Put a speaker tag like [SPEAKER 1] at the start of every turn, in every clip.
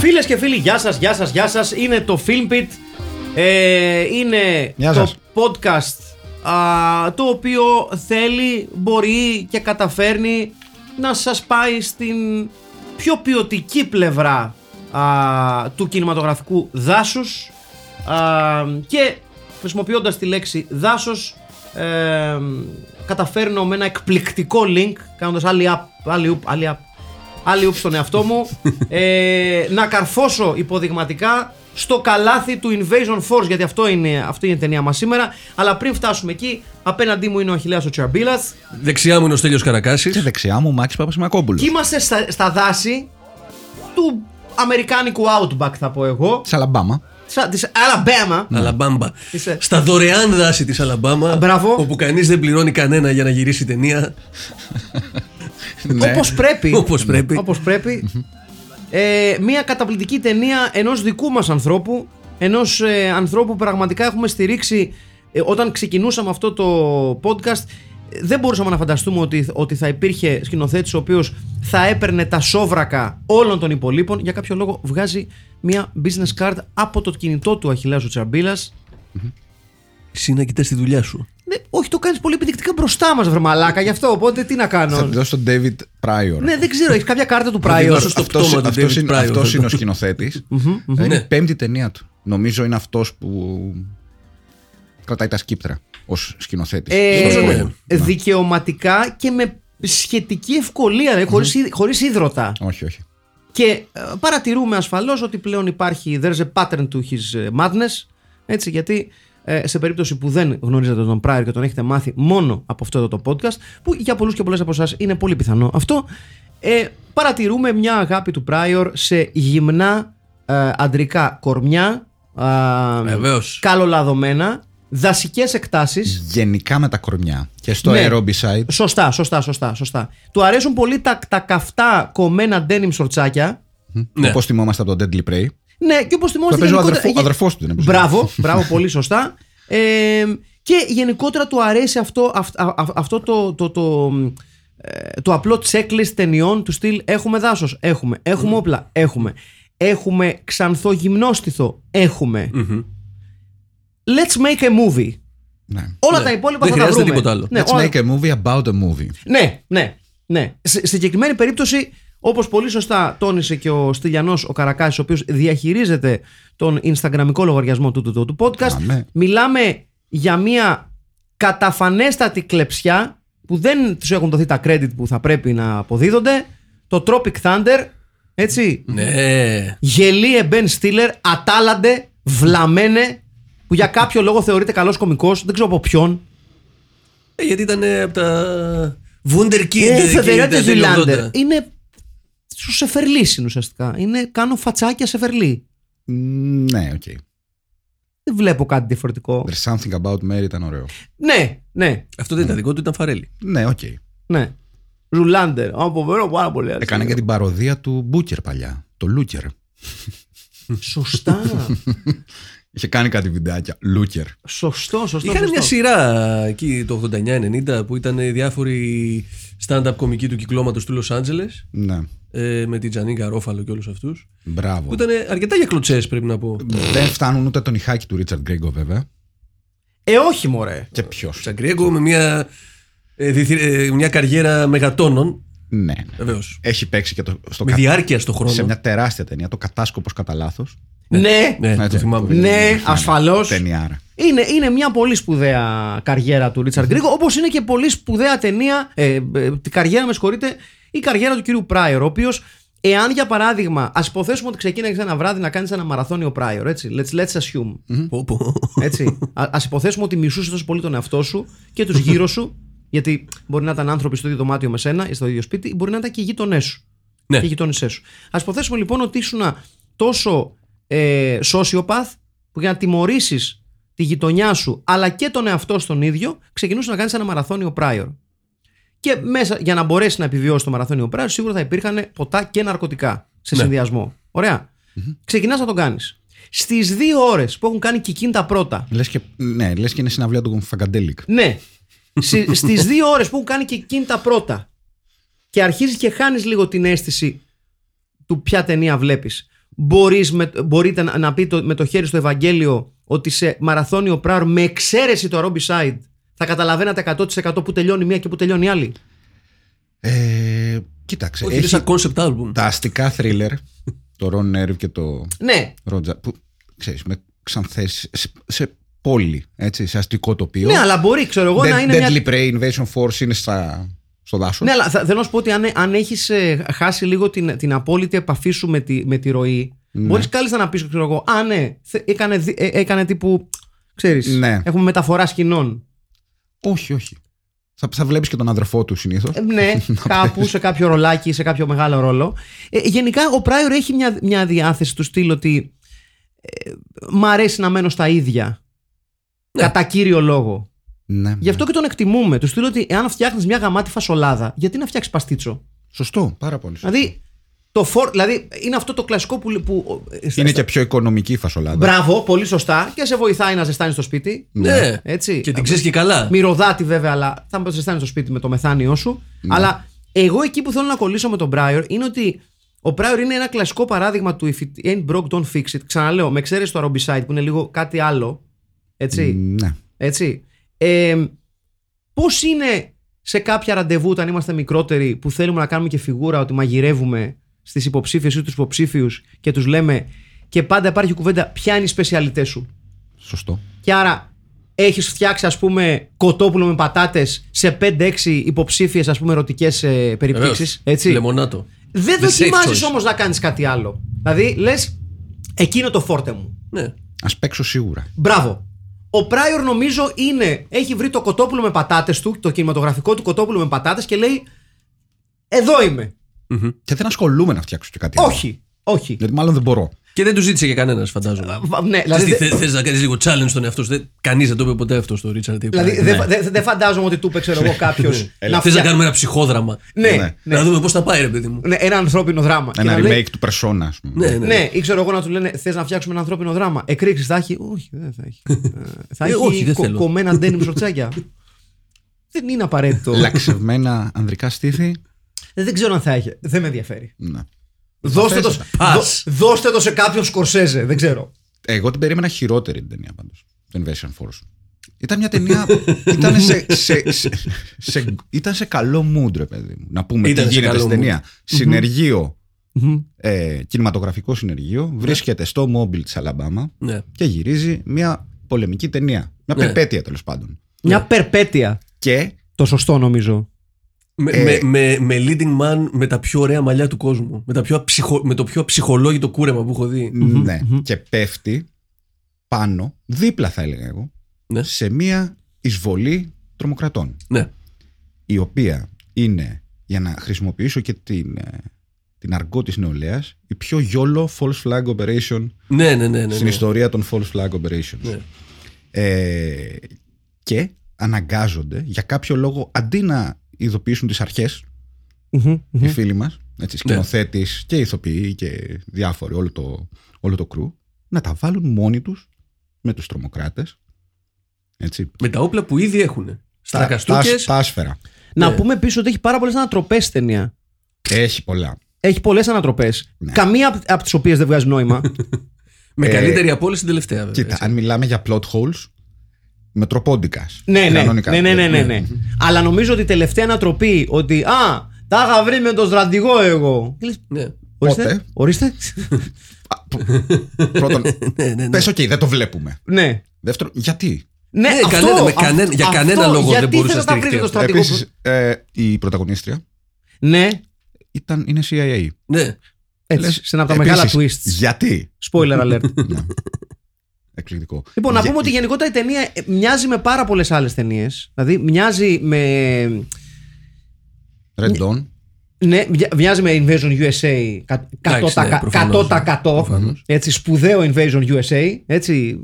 [SPEAKER 1] Φίλε και φίλοι, γεια σας, γεια σας, γεια σας. Είναι το Filmpit. Ε, είναι
[SPEAKER 2] Γεια
[SPEAKER 1] το
[SPEAKER 2] σας.
[SPEAKER 1] podcast α, το οποίο θέλει, μπορεί και καταφέρνει να σας πάει στην πιο ποιοτική πλευρά α, του κινηματογραφικού δάσους α, και χρησιμοποιώντας τη λέξη δάσος ε, καταφέρνω με ένα εκπληκτικό link κάνοντας άλλη up, άλλη up, άλλη up άλλη ούπ στον εαυτό μου, ε, να καρφώσω υποδειγματικά στο καλάθι του Invasion Force, γιατί αυτό είναι, αυτή είναι η ταινία μας σήμερα. Αλλά πριν φτάσουμε εκεί, απέναντί μου είναι ο Αχιλέας ο Τσιαμπίλας
[SPEAKER 3] Δεξιά μου είναι ο Στέλιος
[SPEAKER 2] Και
[SPEAKER 3] Καρακάσης.
[SPEAKER 2] δεξιά μου, Μάκη Παπασημακόπουλος.
[SPEAKER 1] και είμαστε στα, στα δάση του αμερικάνικου Outback θα πω εγώ,
[SPEAKER 2] Της Αλαμπάμα.
[SPEAKER 1] σα- της Alabama.
[SPEAKER 3] Αλαμπάμπα.
[SPEAKER 1] Είσαι.
[SPEAKER 3] Στα δωρεάν δάση της Αλαμπάμα.
[SPEAKER 1] Μπράβο.
[SPEAKER 3] Όπου κανείς δεν πληρώνει κανένα για να γυρίσει ταινία.
[SPEAKER 2] Ναι.
[SPEAKER 1] Όπως πρέπει.
[SPEAKER 3] Όπως πρέπει.
[SPEAKER 1] Όπως πρέπει. ε, μια καταπληκτική ταινία ενός δικού μας ανθρώπου. Ενός ε, ανθρώπου που πραγματικά έχουμε στηρίξει ε, όταν ξεκινούσαμε αυτό το podcast. ε, Δεν μπορούσαμε να φανταστούμε ότι, ότι θα υπήρχε σκηνοθέτης ο οποίος θα έπαιρνε τα σόβρακα όλων των υπολείπων. Για κάποιο λόγο βγάζει μια business card από το κινητό του Αχιλέας ο Τσαμπίλας.
[SPEAKER 3] Εσύ να κοιτάς τη δουλειά σου.
[SPEAKER 1] Ναι, όχι, το κάνεις πολύ επιδεικτικά μπροστά μας βρε μαλάκα. Γι' αυτό, οπότε τι να
[SPEAKER 2] Θα
[SPEAKER 1] κάνω.
[SPEAKER 2] τη δώσω τον David Pryor.
[SPEAKER 1] ναι, δεν ξέρω, έχει κάποια κάρτα του
[SPEAKER 3] τη
[SPEAKER 1] Πράιον.
[SPEAKER 3] δώσω στο
[SPEAKER 2] Αυτός-
[SPEAKER 3] πτώμα του
[SPEAKER 2] αυτός
[SPEAKER 3] David
[SPEAKER 2] είναι-
[SPEAKER 3] Pryor.
[SPEAKER 2] αυτός είναι ο σκηνοθέτης. Είναι
[SPEAKER 3] Ναι.
[SPEAKER 2] η πέμπτη ταινία του. Νομίζω είναι αυτός που κρατάει τα σκύπτρα ως σκηνοθέτης.
[SPEAKER 3] Σωστό,
[SPEAKER 1] ε,
[SPEAKER 3] ναι.
[SPEAKER 1] δικαιωματικά και με σχετική ευκολία, δηλαδή, χωρίς, ύδ- χωρίς ίδρωτα.
[SPEAKER 2] Όχι, όχι.
[SPEAKER 1] Και ε, παρατηρούμε ασφαλώς ότι πλέον υπάρχει there's a pattern to his ε, madness, έτσι, γιατί ε, σε περίπτωση που δεν γνωρίζετε τον Pryor και τον έχετε μάθει μόνο από αυτό εδώ το podcast, που για πολλούς και πολλές από εσάς είναι πολύ πιθανό αυτό, ε, παρατηρούμε μια αγάπη του Pryor σε γυμνά ε, αντρικά κορμιά, ε,
[SPEAKER 3] Βεβαίως.
[SPEAKER 1] καλολαδωμένα, δασικές εκτάσεις,
[SPEAKER 2] Γενικά με τα κορμιά. Και στο
[SPEAKER 1] Ναι.
[SPEAKER 2] Aerobicide.
[SPEAKER 1] Σωστά, σωστά, σωστά, σωστά. Του αρέσουν πολύ τα, τα καυτά κομμένα denim σορτσάκια.
[SPEAKER 3] Ναι.
[SPEAKER 2] Όπως θυμόμαστε από τον Deadly Prey.
[SPEAKER 1] Ναι, και όπως θυμόμαστε.
[SPEAKER 2] Το παίζει ο
[SPEAKER 1] γενικότερα-
[SPEAKER 2] αδερφό-
[SPEAKER 1] γε-
[SPEAKER 2] αδερφός του, δεν είναι,
[SPEAKER 1] Μπράβο, μπράβο, πολύ σωστά. Ε, και γενικότερα του αρέσει αυτό, αυ- α- α- αυτό το, το, το, ε, το απλό checklist ταινιών του στυλ Έχουμε δάσος, έχουμε. Έχουμε όπλα, έχουμε. Έχουμε ξανθό γυμνόστιθο, έχουμε. Let's make a movie.
[SPEAKER 2] Ναι.
[SPEAKER 1] Όλα
[SPEAKER 3] Ναι.
[SPEAKER 1] τα υπόλοιπα θα τα
[SPEAKER 3] Δεν
[SPEAKER 1] βρούμε.
[SPEAKER 3] χρειάζεται τίποτα άλλο.
[SPEAKER 1] Ναι,
[SPEAKER 2] Let's
[SPEAKER 1] όλα-
[SPEAKER 2] make a movie about a movie.
[SPEAKER 1] ναι, ναι, ναι. Σε στη συγκεκριμένη περίπτωση, όπως πολύ σωστά τόνισε και ο Στυλιανός ο Καρακάσης, ο οποίος διαχειρίζεται τον Instagramικό λογαριασμό του, του, του, του podcast,
[SPEAKER 2] Αμέ.
[SPEAKER 1] μιλάμε για μια καταφανέστατη κλεψιά που δεν τους έχουν δοθεί τα credit που θα πρέπει να αποδίδονται. Το Tropic Thunder, έτσι.
[SPEAKER 3] Ναι.
[SPEAKER 1] Γελίε Μπεν Στίλερ, ατάλλαντε, βλαμένε, που για κάποιο λόγο θεωρείται καλός κωμικός, δεν ξέρω από ποιον.
[SPEAKER 3] Ε, Γιατί ήταν ε, από τα Wunderkind.
[SPEAKER 1] Ε, Φεβεριά
[SPEAKER 3] εκείνη τα
[SPEAKER 1] της
[SPEAKER 3] τέλη
[SPEAKER 1] Ζιλάντερ.
[SPEAKER 3] 80.
[SPEAKER 1] Είναι. Σου σεφερλή είναι ουσιαστικά. Είναι, κάνω φατσάκια σεφερλή.
[SPEAKER 2] Ναι, οκ.
[SPEAKER 1] Δεν βλέπω κάτι διαφορετικό.
[SPEAKER 2] There's something about Mary ήταν ωραίο.
[SPEAKER 1] Ναι, ναι,
[SPEAKER 3] Αυτό δεν ήταν δικό του, ήταν Φαρέλη.
[SPEAKER 2] Ναι, οκ.
[SPEAKER 1] ναι. Ζουλάντερ. Αποβερό πάρα πολύ. αστείο.
[SPEAKER 2] Έκανε και την παροδία του Μπούκερ παλιά. Το Λούκερ.
[SPEAKER 1] Σωστά.
[SPEAKER 2] Είχε κάνει κάτι βιντεάκια. Λούκερ.
[SPEAKER 1] σωστό, σωστό.
[SPEAKER 3] Είχαν μια
[SPEAKER 1] σωστό.
[SPEAKER 3] σειρά εκεί το 89-90 που ήταν οι διάφοροι stand-up κομικοί του κυκλώματος του Λος Άντζελες
[SPEAKER 2] Ναι.
[SPEAKER 3] ε, με την Τζανίκα Ρόφαλο και όλους αυτούς
[SPEAKER 2] Μπράβο.
[SPEAKER 3] που ήταν αρκετά για κλωτσές πρέπει να πω.
[SPEAKER 2] Δεν φτάνουν ούτε τον ηχάκι του Ρίτσαρντ Γκρίγκο, βέβαια.
[SPEAKER 1] Ε, όχι, μωρέ.
[SPEAKER 2] Και ποιος.
[SPEAKER 3] Σαγκρέγκο με μια, ε, διθυ- ε, μια καριέρα μεγατόνων
[SPEAKER 2] Ναι. ναι.
[SPEAKER 3] Βεβαίως.
[SPEAKER 2] Έχει παίξει και το, στο
[SPEAKER 3] Με
[SPEAKER 2] κα-
[SPEAKER 3] διάρκεια στο χρόνο.
[SPEAKER 2] σε μια τεράστια ταινία, το κατάσκοπος κατά λάθος.
[SPEAKER 1] Ναι,
[SPEAKER 3] Ναι,
[SPEAKER 2] Ναι,
[SPEAKER 3] το
[SPEAKER 2] ναι,
[SPEAKER 3] θυμάμαι.
[SPEAKER 2] ναι.
[SPEAKER 1] ναι, ασφαλώ.
[SPEAKER 2] Ταινιάρα.
[SPEAKER 1] Είναι, είναι μια πολύ σπουδαία καριέρα του Ρίτσαρντ Γκρίγκο, όπως είναι και πολύ σπουδαία ταινία. Ε, ε, τη καριέρα, με συγχωρείτε, η καριέρα του κύριου Πράιερ, ο οποίος, εάν για παράδειγμα, ας υποθέσουμε ότι ξεκίνησε ένα βράδυ να κάνει ένα μαραθώνιο Πράιερ, έτσι. Let's, let's assume.
[SPEAKER 3] Πω, πω.
[SPEAKER 1] Έτσι. α ας υποθέσουμε ότι μισούσε τόσο πολύ τον εαυτό σου και τους γύρω σου, γιατί μπορεί να ήταν άνθρωποι στο ίδιο δωμάτιο με σένα ή στο ίδιο σπίτι, μπορεί να ήταν και οι γείτονές σου
[SPEAKER 3] Ναι.
[SPEAKER 1] και οι γειτόνισές σου. Ας υποθέσουμε λοιπόν ότι ήσουν τόσο ε, sociopath που για να τιμωρήσεις τη γειτονιά σου αλλά και τον εαυτό στον ίδιο, ξεκινούσε να κάνεις ένα μαραθώνιο prior. Και μέσα, για να μπορέσει να επιβιώσει το μαραθώνιο prior, σίγουρα θα υπήρχαν ποτά και ναρκωτικά σε
[SPEAKER 3] Ναι.
[SPEAKER 1] συνδυασμό. Ωραία. Ξεκινάς να τον κάνεις. Στις δύο ώρες που έχουν κάνει και εκείνη τα πρώτα,
[SPEAKER 2] Λες και, ναι, λες και είναι συναυλία του Φαγκαντέλικ.
[SPEAKER 1] ναι. Στις δύο ώρες που έχουν κάνει και εκείνη τα πρώτα και αρχίζεις και χάνεις λίγο την αίσθηση του ποια ταινία βλέπεις. μπορείτε να, να πει το- με το χέρι στο Ευαγγέλιο ότι σε μαραθώνιο πράρ με εξαίρεση το Arobi Side θα καταλαβαίνατε 100% που τελειώνει μία και που τελειώνει η άλλη.
[SPEAKER 2] Ε, κοίταξε,
[SPEAKER 3] Όχι, είναι
[SPEAKER 2] έχει
[SPEAKER 3] σαν concept album.
[SPEAKER 2] τα αστικά thriller, το Ρον Έρβ και το
[SPEAKER 1] Ναι,
[SPEAKER 2] Ρότζα, που ξέρεις, με ξανθέσει σε, σε πόλη, έτσι, σε αστικό τοπίο.
[SPEAKER 1] ναι, αλλά μπορεί, ξέρω εγώ, να
[SPEAKER 2] Dead-
[SPEAKER 1] είναι μια.
[SPEAKER 2] Deadly Prey Invasion Force είναι στα, στο δάσος.
[SPEAKER 1] Ναι, αλλά θα, θέλω να σου πω ότι αν, αν έχεις χάσει λίγο την, την απόλυτη επαφή σου με τη, με τη ροή, ναι. μπορείς κάλλιστα να πεις, ξέρω εγώ, Α, ναι, θε- έκανε, δι- ε, έκανε τύπου. Ξέρεις,
[SPEAKER 2] Ναι.
[SPEAKER 1] έχουμε μεταφορά σκηνών.
[SPEAKER 2] Όχι, όχι. Θα, θα βλέπεις και τον αδερφό του συνήθως.
[SPEAKER 1] Ε, ναι, κάπου σε κάποιο ρολάκι, σε κάποιο μεγάλο ρόλο. Ε, γενικά, ο Πράιορ έχει μια, μια διάθεση του στυλ ότι. Ε, μ' αρέσει να μένω στα ίδια. Κατά κύριο λόγο.
[SPEAKER 2] ναι,
[SPEAKER 1] Γι' αυτό και τον εκτιμούμε. Του στείλω ότι εάν φτιάχνεις μια γαμάτη φασολάδα, γιατί να φτιάξεις παστίτσο.
[SPEAKER 2] ναι. Σωστό, πάρα πολύ. σωστό.
[SPEAKER 1] Δηλαδή, το φορ, δηλαδή είναι αυτό το κλασικό που. που ε,
[SPEAKER 2] είναι και ναι. πιο οικονομική η φασολάδα.
[SPEAKER 1] Μπράβο, πολύ σωστά. Και σε βοηθάει να ζεστάνεις στο σπίτι.
[SPEAKER 3] Ναι.
[SPEAKER 1] Έτσι.
[SPEAKER 3] Και την ξέρεις και καλά.
[SPEAKER 1] Μυρωδάτη βέβαια, αλλά θα με ζεστάνεις στο σπίτι με το μεθάνιό σου. Αλλά εγώ εκεί που θέλω να κολλήσω με τον Μπράιορ είναι ότι ο Μπράιορ είναι ένα κλασικό παράδειγμα του If it ain't broke, don't fix it. Ξαναλέω, με εξαίρεση το Arombicide που είναι λίγο κάτι άλλο. Έτσι.
[SPEAKER 2] Ναι.
[SPEAKER 1] Έτσι. Ε, Πώς είναι σε κάποια ραντεβού όταν είμαστε μικρότεροι που θέλουμε να κάνουμε και φιγούρα ότι μαγειρεύουμε στις υποψήφιες ή τους υποψήφιους και τους λέμε και πάντα υπάρχει κουβέντα ποια είναι η σπεσιαλιτές σου.
[SPEAKER 2] Σωστό.
[SPEAKER 1] Και άρα έχεις φτιάξει, ας πούμε, κοτόπουλο με πατάτες σε 5-6 υποψήφιες, ας πούμε, ερωτικές
[SPEAKER 3] Βεβαίως.
[SPEAKER 1] περιπτώσει. Έτσι.
[SPEAKER 3] Λεμονάτο.
[SPEAKER 1] Δεν
[SPEAKER 3] The safe
[SPEAKER 1] δοκιμάζει
[SPEAKER 3] choice.
[SPEAKER 1] όμως να κάνεις κάτι άλλο. Δηλαδή λες, εκείνο το φόρτε μου.
[SPEAKER 3] Ναι.
[SPEAKER 2] Ας παίξω σίγουρα.
[SPEAKER 1] Μπράβο. Ο Πράιορ νομίζω είναι, έχει βρει το κοτόπουλο με πατάτες του, το κινηματογραφικό του κοτόπουλο με πατάτες και λέει εδώ είμαι.
[SPEAKER 2] Και δεν ασχολούμαι να φτιάξω και κάτι άλλο.
[SPEAKER 1] Όχι, όχι.
[SPEAKER 2] Γιατί μάλλον δεν μπορώ.
[SPEAKER 3] Και δεν του ζήτησε και κανένας, φαντάζομαι.
[SPEAKER 1] Βα- Ναι, δηλαδή,
[SPEAKER 3] Δηλαδή,
[SPEAKER 1] δε-
[SPEAKER 3] θε θες να κάνεις λίγο challenge στον εαυτό σου. Κανείς δεν το είπε ποτέ αυτό στο Ρίτσαρντ.
[SPEAKER 1] δηλαδή δεν φα- δεν- δεν φαντάζομαι ότι του είπε ξέρω εγώ κάποιος. να
[SPEAKER 3] Θες να
[SPEAKER 1] φτιά-
[SPEAKER 3] κάνουμε ένα ψυχόδραμα.
[SPEAKER 1] Ναι,
[SPEAKER 2] Ναι.
[SPEAKER 3] Να
[SPEAKER 1] ναι.
[SPEAKER 3] δούμε πώς θα πάει, ρε παιδί μου.
[SPEAKER 1] Ναι, ένα ανθρώπινο δράμα. Και
[SPEAKER 2] Ένα
[SPEAKER 1] να
[SPEAKER 2] remake
[SPEAKER 1] λέει-
[SPEAKER 2] του Persona, ας πούμε.
[SPEAKER 3] Ναι, ναι.
[SPEAKER 1] Ναι, ή ξέρω εγώ να του λένε Θες να φτιάξουμε ένα ανθρώπινο δράμα. Εκρήξεις θα έχει. Όχι, δεν θα έχει. Ε, θα
[SPEAKER 3] Ε,
[SPEAKER 1] έχει
[SPEAKER 3] όχι, δεν
[SPEAKER 1] κο-
[SPEAKER 3] θέλω.
[SPEAKER 1] κομμένα ντένιμ σορτσάκια. δεν είναι απαραίτητο.
[SPEAKER 2] Λαξευμένα ανδρικά στήθη.
[SPEAKER 1] δεν ξέρω αν θα έχει. Δεν με ενδιαφέρει.
[SPEAKER 2] Ναι.
[SPEAKER 1] Δώστε το,
[SPEAKER 3] Pass.
[SPEAKER 1] δώ- δώστε το σε κάποιον Σκορσέζε, δεν ξέρω.
[SPEAKER 2] Εγώ την περίμενα χειρότερη την ταινία πάντως. Το Invasion Force. Ήταν μια ταινία. ήταν, σε, σε, σε, σε- ήταν σε καλό mood, ρε παιδί μου. Να πούμε
[SPEAKER 3] Ήταν σε
[SPEAKER 2] τι γίνεται
[SPEAKER 3] καλό Mm-hmm.
[SPEAKER 2] στην ταινία. Mm-hmm. Συνεργείο, ε, κινηματογραφικό συνεργείο, βρίσκεται στο Mobile της Αλαμπάμα
[SPEAKER 3] Ναι.
[SPEAKER 2] και γυρίζει μια πολεμική ταινία. Μια
[SPEAKER 3] Ναι.
[SPEAKER 2] περιπέτεια τέλος πάντων.
[SPEAKER 3] Ε.
[SPEAKER 1] Μια περπέτεια.
[SPEAKER 2] Και
[SPEAKER 1] Το σωστό νομίζω.
[SPEAKER 3] Με,
[SPEAKER 2] Ε.
[SPEAKER 3] με, με, με leading man με τα πιο ωραία μαλλιά του κόσμου. Με, τα πιο αψυχο- με το πιο ψυχολόγητο κούρεμα που έχω δει.
[SPEAKER 2] ναι,
[SPEAKER 3] mm-hmm.
[SPEAKER 2] και πέφτει πάνω, δίπλα θα έλεγα εγώ,
[SPEAKER 3] Ναι.
[SPEAKER 2] σε μια εισβολή τρομοκρατών.
[SPEAKER 3] Ναι.
[SPEAKER 2] η οποία είναι, για να χρησιμοποιήσω και την, ε, την αργό της νεολαίας, η πιο YOLO false flag operation
[SPEAKER 3] Ναι, ναι, ναι. ναι,
[SPEAKER 2] στην
[SPEAKER 3] ναι.
[SPEAKER 2] ιστορία των false flag operations.
[SPEAKER 3] Ναι.
[SPEAKER 2] Ε, και αναγκάζονται για κάποιο λόγο αντί να ειδοποιήσουν τις αρχές οι
[SPEAKER 3] Ε,
[SPEAKER 2] φίλοι μας,
[SPEAKER 3] Ναι.
[SPEAKER 2] έτσι, σκηνοθέτης και ηθοποιοί και διάφοροι, όλο το, όλο το κρου, να τα βάλουν μόνοι τους με τους τρομοκράτες, έτσι,
[SPEAKER 3] Με τα όπλα που ήδη έχουν.
[SPEAKER 2] τα-
[SPEAKER 3] Στρακαστούκε.
[SPEAKER 2] τα άσφαιρα.
[SPEAKER 1] Να
[SPEAKER 3] Ναι.
[SPEAKER 1] πούμε πίσω ότι έχει πάρα πολλές ανατροπές ταινία.
[SPEAKER 2] Έχει πολλά.
[SPEAKER 1] Έχει πολλές ανατροπές.
[SPEAKER 2] Ναι.
[SPEAKER 1] Καμία από, τις οποίες δεν βγάζει νόημα.
[SPEAKER 3] Με
[SPEAKER 2] Ε,
[SPEAKER 3] καλύτερη από όλε την τελευταία, βέβαια.
[SPEAKER 2] Κοίτα,
[SPEAKER 3] έτσι.
[SPEAKER 2] αν μιλάμε για plot holes, με τροπόντικας.
[SPEAKER 1] ναι, ναι,
[SPEAKER 2] Κανονικά.
[SPEAKER 1] ναι, ναι, ναι, ναι,
[SPEAKER 3] Ε.
[SPEAKER 1] ναι. Αλλά νομίζω ότι η τελευταία ανατροπή ότι Α, τα είχα βρει με τον στρατηγό εγώ. Και λες,
[SPEAKER 3] Ναι.
[SPEAKER 1] Ορίστε.
[SPEAKER 2] Πότε?
[SPEAKER 1] ορίστε.
[SPEAKER 2] Α, Πρώτον,
[SPEAKER 3] ναι, ναι, ναι.
[SPEAKER 2] πες οκ, δεν το βλέπουμε.
[SPEAKER 1] Ναι.
[SPEAKER 2] Δεύτερον, γιατί.
[SPEAKER 1] Ναι,
[SPEAKER 3] Ναι,
[SPEAKER 1] αυτό,
[SPEAKER 3] κανένα- με
[SPEAKER 1] αυ-
[SPEAKER 3] κανένα- για
[SPEAKER 1] αυτό,
[SPEAKER 3] κανένα λόγο δεν
[SPEAKER 1] γιατί
[SPEAKER 3] μπορούσε
[SPEAKER 1] ήθελε
[SPEAKER 3] να
[SPEAKER 1] να βρει
[SPEAKER 3] στηριχτεί
[SPEAKER 1] το
[SPEAKER 3] αυτό.
[SPEAKER 1] στρατηγό.
[SPEAKER 2] Επίσης, ε, η πρωταγωνίστρια
[SPEAKER 1] Ναι,
[SPEAKER 2] ήταν, είναι CIA.
[SPEAKER 3] Ναι.
[SPEAKER 1] έτσι.
[SPEAKER 2] Λες,
[SPEAKER 1] Σε ένα από τα μεγάλα
[SPEAKER 2] επίσης,
[SPEAKER 1] twists.
[SPEAKER 2] Γιατί.
[SPEAKER 1] Spoiler alert.
[SPEAKER 2] Ναι. Εκπληκτικό.
[SPEAKER 1] Λοιπόν, να
[SPEAKER 2] Για-
[SPEAKER 1] πούμε ότι γενικότερα η ταινία ε, μοιάζει με πάρα πολλές άλλες ταινίες. Δηλαδή, μοιάζει με.
[SPEAKER 2] Red Dawn.
[SPEAKER 1] Ναι, μοια- μοιάζει με Invasion USA κα-
[SPEAKER 3] Εντάξει, ναι,
[SPEAKER 1] 100%.
[SPEAKER 3] προφανώς,
[SPEAKER 1] 100%.
[SPEAKER 3] προφανώς.
[SPEAKER 1] έτσι, σπουδαίο Invasion USA. Έτσι,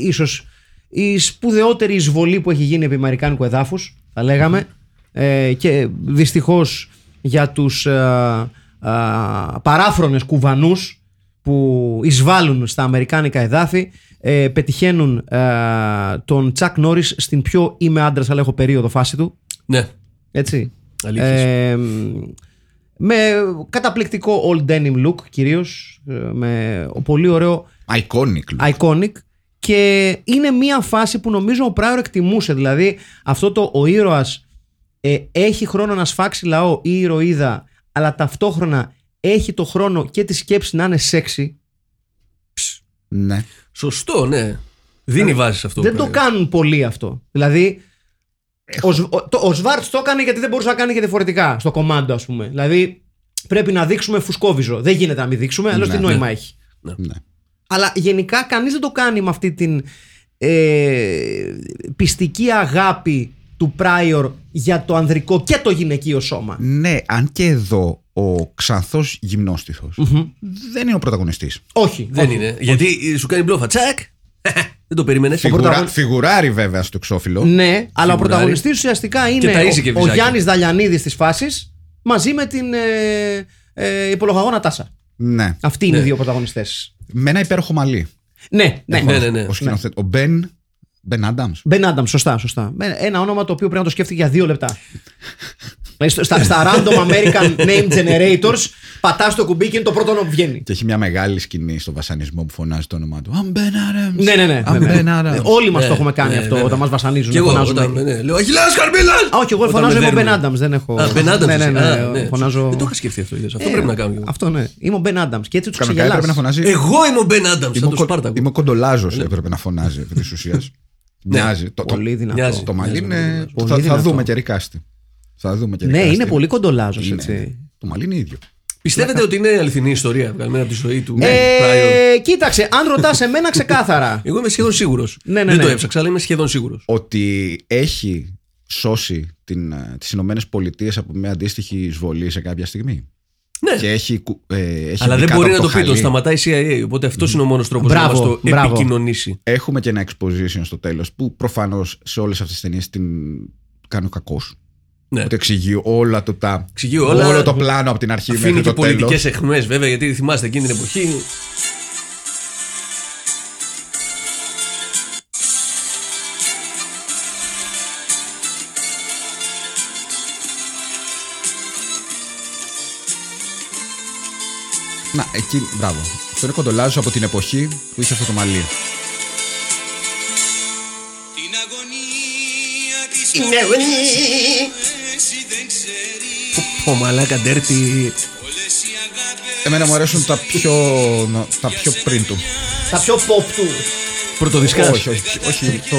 [SPEAKER 1] ίσως η σπουδαιότερη εισβολή που έχει γίνει επί Αμερικάνικου εδάφους, θα λέγαμε. Ε, και δυστυχώς για τους α, α, παράφρονες κουβανούς που εισβάλλουν στα Αμερικάνικα εδάφη ε, πετυχαίνουν α, τον Τσακ Νόρις στην πιο είμαι άντρας αλλά έχω περίοδο φάση του
[SPEAKER 3] ναι.
[SPEAKER 1] έτσι.
[SPEAKER 3] Αλήθειες.
[SPEAKER 1] Ε, με καταπληκτικό old denim look κυρίως ε, με πολύ ωραίο
[SPEAKER 2] Iconic. look.
[SPEAKER 1] iconic και είναι μια φάση που νομίζω ο Πράιορ εκτιμούσε δηλαδή αυτό το ο ήρωας ε, έχει χρόνο να σφάξει λαό ή ηρωίδα αλλά ταυτόχρονα έχει το χρόνο και τη σκέψη να είναι σεξι
[SPEAKER 2] Ναι.
[SPEAKER 3] Σωστό, ναι.
[SPEAKER 2] Ε,
[SPEAKER 3] Δίνει βάση σε αυτό.
[SPEAKER 1] δεν
[SPEAKER 3] που
[SPEAKER 1] το
[SPEAKER 3] έλεγα.
[SPEAKER 1] κάνουν πολλοί αυτό δηλαδή ο, Σβ- ο, το- ο Σβάρτς το έκανε γιατί δεν μπορούσε να κάνει και διαφορετικά στο κομμάτι ας πούμε δηλαδή πρέπει να δείξουμε φουσκόβιζο δεν γίνεται να μην δείξουμε αλλιώς
[SPEAKER 2] Ναι,
[SPEAKER 1] τι νόημα έχει
[SPEAKER 2] ναι.
[SPEAKER 1] Αλλά γενικά κανείς δεν το κάνει με αυτή την ε, πιστική αγάπη του Πράιορ για το ανδρικό και το γυναικείο σώμα.
[SPEAKER 2] Ναι, αν και εδώ ο ξανθός γυμνόστιθος δεν είναι ο πρωταγωνιστής.
[SPEAKER 1] Όχι.
[SPEAKER 3] Δεν
[SPEAKER 1] όχι.
[SPEAKER 3] είναι. Γιατί σου κάνει μπλόφα. Τσακ! Δεν το περίμενες.
[SPEAKER 2] Φιγουρά,
[SPEAKER 1] πρωταγων-
[SPEAKER 2] Φιγουράρει βέβαια στο εξώφυλλο.
[SPEAKER 1] Ναι, αλλά ο
[SPEAKER 3] Φιγουράρι.
[SPEAKER 1] πρωταγωνιστής ουσιαστικά είναι
[SPEAKER 3] ταΐζει και
[SPEAKER 1] ο, ο
[SPEAKER 3] βυζάκι.
[SPEAKER 1] Γιάννης Δαλιανίδης της φάσης μαζί με την ε, ε, υπολογαγόνα Τάσα.
[SPEAKER 2] Ναι.
[SPEAKER 1] Αυτοί είναι
[SPEAKER 3] Ναι.
[SPEAKER 1] οι δύο πρωταγωνιστές.
[SPEAKER 2] Με ένα υπέροχο μαλλί.
[SPEAKER 1] Ναι, ναι.
[SPEAKER 3] Ναι, ναι, ναι.
[SPEAKER 2] Ο σκηνοθέτη. Ο Μπεν. Μπεν Άνταμ.
[SPEAKER 1] Μπεν Άνταμ, σωστά, σωστά. Ε, Ένα όνομα το οποίο πρέπει να το σκέφτηκε για δύο λεπτά. Ε, στο- στα, στα random American name generators πατάς το κουμπί και είναι το πρώτο όνομα που βγαίνει.
[SPEAKER 2] Και έχει μια μεγάλη σκηνή στο βασανισμό που φωνάζει το όνομά του. I'm Ben Adams.
[SPEAKER 1] Ναι, ναι, ναι.
[SPEAKER 2] I'm
[SPEAKER 1] βέβαια.
[SPEAKER 2] Ben Adams.
[SPEAKER 1] Ε, Όλοι μας
[SPEAKER 3] Ναι,
[SPEAKER 1] το έχουμε κάνει
[SPEAKER 3] ναι,
[SPEAKER 1] αυτό
[SPEAKER 3] βέβαια.
[SPEAKER 1] όταν μας βασανίζουν.
[SPEAKER 3] Και εγώ
[SPEAKER 1] φωνάζουμε.
[SPEAKER 3] όταν. Ναι, λέω Αχιλάς Καρμίλας!
[SPEAKER 1] Α, όχι, εγώ φωνάζω είμαι ο Μπεν Άνταμ. Δεν έχω.
[SPEAKER 3] Α, Μπεν Άνταμ.
[SPEAKER 1] Ναι, ναι, ναι, Φωνάζω. Ε.
[SPEAKER 3] Δεν το είχα σκεφτεί αυτό. είδες. Αυτό πρέπει να κάνω κι εγώ.
[SPEAKER 1] Αυτό ναι. Είμαι ο Μπεν Άνταμ. Και έτσι τους
[SPEAKER 2] Κανονικά έπρεπε να
[SPEAKER 1] ξεγελάς
[SPEAKER 2] φωνάζει.
[SPEAKER 3] Εγώ είμαι ο Μπεν Άνταμ.
[SPEAKER 2] Είμαι
[SPEAKER 3] Σαν
[SPEAKER 2] ο
[SPEAKER 3] το
[SPEAKER 2] Κο-
[SPEAKER 3] Σπάρτακο.
[SPEAKER 2] Είμαι ο Κοντολάζος έπρεπε να φωνάζει επί της ουσίας. Μοιάζει. Το- το-
[SPEAKER 1] Ναι. Πολύ
[SPEAKER 3] Μοιάζει.
[SPEAKER 1] δυνατό. Ναι,
[SPEAKER 2] Το μαλλί είναι.
[SPEAKER 1] πολύ
[SPEAKER 2] θα- Θα
[SPEAKER 1] δυνατό.
[SPEAKER 2] δούμε και ρικάστη. Θα δούμε και
[SPEAKER 1] Ναι,
[SPEAKER 2] ρικάστη.
[SPEAKER 1] είναι πολύ κοντολάζος
[SPEAKER 2] Είναι. ναι.
[SPEAKER 1] έτσι.
[SPEAKER 2] Το μαλλί είναι ίδιο.
[SPEAKER 3] Πιστεύετε ότι είναι αληθινή ιστορία βγαλμένη από τη ζωή
[SPEAKER 2] Ε,
[SPEAKER 3] του Ναι, Brian?
[SPEAKER 1] Ε, κοίταξε, αν ρωτάς εμένα ξεκάθαρα.
[SPEAKER 3] Εγώ είμαι σχεδόν σίγουρος.
[SPEAKER 1] Ναι, ναι,
[SPEAKER 3] Δεν
[SPEAKER 1] ναι.
[SPEAKER 3] το έψαξα, αλλά είμαι σχεδόν σίγουρος.
[SPEAKER 2] Ότι έχει σώσει την, ε, τις Ηνωμένες Πολιτείες από μια αντίστοιχη εισβολή σε κάποια στιγμή.
[SPEAKER 3] Ναι.
[SPEAKER 2] Και έχει, κου- ε, έχει
[SPEAKER 3] Αλλά
[SPEAKER 2] μπει
[SPEAKER 3] δεν
[SPEAKER 2] κάτω
[SPEAKER 3] μπορεί
[SPEAKER 2] από
[SPEAKER 3] να το πει, το
[SPEAKER 2] χαλί.
[SPEAKER 3] σταματάει η CIA. Οπότε αυτός είναι ο μόνος τρόπος να
[SPEAKER 1] Μπράβο,
[SPEAKER 3] μας το
[SPEAKER 1] μπράβο.
[SPEAKER 3] επικοινωνήσει.
[SPEAKER 2] Έχουμε και ένα exposition στο τέλος που προφανώς σε όλες αυτές τις ταινίες την κάνω κακός.
[SPEAKER 3] Ναι.
[SPEAKER 2] Ότι εξηγεί όλα το τα.
[SPEAKER 3] Εξηγεί όλα.
[SPEAKER 2] Όλο το πλάνο από την αρχή
[SPEAKER 3] Αφήνει
[SPEAKER 2] μέχρι
[SPEAKER 3] και
[SPEAKER 2] το τέλος.
[SPEAKER 3] πολιτικές αιχνέ, βέβαια, γιατί θυμάστε εκείνη την εποχή.
[SPEAKER 2] Να, εκεί, μπράβο. Αυτό είναι κοντολάζο από την εποχή που είχε αυτό το μαλλί.
[SPEAKER 4] Την αγωνία της εσύ δεν ξέρεις
[SPEAKER 3] Ο μαλάκα ντέρτι.
[SPEAKER 4] όλες οι αγάπες
[SPEAKER 2] Εμένα μου αρέσουν τα πιο, νο- τα πιο πριν του.
[SPEAKER 1] Τα πιο pop του.
[SPEAKER 3] Πρωτοδισκά.
[SPEAKER 2] Όχι, όχι, όχι. Το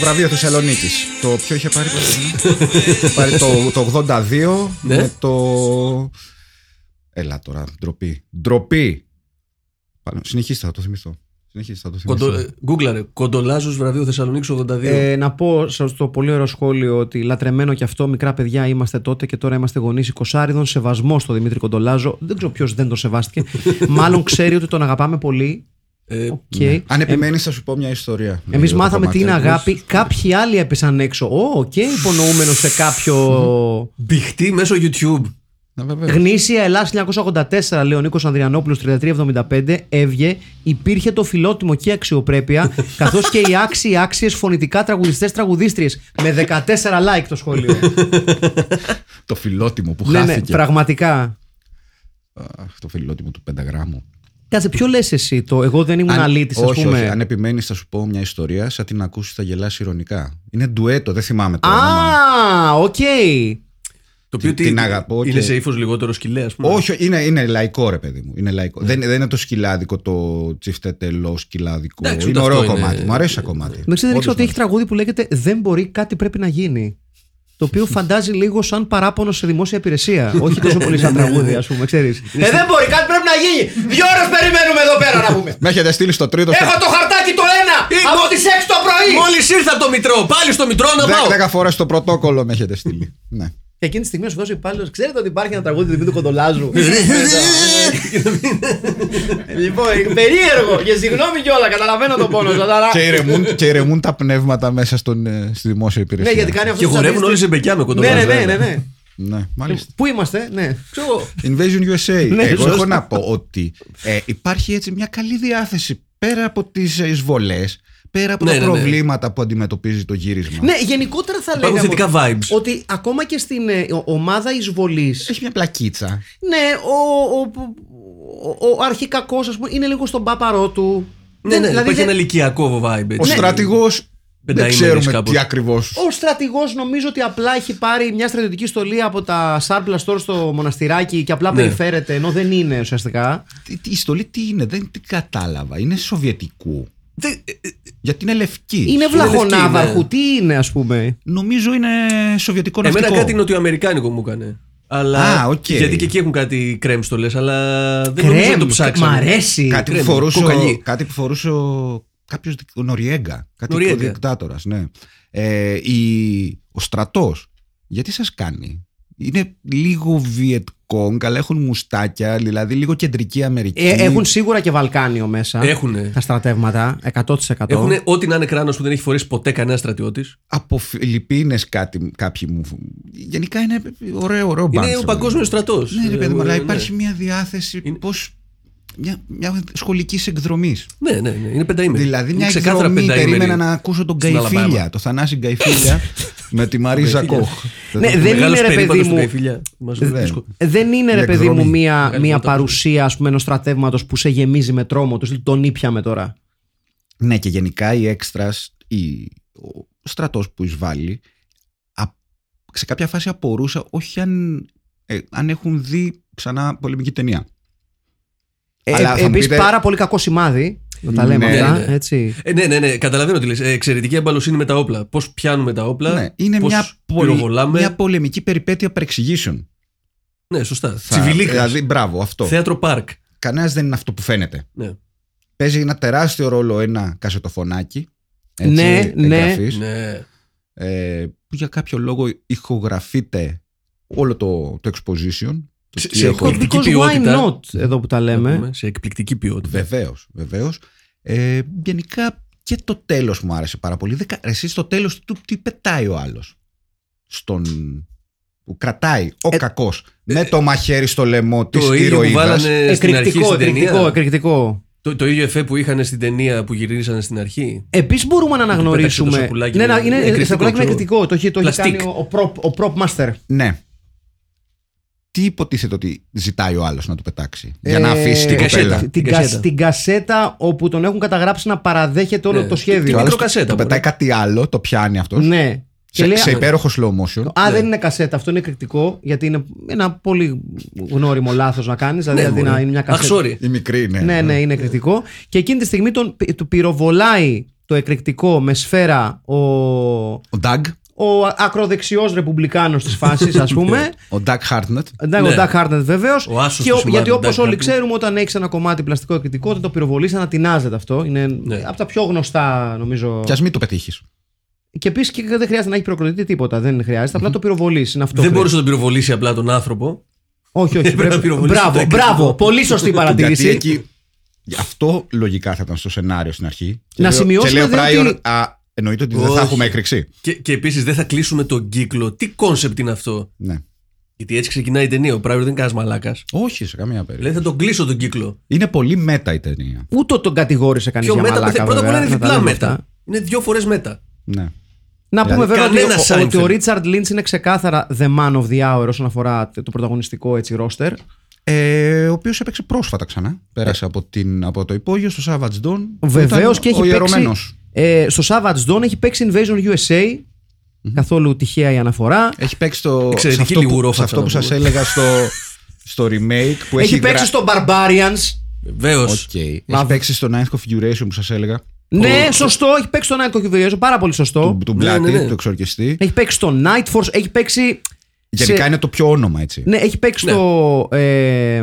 [SPEAKER 2] βραβείο Θεσσαλονίκης. Το ποιο είχε πάρει το. είχε πάρει το, το 82
[SPEAKER 3] Ναι.
[SPEAKER 2] με το. Έλα τώρα, ντροπή. Ντροπή. Πάνω. Συνεχίστε, θα το θυμηθώ. Συνεχίστε, θα το θυμηθώ.
[SPEAKER 3] Γκούγκλαρε. Κοντολάζο ε, βραβείο Θεσσαλονίκη 82.
[SPEAKER 1] Ε, να πω στο πολύ ωραίο σχόλιο ότι λατρεμένο κι αυτό, μικρά παιδιά είμαστε τότε και τώρα είμαστε γονείς 20 Σεβασμός στο Δημήτρη Κοντολάζο. Δεν ξέρω ποιος δεν τον σεβάστηκε. Μάλλον ξέρει ότι τον αγαπάμε πολύ.
[SPEAKER 3] Ε,
[SPEAKER 1] Οκ.
[SPEAKER 2] Αν επιμένεις, θα σου πω μια ιστορία.
[SPEAKER 1] Εμείς
[SPEAKER 2] Ε,
[SPEAKER 1] μάθαμε
[SPEAKER 2] το
[SPEAKER 1] τι είναι
[SPEAKER 2] κομμάτι.
[SPEAKER 1] αγάπη. Κάποιοι άλλοι έπεσαν έξω. Ω, και υπονοούμενο σε κάποιο.
[SPEAKER 3] Μπιχτή μέσω YouTube.
[SPEAKER 2] Ναι, βέβαια.
[SPEAKER 1] Γνήσια Ελλάδα 1984, λέει ο Νίκος Ανδριανόπουλος 3375, έβγε. Υπήρχε το φιλότιμο και η αξιοπρέπεια, καθώς και οι άξιοι άξιες φωνητικά τραγουδιστές τραγουδίστριες. Με 14 like το σχόλιο.
[SPEAKER 2] Το φιλότιμο που
[SPEAKER 1] ναι, ναι,
[SPEAKER 2] χάθηκε.
[SPEAKER 1] πραγματικά.
[SPEAKER 2] Αχ, το φιλότιμο του πενταγράμμου.
[SPEAKER 1] Κάτσε, ποιο λες εσύ το. Εγώ δεν ήμουν αλήτης, ας
[SPEAKER 2] όχι,
[SPEAKER 1] πούμε.
[SPEAKER 2] όχι, αν επιμένεις, θα σου πω μια ιστορία. Σαν την ακούσει, θα γελάσει ηρωνικά. Είναι ντουέτο, δεν θυμάμαι το όνομα.
[SPEAKER 1] Α, οκ.
[SPEAKER 3] Το οποίο
[SPEAKER 2] την-
[SPEAKER 3] τι-
[SPEAKER 2] την αγαπώ
[SPEAKER 3] Είναι
[SPEAKER 2] και-
[SPEAKER 3] σε ύφος λιγότερο σκυλέ, ας πούμε.
[SPEAKER 2] Όχι, είναι, είναι λαϊκό ρε παιδί μου. Είναι λαϊκό. Δεν, δεν είναι το σκυλάδικο, το τσιφτετελό σκυλάδικο.
[SPEAKER 3] Εντάξει, ούτε
[SPEAKER 2] είναι ωραίο
[SPEAKER 3] αυτό είναι-
[SPEAKER 2] κομμάτι. Μου αρέσει ένα κομμάτι.
[SPEAKER 1] Μεταξύ δεν
[SPEAKER 2] Όντως
[SPEAKER 1] ήξερα ότι
[SPEAKER 2] μου
[SPEAKER 1] έχει τραγούδι που λέγεται Δεν μπορεί, κάτι πρέπει να γίνει. Το οποίο φαντάζει λίγο σαν παράπονο σε δημόσια υπηρεσία. Όχι τόσο πολύ σαν τραγούδι, ας πούμε, ξέρεις. Ε, δεν μπορεί, κάτι πρέπει να γίνει. Δύο ώρες περιμένουμε εδώ πέρα να πούμε.
[SPEAKER 2] αρέσει. Με έχετε στείλει στο τρίτο. στο-
[SPEAKER 1] Έχω το χαρτάκι το ένα
[SPEAKER 3] Ε,
[SPEAKER 1] από
[SPEAKER 3] μο-
[SPEAKER 1] τι 6 το πρωί.
[SPEAKER 3] Μόλις ήρθα το Μητρό, πάλι στο Μητρό να
[SPEAKER 2] Δέ-
[SPEAKER 3] πάω.
[SPEAKER 2] Δέκα φορές το πρωτόκολλο με έχετε στείλει. ναι.
[SPEAKER 1] Και εκείνη τη στιγμή ο Σοφό υπάλληλος ξέρετε ότι υπάρχει ένα τραγούδι του Δημήτρου Κοντολάζου. λοιπόν, περίεργο και συγγνώμη κιόλα, καταλαβαίνω τον πόνο σας. Αλλά...
[SPEAKER 2] και, ηρεμούν, και ηρεμούν τα πνεύματα μέσα στον, ε, στη δημόσια υπηρεσία.
[SPEAKER 1] Ναι, γιατί κάνει αυτός.
[SPEAKER 3] Και
[SPEAKER 1] το
[SPEAKER 3] χορεύουν
[SPEAKER 1] σαντίστρι-
[SPEAKER 3] όλοι σε μπεκιά με κοντομάζο.
[SPEAKER 1] Ναι, ναι, ναι,
[SPEAKER 3] ε.
[SPEAKER 1] ναι, ναι.
[SPEAKER 2] Ναι, μάλιστα.
[SPEAKER 1] Πού είμαστε, ναι. Ξέρω εγώ.
[SPEAKER 2] Invasion USA.
[SPEAKER 1] Ναι,
[SPEAKER 2] Εγώ
[SPEAKER 1] σωστά.
[SPEAKER 2] έχω να πω ότι ε, υπάρχει έτσι μια καλή διάθεση πέρα από τις εισβολές, πέρα από
[SPEAKER 3] Ναι,
[SPEAKER 2] τα
[SPEAKER 3] ναι, ναι.
[SPEAKER 2] προβλήματα που αντιμετωπίζει το γύρισμα.
[SPEAKER 1] Ναι, γενικότερα θα
[SPEAKER 3] Υπάρχουν
[SPEAKER 1] λέγαμε
[SPEAKER 3] θετικά
[SPEAKER 1] ότι-
[SPEAKER 3] vibes.
[SPEAKER 1] ότι ακόμα και στην ε, ο- ομάδα εισβολής.
[SPEAKER 2] Έχει μια πλακίτσα.
[SPEAKER 1] Ναι, ο, ο, ο, ο αρχικακός, ας πούμε, είναι λίγο στον πάπαρό του.
[SPEAKER 3] Ναι,
[SPEAKER 1] Δεν-
[SPEAKER 3] ναι,
[SPEAKER 1] δηλαδή
[SPEAKER 3] υπάρχει
[SPEAKER 1] δεν-
[SPEAKER 3] ένα ηλικιακό vibe.
[SPEAKER 2] Ο
[SPEAKER 3] έτσι.
[SPEAKER 2] στρατηγός. Δεν
[SPEAKER 3] Ναι. Πενταήμερης
[SPEAKER 2] ξέρουμε
[SPEAKER 3] κάπως.
[SPEAKER 2] τι ακριβώς.
[SPEAKER 1] Ο στρατηγός νομίζω ότι απλά έχει πάρει μια στρατιωτική στολή από τα Σάρπλα τώρα στο μοναστηράκι και απλά
[SPEAKER 3] Ναι.
[SPEAKER 1] περιφέρεται, ενώ δεν είναι ουσιαστικά.
[SPEAKER 2] Η στολή τι είναι, δεν την κατάλαβα. Είναι σοβιετικού.
[SPEAKER 3] Δεν- ε, ε,
[SPEAKER 2] Γιατί είναι λευκή.
[SPEAKER 1] Είναι
[SPEAKER 3] λευκή, ναι.
[SPEAKER 1] βλαχονάβαρχου, τι είναι, ας πούμε.
[SPEAKER 2] Νομίζω είναι σοβιετικό ναυτικό.
[SPEAKER 3] Εμένα κάτι νοτιοαμερικάνικο μου έκανε. Αλλά...
[SPEAKER 2] Α, οκ.
[SPEAKER 3] Γιατί και εκεί έχουν κάτι κρέμ στο λες, αλλά δεν νομίζω ότι
[SPEAKER 1] Κρέμ,
[SPEAKER 3] το ψάξαμε.
[SPEAKER 1] μ' αρέσει.
[SPEAKER 2] Κάτι που
[SPEAKER 3] κρέμη,
[SPEAKER 2] φορούσε,
[SPEAKER 3] κοκαλί.
[SPEAKER 2] ο- κάτι που φορούσε ο- κάποιος δικ- ο Νοριέγκα, κάτι
[SPEAKER 3] Νοριέγκα.
[SPEAKER 2] ο δικτάτορας, ναι. Ε, η- ο στρατός, γιατί σας κάνει. Είναι λίγο Βιετκόγκ, αλλά έχουν μουστάκια, δηλαδή λίγο κεντρική Αμερική.
[SPEAKER 1] Ε, έχουν σίγουρα και Βαλκάνιο μέσα.
[SPEAKER 3] Έχουνε.
[SPEAKER 1] Τα στρατεύματα, 100%.
[SPEAKER 3] Έχουν ό,τι να είναι κράνος που δεν έχει φορέσει ποτέ κανένα στρατιώτης.
[SPEAKER 2] Από Φιλιππίνες κάτι, κάποιοι μου... Γενικά είναι ωραίο, ωραίο
[SPEAKER 3] Είναι
[SPEAKER 2] μπάντς,
[SPEAKER 3] ο Ε, παγκόσμιο
[SPEAKER 2] ρε παιδί
[SPEAKER 3] στρατό.
[SPEAKER 2] μου. Ναι, ρε παιδί μου, αλλά υπάρχει μια διάθεση πώς... Μια, μια σχολική εκδρομής.
[SPEAKER 3] Ναι, ναι, ναι, είναι πενταήμερη.
[SPEAKER 2] Δηλαδή
[SPEAKER 3] Είναι
[SPEAKER 2] μια
[SPEAKER 3] ξεκάθαρα
[SPEAKER 2] εκδρομή
[SPEAKER 3] πενταήμερη.
[SPEAKER 2] περίμενα να ακούσω τον
[SPEAKER 3] στην Αλαμπάμα.
[SPEAKER 2] Καϊφίλια, το Θανάση Καϊφίλια με τη Μαρίζα
[SPEAKER 3] Καϊφίλια.
[SPEAKER 2] Κόχ.
[SPEAKER 1] Ναι, δεν
[SPEAKER 3] Μεγάλος
[SPEAKER 1] είναι ρε
[SPEAKER 3] περίπατος
[SPEAKER 1] παιδί
[SPEAKER 3] του
[SPEAKER 1] μου.
[SPEAKER 3] Καϊφίλια. Μας
[SPEAKER 2] Δεν.
[SPEAKER 3] δίσκο.
[SPEAKER 1] Δεν είναι, ρε
[SPEAKER 2] Η
[SPEAKER 1] παιδί
[SPEAKER 2] εκδρομή.
[SPEAKER 1] μου, μία,
[SPEAKER 3] Καλή
[SPEAKER 1] μία
[SPEAKER 3] μεταφορά.
[SPEAKER 1] παρουσία ας πούμε, ενός στρατεύματος που σε γεμίζει με τρόμο. Του τον ήπιαμε τώρα.
[SPEAKER 2] Ναι, και γενικά οι έξτρα, ο στρατός που εισβάλλει, α- σε κάποια φάση απορούσα όχι αν, ε, αν έχουν δει ξανά πολεμική ταινία.
[SPEAKER 1] Ε,
[SPEAKER 2] Αλλά θα μου
[SPEAKER 1] Επίση,
[SPEAKER 2] πείτε-
[SPEAKER 1] πάρα πολύ κακό σημάδι. Να τα λέμε
[SPEAKER 2] Ναι,
[SPEAKER 1] αυτά.
[SPEAKER 3] ναι.
[SPEAKER 1] Έτσι.
[SPEAKER 3] Ε, ναι, ναι, ναι, καταλαβαίνω τι λες. Ε, εξαιρετική εμπαλωσύνη με τα όπλα. Πώς πιάνουμε τα όπλα,
[SPEAKER 2] Ναι, είναι
[SPEAKER 3] πώς
[SPEAKER 2] μια, πολυ-
[SPEAKER 3] πυροβολάμε.
[SPEAKER 2] μια πολεμική περιπέτεια παρεξηγήσεων.
[SPEAKER 3] Ναι, σωστά.
[SPEAKER 2] Θα-
[SPEAKER 3] Τσιβιλίκας.
[SPEAKER 2] Δηλαδή, μπράβο, αυτό.
[SPEAKER 3] Θέατρο Πάρκ.
[SPEAKER 2] Κανένας δεν είναι αυτό που φαίνεται.
[SPEAKER 3] Ναι.
[SPEAKER 2] Παίζει ένα τεράστιο ρόλο ένα κασετοφωνάκι.
[SPEAKER 1] Ναι, ναι.
[SPEAKER 2] εγγραφής,
[SPEAKER 3] ναι.
[SPEAKER 2] ε, που για κάποιο λόγο ηχογραφείται όλο το, το exposition. Το
[SPEAKER 3] Σε-
[SPEAKER 2] τι
[SPEAKER 3] σε
[SPEAKER 2] έχω-
[SPEAKER 3] εκπληκτική
[SPEAKER 1] Because why
[SPEAKER 3] ποιότητα.
[SPEAKER 1] not, εδώ που τα
[SPEAKER 3] Να
[SPEAKER 1] λέμε.
[SPEAKER 3] πούμε, σε εκπληκτική ποιότητα.
[SPEAKER 2] Βεβαίως, βεβαίως. Ε, γενικά και το τέλος μου άρεσε πάρα πολύ. Δεκα, εσύ στο τέλος του τι πετάει ο άλλος. Στον που κρατάει ο κακός με το μαχαίρι στο λαιμό της
[SPEAKER 3] Το ίδιο που
[SPEAKER 2] ηρωίδας.
[SPEAKER 3] βάλανε Ε, στην αρχή
[SPEAKER 1] Εκρηκτικό,
[SPEAKER 3] στην
[SPEAKER 1] εκρηκτικό,
[SPEAKER 3] ταινία.
[SPEAKER 1] εκρηκτικό.
[SPEAKER 3] Το, το ίδιο εφέ που είχαν στην ταινία που γυρίσανε στην αρχή.
[SPEAKER 1] Επίσης μπορούμε να
[SPEAKER 3] πέταξε το
[SPEAKER 1] αναγνωρίσουμε.
[SPEAKER 3] σακουλάκι,
[SPEAKER 1] ναι, να-
[SPEAKER 3] είναι
[SPEAKER 1] είναι
[SPEAKER 3] εκρηκτικό,
[SPEAKER 1] εκρηκτικό, σακουλάκι είναι
[SPEAKER 3] ξέρω.
[SPEAKER 1] εκρηκτικό. Το έχει, το έχει
[SPEAKER 3] Πλαστικ.
[SPEAKER 1] κάνει ο, ο prop, ο prop master.
[SPEAKER 2] Ναι. Τι υποτίθεται ότι ζητάει ο άλλος να του πετάξει για να
[SPEAKER 1] Ε,
[SPEAKER 2] αφήσει την
[SPEAKER 3] κασέτα.
[SPEAKER 2] κοπέλα.
[SPEAKER 1] Την,
[SPEAKER 3] κασέτα.
[SPEAKER 1] κασέτα. την κασέτα όπου τον έχουν καταγράψει να παραδέχεται όλο
[SPEAKER 3] Ναι,
[SPEAKER 1] το
[SPEAKER 2] Και
[SPEAKER 3] την
[SPEAKER 2] ο
[SPEAKER 1] σχέδιο.
[SPEAKER 2] άλλος
[SPEAKER 3] μικροκασέτα,
[SPEAKER 2] το
[SPEAKER 3] μπορεί.
[SPEAKER 2] πετάει κάτι άλλο, το πιάνει αυτός.
[SPEAKER 1] Ναι.
[SPEAKER 2] Σε,
[SPEAKER 1] Και λέει,
[SPEAKER 2] σε
[SPEAKER 1] «Α,
[SPEAKER 2] υπέροχο slow motion.
[SPEAKER 3] Ναι.
[SPEAKER 1] Α, δεν είναι κασέτα, αυτό είναι εκρηκτικό, γιατί είναι ένα πολύ γνώριμο λάθος να κάνεις. Δηλαδή, αντί
[SPEAKER 3] μπορεί.
[SPEAKER 1] να είναι μια
[SPEAKER 3] Ναι, Αχ,
[SPEAKER 1] κασέτα.
[SPEAKER 3] sorry.
[SPEAKER 2] Η μικρή είναι.
[SPEAKER 1] Ναι, ναι, είναι εκρηκτικό. Και εκείνη τη στιγμή τον, πυ- του πυροβολάει το εκρηκτικό με σφαίρα ο,
[SPEAKER 2] Ο Doug,
[SPEAKER 1] ο ακροδεξιός ρεπουμπλικάνος της φάσης, ας πούμε.
[SPEAKER 2] ο Doug Hartnett.
[SPEAKER 1] Ναι, ο
[SPEAKER 3] Ναι.
[SPEAKER 1] Ντακ Χάρνετ βεβαίως.
[SPEAKER 3] Ο άσος του σημάδι,
[SPEAKER 1] Γιατί
[SPEAKER 3] ο
[SPEAKER 1] όπως
[SPEAKER 3] Doug
[SPEAKER 1] όλοι
[SPEAKER 3] Hartnett.
[SPEAKER 1] ξέρουμε, όταν έχεις ένα κομμάτι πλαστικό εκρηκτικό, όταν το πυροβολείς, ανατινάζεται αυτό. Είναι
[SPEAKER 3] Ναι.
[SPEAKER 1] από τα πιο γνωστά, νομίζω.
[SPEAKER 2] Και ας μην το πετύχεις.
[SPEAKER 1] Και επίσης και δεν χρειάζεται να έχει πυροκροτηθεί τίποτα. Δεν χρειάζεται. Απλά το πυροβολείς. Είναι αυτό.
[SPEAKER 3] Δεν
[SPEAKER 1] χρειάζεται.
[SPEAKER 3] μπορούσε να τον πυροβολήσει απλά τον άνθρωπο.
[SPEAKER 1] Όχι, όχι.
[SPEAKER 3] Έπρεπε Ε, να
[SPEAKER 1] πρέπει-
[SPEAKER 3] πυροβολήσει το
[SPEAKER 1] Μπράβο,
[SPEAKER 3] εκρηκτικό.
[SPEAKER 1] μπράβο. Πολύ σωστή
[SPEAKER 2] Γιατί
[SPEAKER 1] παρατήρηση.
[SPEAKER 2] εκεί. Αυτό λογικά θα ήταν στο σενάριο στην αρχή. Και
[SPEAKER 1] Να
[SPEAKER 2] λέω-
[SPEAKER 1] σημειώσουμε
[SPEAKER 2] Και λέω
[SPEAKER 1] δε
[SPEAKER 2] Prior,
[SPEAKER 1] ότι-
[SPEAKER 2] α, εννοείται ότι δεν
[SPEAKER 3] Όχι.
[SPEAKER 2] θα έχουμε έκρηξη.
[SPEAKER 3] Και, και επίσης δεν θα κλείσουμε τον κύκλο. Τι κόνσεπτ είναι αυτό.
[SPEAKER 2] Ναι.
[SPEAKER 3] Γιατί έτσι ξεκινάει η ταινία. Ο Πράιορ δεν είναι κανένας μαλάκας.
[SPEAKER 2] Όχι, σε καμία περίπτωση.
[SPEAKER 3] Λέει θα τον κλείσω τον κύκλο.
[SPEAKER 2] Είναι πολύ μέτα η ταινία.
[SPEAKER 1] Ούτε τον κατηγόρησε κανείς
[SPEAKER 3] Πιο
[SPEAKER 1] για
[SPEAKER 3] μετά.
[SPEAKER 1] μαλάκα.
[SPEAKER 3] πρώτα απ' όλα
[SPEAKER 1] βέβαια,
[SPEAKER 3] είναι
[SPEAKER 1] να τα
[SPEAKER 3] διπλά
[SPEAKER 1] λέμε
[SPEAKER 3] μετά.
[SPEAKER 1] αυτά.
[SPEAKER 3] Είναι δύο φορές μετά.
[SPEAKER 2] Ναι.
[SPEAKER 1] Να πούμε βέβαια ότι,
[SPEAKER 3] Δηλαδή, κανένα
[SPEAKER 1] ο- ότι ο
[SPEAKER 3] Seinfeld.
[SPEAKER 1] Ρίτσαρντ Λίντ είναι ξεκάθαρα the man of the hour όσον αφορά το πρωταγωνιστικό έτσι ρόστερ.
[SPEAKER 2] Ε, ο οποίος έπαιξε πρόσφατα ξανά. Πέρασε από, την, από το υπόγειο στο Savage Dawn.
[SPEAKER 1] Βεβαίως
[SPEAKER 2] Ήταν
[SPEAKER 1] Ε. και έχει
[SPEAKER 2] ο
[SPEAKER 1] παίξει.
[SPEAKER 2] ιερωμένος.
[SPEAKER 1] Ε, στο Savage Dawn έχει παίξει Invasion USA. Καθόλου τυχαία η αναφορά.
[SPEAKER 2] Έχει παίξει το.
[SPEAKER 3] Εξαιρετική
[SPEAKER 2] σε αυτό που-
[SPEAKER 3] λιγουρόφατσα,
[SPEAKER 2] σε αυτό που
[SPEAKER 3] να
[SPEAKER 2] σα
[SPEAKER 3] πούμε.
[SPEAKER 2] έλεγα στο, στο remake που έχει,
[SPEAKER 1] Έχει παίξει
[SPEAKER 2] γρα-
[SPEAKER 1] στο Barbarians.
[SPEAKER 3] Βεβαίως.
[SPEAKER 2] Οκ. Έχει παίξει στο Ninth Configuration που σας έλεγα.
[SPEAKER 1] Ναι, σωστό. Έχει παίξει στο Night Configuration. Πάρα πολύ σωστό.
[SPEAKER 2] Του, του
[SPEAKER 3] ναι,
[SPEAKER 2] Μπλάτη,
[SPEAKER 3] ναι, ναι.
[SPEAKER 2] του εξορκιστή.
[SPEAKER 1] Έχει παίξει στο Night Force. Έχει παίξει.
[SPEAKER 2] Γενικά
[SPEAKER 1] σε-
[SPEAKER 2] είναι το πιο όνομα, έτσι.
[SPEAKER 1] Ναι, έχει παίξει
[SPEAKER 3] Ναι.
[SPEAKER 1] στο. ε,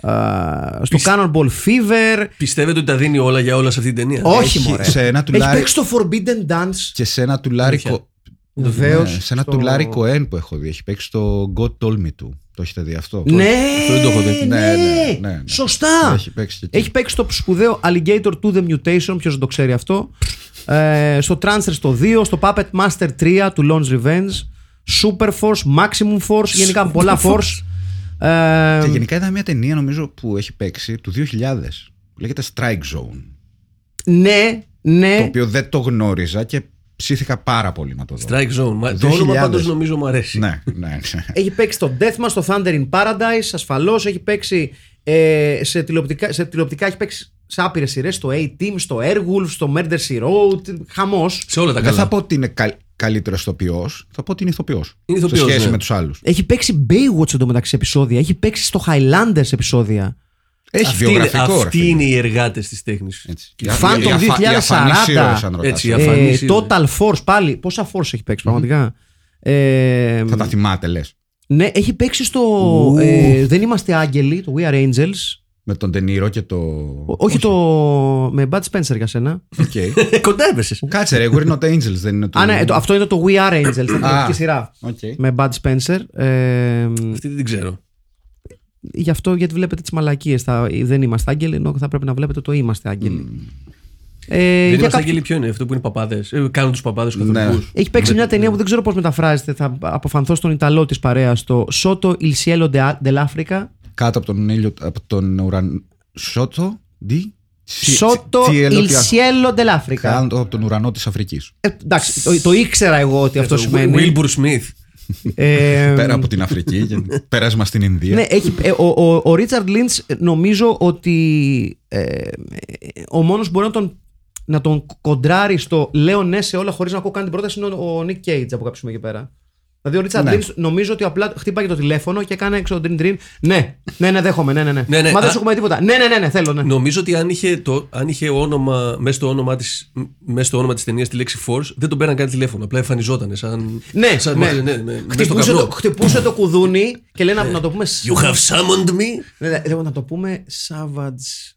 [SPEAKER 1] α, στο Cannonball Fever.
[SPEAKER 3] Πιστεύετε ότι τα δίνει όλα για όλα σε αυτή την ταινία.
[SPEAKER 1] Όχι,
[SPEAKER 2] Έχει-
[SPEAKER 1] μωρέ.
[SPEAKER 2] σε ένα του
[SPEAKER 1] Έχει
[SPEAKER 2] Λάρι-
[SPEAKER 1] παίξει στο Forbidden Dance.
[SPEAKER 2] Και σε ένα του Λάρι
[SPEAKER 3] Αλήθεια.
[SPEAKER 2] Κο-
[SPEAKER 1] Βεβαίως.
[SPEAKER 2] ναι, σε ένα του Λάρι Κοέν που έχω δει. Έχει παίξει το God Told Me του. Το έχετε δει αυτό.
[SPEAKER 1] Ναι,
[SPEAKER 3] δεν το έχω δει.
[SPEAKER 1] ναι,
[SPEAKER 2] Ναι, ναι, ναι, ναι.
[SPEAKER 1] Σωστά.
[SPEAKER 2] Έχει παίξει και εκεί.
[SPEAKER 1] Έχει παίξει στο σπουδαίο Alligator to the Mutation, ποιος δεν το ξέρει αυτό. Ε, στο Transfer στο 2, στο Puppet Master 3 του Launch Revenge. Super Force, Maximum Force, γενικά πολλά Force. Ε,
[SPEAKER 2] Και γενικά είδα μια ταινία νομίζω που έχει παίξει του 2000. που Λέγεται Strike Zone.
[SPEAKER 1] ναι, ναι.
[SPEAKER 3] Ε.
[SPEAKER 2] Το οποίο δεν το γνώριζα και ψήθηκα πάρα πολύ να το δω.
[SPEAKER 3] Strike Zone. Ε, Μα- Το όνομα
[SPEAKER 2] 2000.
[SPEAKER 3] πάντως νομίζω μου αρέσει.
[SPEAKER 2] Ναι, ναι, ναι.
[SPEAKER 1] Έχει παίξει στο Deathmatch, στο Thunder in Paradise, ασφαλώς. Έχει παίξει ε, σε, τηλεοπτικά, σε τηλεοπτικά, έχει παίξει σε άπειρες σειρές, στο A-Team, στο Airwolf, στο Murder Sea Road. Χαμός.
[SPEAKER 3] Σε όλα τα
[SPEAKER 2] Δεν θα
[SPEAKER 3] καλά.
[SPEAKER 2] πω ότι είναι καλ, καλύτερος ηθοποιός, θα πω ότι είναι ηθοποιός.
[SPEAKER 3] Είναι
[SPEAKER 2] Σε
[SPEAKER 3] ηθοποιός,
[SPEAKER 2] σχέση
[SPEAKER 3] ναι.
[SPEAKER 2] με τους άλλους.
[SPEAKER 1] Έχει παίξει Baywatch εντωμεταξύ επεισόδια. Έχει παίξει στο Highlanders επεισόδια.
[SPEAKER 2] Έχει
[SPEAKER 3] Αυτοί είναι-
[SPEAKER 2] βιογραφικό. ρε
[SPEAKER 3] Αυτοί
[SPEAKER 2] φίλε.
[SPEAKER 3] είναι οι εργάτες της τέχνης.
[SPEAKER 2] Έτσι.
[SPEAKER 1] Φαν
[SPEAKER 2] Οι
[SPEAKER 1] των
[SPEAKER 2] αφα- οι
[SPEAKER 1] 2040.
[SPEAKER 2] αφανείς ήρωες, αν ρωτάς.
[SPEAKER 3] Έτσι, οι αφανείς.
[SPEAKER 1] Ε,
[SPEAKER 3] Εμφανίσεις είναι.
[SPEAKER 1] total Force πάλι. Πόσα Force έχει παίξει πραγματικά. Ε,
[SPEAKER 2] Θα τα θυμάται, λες.
[SPEAKER 1] ναι, έχει παίξει στο.
[SPEAKER 3] Ου.
[SPEAKER 1] ε, δεν είμαστε άγγελοι, το We Are Angels.
[SPEAKER 2] Με τον Τενήρο και το.
[SPEAKER 1] Ο- όχι, το. με Bud Spencer για σένα.
[SPEAKER 2] Οκ.
[SPEAKER 3] Ε, Κοντέβεσαι.
[SPEAKER 2] Κάτσε ρε, We're Not Angels δεν είναι το.
[SPEAKER 1] Α, ναι, το- αυτό είναι το We Are Angels. την τηλεοπτική σειρά.
[SPEAKER 2] Οκ.
[SPEAKER 1] Με Bud Spencer. Ε,
[SPEAKER 3] Αυτή δεν την ξέρω.
[SPEAKER 1] γι' αυτό γιατί βλέπετε τις μαλακίες. Δεν είμαστε άγγελοι, ενώ θα πρέπει να βλέπετε το είμαστε άγγελοι. Ε, για
[SPEAKER 3] Δεν είμαστε
[SPEAKER 1] κάποιο-
[SPEAKER 3] άγγελοι, ποιο είναι αυτό που είναι παπάδες. Κάνουν τους παπάδες καθολικούς.
[SPEAKER 1] Έχει παίξει μια ταινία που δεν ξέρω πώς μεταφράζεται. Θα αποφανθώ στον Ιταλό της παρέας. Το Σότο Il cielo de- dell'Africa.
[SPEAKER 2] Κάτω από τον ήλιο, από τον ουρανό. Σότο. Δι.
[SPEAKER 1] Σότο Il cielo dell'Africa.
[SPEAKER 2] Κάτω από τον ουρανό της Αφρικής.
[SPEAKER 1] Ε, εντάξει, το, το ήξερα εγώ ότι αυτό σημαίνει.
[SPEAKER 3] Wilbur Smith.
[SPEAKER 1] Ε,
[SPEAKER 2] Πέρα από την Αφρική, και πέρασμα στην Ινδία.
[SPEAKER 1] Ναι, έχει, ε, ο, ο, ο Ρίτσαρντ Λίντς ε, νομίζω ότι ε, ε, ο μόνος που μπορεί να τον, να τον κοντράρει στο λέω ναι σε όλα χωρίς να ακούω καν την πρόταση είναι ο, ο Νίκ Κέιτς από κάποιος εκεί πέρα. Δηλαδή ο Ρίτσαρντ
[SPEAKER 2] Ναι.
[SPEAKER 1] Λίντς νομίζω ότι απλά χτύπαγε το τηλέφωνο και έκανε έξω τον τρίν Ναι, ναι, ναι, δέχομαι, ναι, ναι, ναι.
[SPEAKER 3] Ναι, ναι,
[SPEAKER 1] Μα δεν
[SPEAKER 3] α-
[SPEAKER 1] σου έχουμε τίποτα. Ναι, ναι, ναι, ναι θέλω, ναι.
[SPEAKER 3] Νομίζω ότι αν είχε, το, αν είχε όνομα, μέσα στο όνομα της, μέσα στο όνομα της ταινίας τη λέξη Force, δεν τον πέραν καν τηλέφωνο. Απλά εμφανιζόταν σαν...
[SPEAKER 1] Ναι,
[SPEAKER 3] σαν,
[SPEAKER 1] ναι.
[SPEAKER 3] ναι, ναι, μέσα στο
[SPEAKER 1] Χτυπούσε,
[SPEAKER 3] καπνό.
[SPEAKER 1] το, χτυπούσε το κουδούνι και λέει να, να το πούμε.
[SPEAKER 3] You have summoned me.
[SPEAKER 1] Ναι, ναι, λέω να το πούμε Savage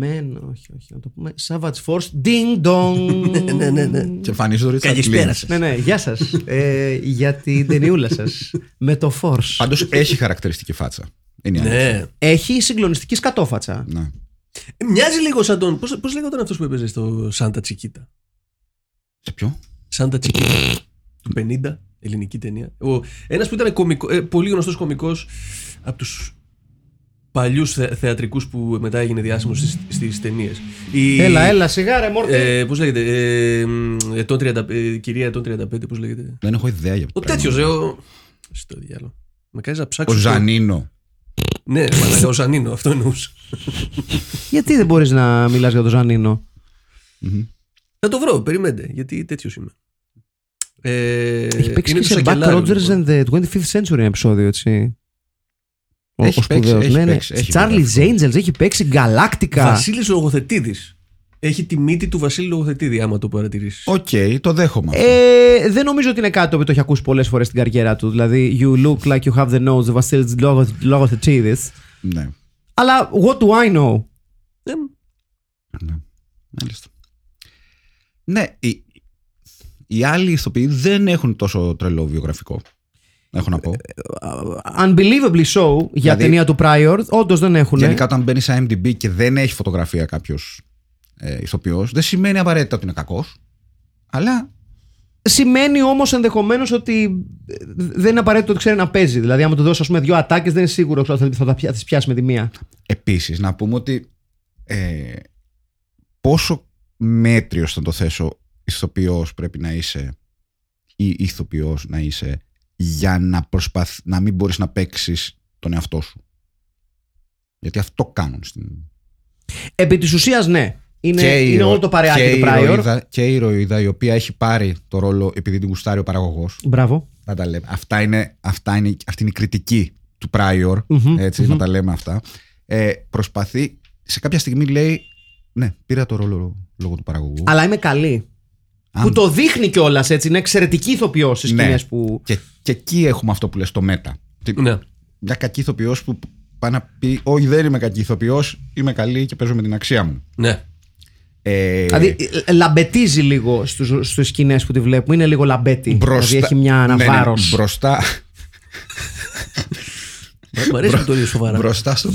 [SPEAKER 1] Men, όχι, όχι, να το πούμε Savage Force, ding dong.
[SPEAKER 3] Ναι, ναι, ναι, ναι.
[SPEAKER 2] Και εμφανίζεται ο Ρίτσαρντ
[SPEAKER 3] Καλησπέρα
[SPEAKER 2] Λίντς.
[SPEAKER 3] σας.
[SPEAKER 1] Ναι, ναι, γεια σας. ε, για την ταινιούλα σας. Με το Force.
[SPEAKER 2] Πάντως έχει χαρακτηριστική φάτσα. Είναι η αλήθεια.
[SPEAKER 3] Ναι.
[SPEAKER 1] Έχει συγκλονιστική σκατόφατσα.
[SPEAKER 2] Ναι.
[SPEAKER 3] Ε, Μοιάζει λίγο σαν τον... Πώς, πώς λέγονταν αυτός που έπαιζε στο Σάντα Τσικίτα.
[SPEAKER 2] Σε ποιο?
[SPEAKER 3] Σάντα Τσικίτα. του 50, ελληνική ταινία. Ο, ένας που ήταν κωμικό, ε, πολύ γνωστός κωμικός από τους παλιούς θε, θεατρικούς που μετά έγινε διάσημος στις, στις ταινίες. Η-
[SPEAKER 1] Έλα, έλα, σιγά ρε Μόρτι.
[SPEAKER 3] Ε, πώς λέγεται. Ε, μ, ετών 30, ε, κυρία ετών 35, πώς λέγεται.
[SPEAKER 2] Δεν έχω ιδέα για αυτό.
[SPEAKER 3] Ο τέτοιος, ε. Ο... Στο διάλογο. Με κάνεις να ψάξω.
[SPEAKER 2] Ο
[SPEAKER 3] το-
[SPEAKER 2] Ζανίνο.
[SPEAKER 3] Ναι, ρε μαλάκα, ο Ζανίνο, αυτό εννοούσα.
[SPEAKER 1] Γιατί δεν μπορείς να μιλάς για τον Ζανίνο.
[SPEAKER 3] Θα το βρω, περιμένετε, γιατί τέτοιος είμαι. Ε,
[SPEAKER 1] Έχει παίξει και
[SPEAKER 3] του
[SPEAKER 1] σε Buck
[SPEAKER 3] Σακελάριου,
[SPEAKER 1] Rogers
[SPEAKER 3] λοιπόν.
[SPEAKER 1] and the 25th Century ένα επεισόδιο, έτσι. Ο-
[SPEAKER 2] Έχει
[SPEAKER 1] ο
[SPEAKER 2] παίξει,
[SPEAKER 1] σπουδαίος.
[SPEAKER 2] έχει
[SPEAKER 1] ναι, ναι.
[SPEAKER 2] παίξει, έχει
[SPEAKER 1] Charlie's Angels έχει παίξει Galactica.
[SPEAKER 3] Βασίλης Λογοθετίδης. Έχει τη μύτη του Βασίλη Λογοθετίδη, άμα το παρατηρήσεις.
[SPEAKER 2] Οκ, το δέχομαι. αυτό.
[SPEAKER 1] Ε, δεν νομίζω ότι είναι κάτι το οποίο το έχει ακούσει πολλές φορές στην καριέρα του. Δηλαδή, you look like you have the nose of Vasilis Logothetis.
[SPEAKER 2] Ναι.
[SPEAKER 1] Αλλά what do I know.
[SPEAKER 2] Μάλιστα. Ναι, οι, οι άλλοι ηθοποιοί δεν έχουν τόσο τρελό βιογραφικό. Έχω να πω.
[SPEAKER 1] Unbelievably so για
[SPEAKER 2] Δηλαδή-
[SPEAKER 1] ταινία του Prior. Όντως δεν έχουν.
[SPEAKER 2] Γενικά, όταν μπαίνει σε IMDb και δεν έχει φωτογραφία κάποιος ε, ηθοποιός, δεν σημαίνει απαραίτητα ότι είναι κακός. Αλλά
[SPEAKER 1] Σημαίνει όμως ενδεχομένως ότι ε, δεν είναι απαραίτητο ότι ξέρει να παίζει. Δηλαδή, άμα του δώσει ας πούμε, δύο ατάκες, δεν είναι σίγουρο ότι θα, θα, τα πια- θα τις πιάσει με τη μία.
[SPEAKER 2] επίσης να πούμε ότι ε, πόσο μέτριος θα το θέσω ηθοποιός πρέπει να είσαι ή ηθοποιός να είσαι για να, προσπαθ, να μην μπορείς να παίξεις τον εαυτό σου. Γιατί αυτό κάνουν στην,
[SPEAKER 1] Επί της ουσίας, ναι. Είναι,
[SPEAKER 2] και η
[SPEAKER 1] είναι
[SPEAKER 2] Ρο-
[SPEAKER 1] όλο το παρεάκι
[SPEAKER 2] και
[SPEAKER 1] του
[SPEAKER 2] η
[SPEAKER 1] Πράιορ.
[SPEAKER 2] ηρωίδα- και η ηρωίδα η οποία έχει πάρει το ρόλο επειδή την γουστάρει ο παραγωγός.
[SPEAKER 1] Μπράβο.
[SPEAKER 2] Να τα λέμε. Αυτά είναι, αυτά είναι, αυτή είναι η κριτική του Prior.
[SPEAKER 1] Μμμ,
[SPEAKER 2] ετσι να τα λέμε αυτά. Ε, προσπαθεί, σε κάποια στιγμή λέει, ναι, πήρα το ρόλο λόγω του παραγωγού.
[SPEAKER 1] Αλλά είμαι καλή.
[SPEAKER 2] Αν-
[SPEAKER 1] Που το δείχνει κιόλας έτσι. Είναι εξαιρετική ηθοποιός στις
[SPEAKER 2] Ναι.
[SPEAKER 1] σκηνές που.
[SPEAKER 2] και, και εκεί έχουμε αυτό που λες το μέτα. Τι-
[SPEAKER 3] Ναι.
[SPEAKER 2] Μια κακή ηθοποιός που πάει να πει, όχι δεν είμαι κακή ηθοποιός, είμαι καλή και παίζω με την αξία μου.
[SPEAKER 3] ναι.
[SPEAKER 2] Ε,
[SPEAKER 1] Δηλαδή ε, λαμπετίζει λίγο στι σκηνές που τη βλέπουμε. Είναι λίγο λαμπέτη. Δηλαδή έχει μια
[SPEAKER 2] ναι, ναι,
[SPEAKER 1] αναβάρο.
[SPEAKER 2] μπροστά,
[SPEAKER 3] Μ' αρέσει που το λέει σοβαρά.
[SPEAKER 2] μπροστά, στο,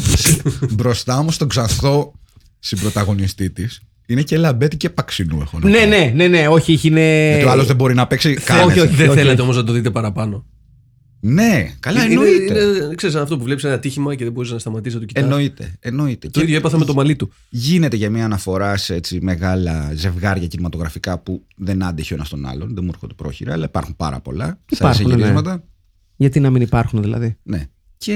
[SPEAKER 2] μπροστά όμως στον ξανθό συμπροταγωνιστή της, είναι και λαμπέτη και παξινού έχω να
[SPEAKER 1] Ναι,
[SPEAKER 2] πω.
[SPEAKER 1] ναι, ναι, ναι, όχι, έχει είναι.
[SPEAKER 2] Γιατί ο άλλος Ε, δεν μπορεί να παίξει καν.
[SPEAKER 1] όχι,
[SPEAKER 2] έτσι.
[SPEAKER 1] όχι.
[SPEAKER 3] Δεν θέλετε όμως να το δείτε παραπάνω.
[SPEAKER 2] Ναι,
[SPEAKER 1] Ε,
[SPEAKER 2] καλά
[SPEAKER 3] Είναι-
[SPEAKER 2] εννοείται.
[SPEAKER 3] Είναι, είναι, ξέρεις, αυτό που βλέπεις ένα τύχημα και δεν μπορείς να σταματήσεις να το
[SPEAKER 1] ε,
[SPEAKER 3] κοιτάξει.
[SPEAKER 2] Εννοείται, εννοείται.
[SPEAKER 3] Το
[SPEAKER 2] Και
[SPEAKER 3] ίδιο έπαθα με το μαλλί του.
[SPEAKER 2] Γίνεται για μια αναφορά σε έτσι, μεγάλα ζευγάρια κινηματογραφικά που δεν άντεχε ο ένας τον άλλον. Δεν μου έρχονται πρόχειρα, αλλά υπάρχουν πάρα πολλά. Σαν
[SPEAKER 1] Υπάρχουν, ναι.
[SPEAKER 2] γυρίσματα. Ναι.
[SPEAKER 1] Γιατί να μην υπάρχουν δηλαδή.
[SPEAKER 2] Και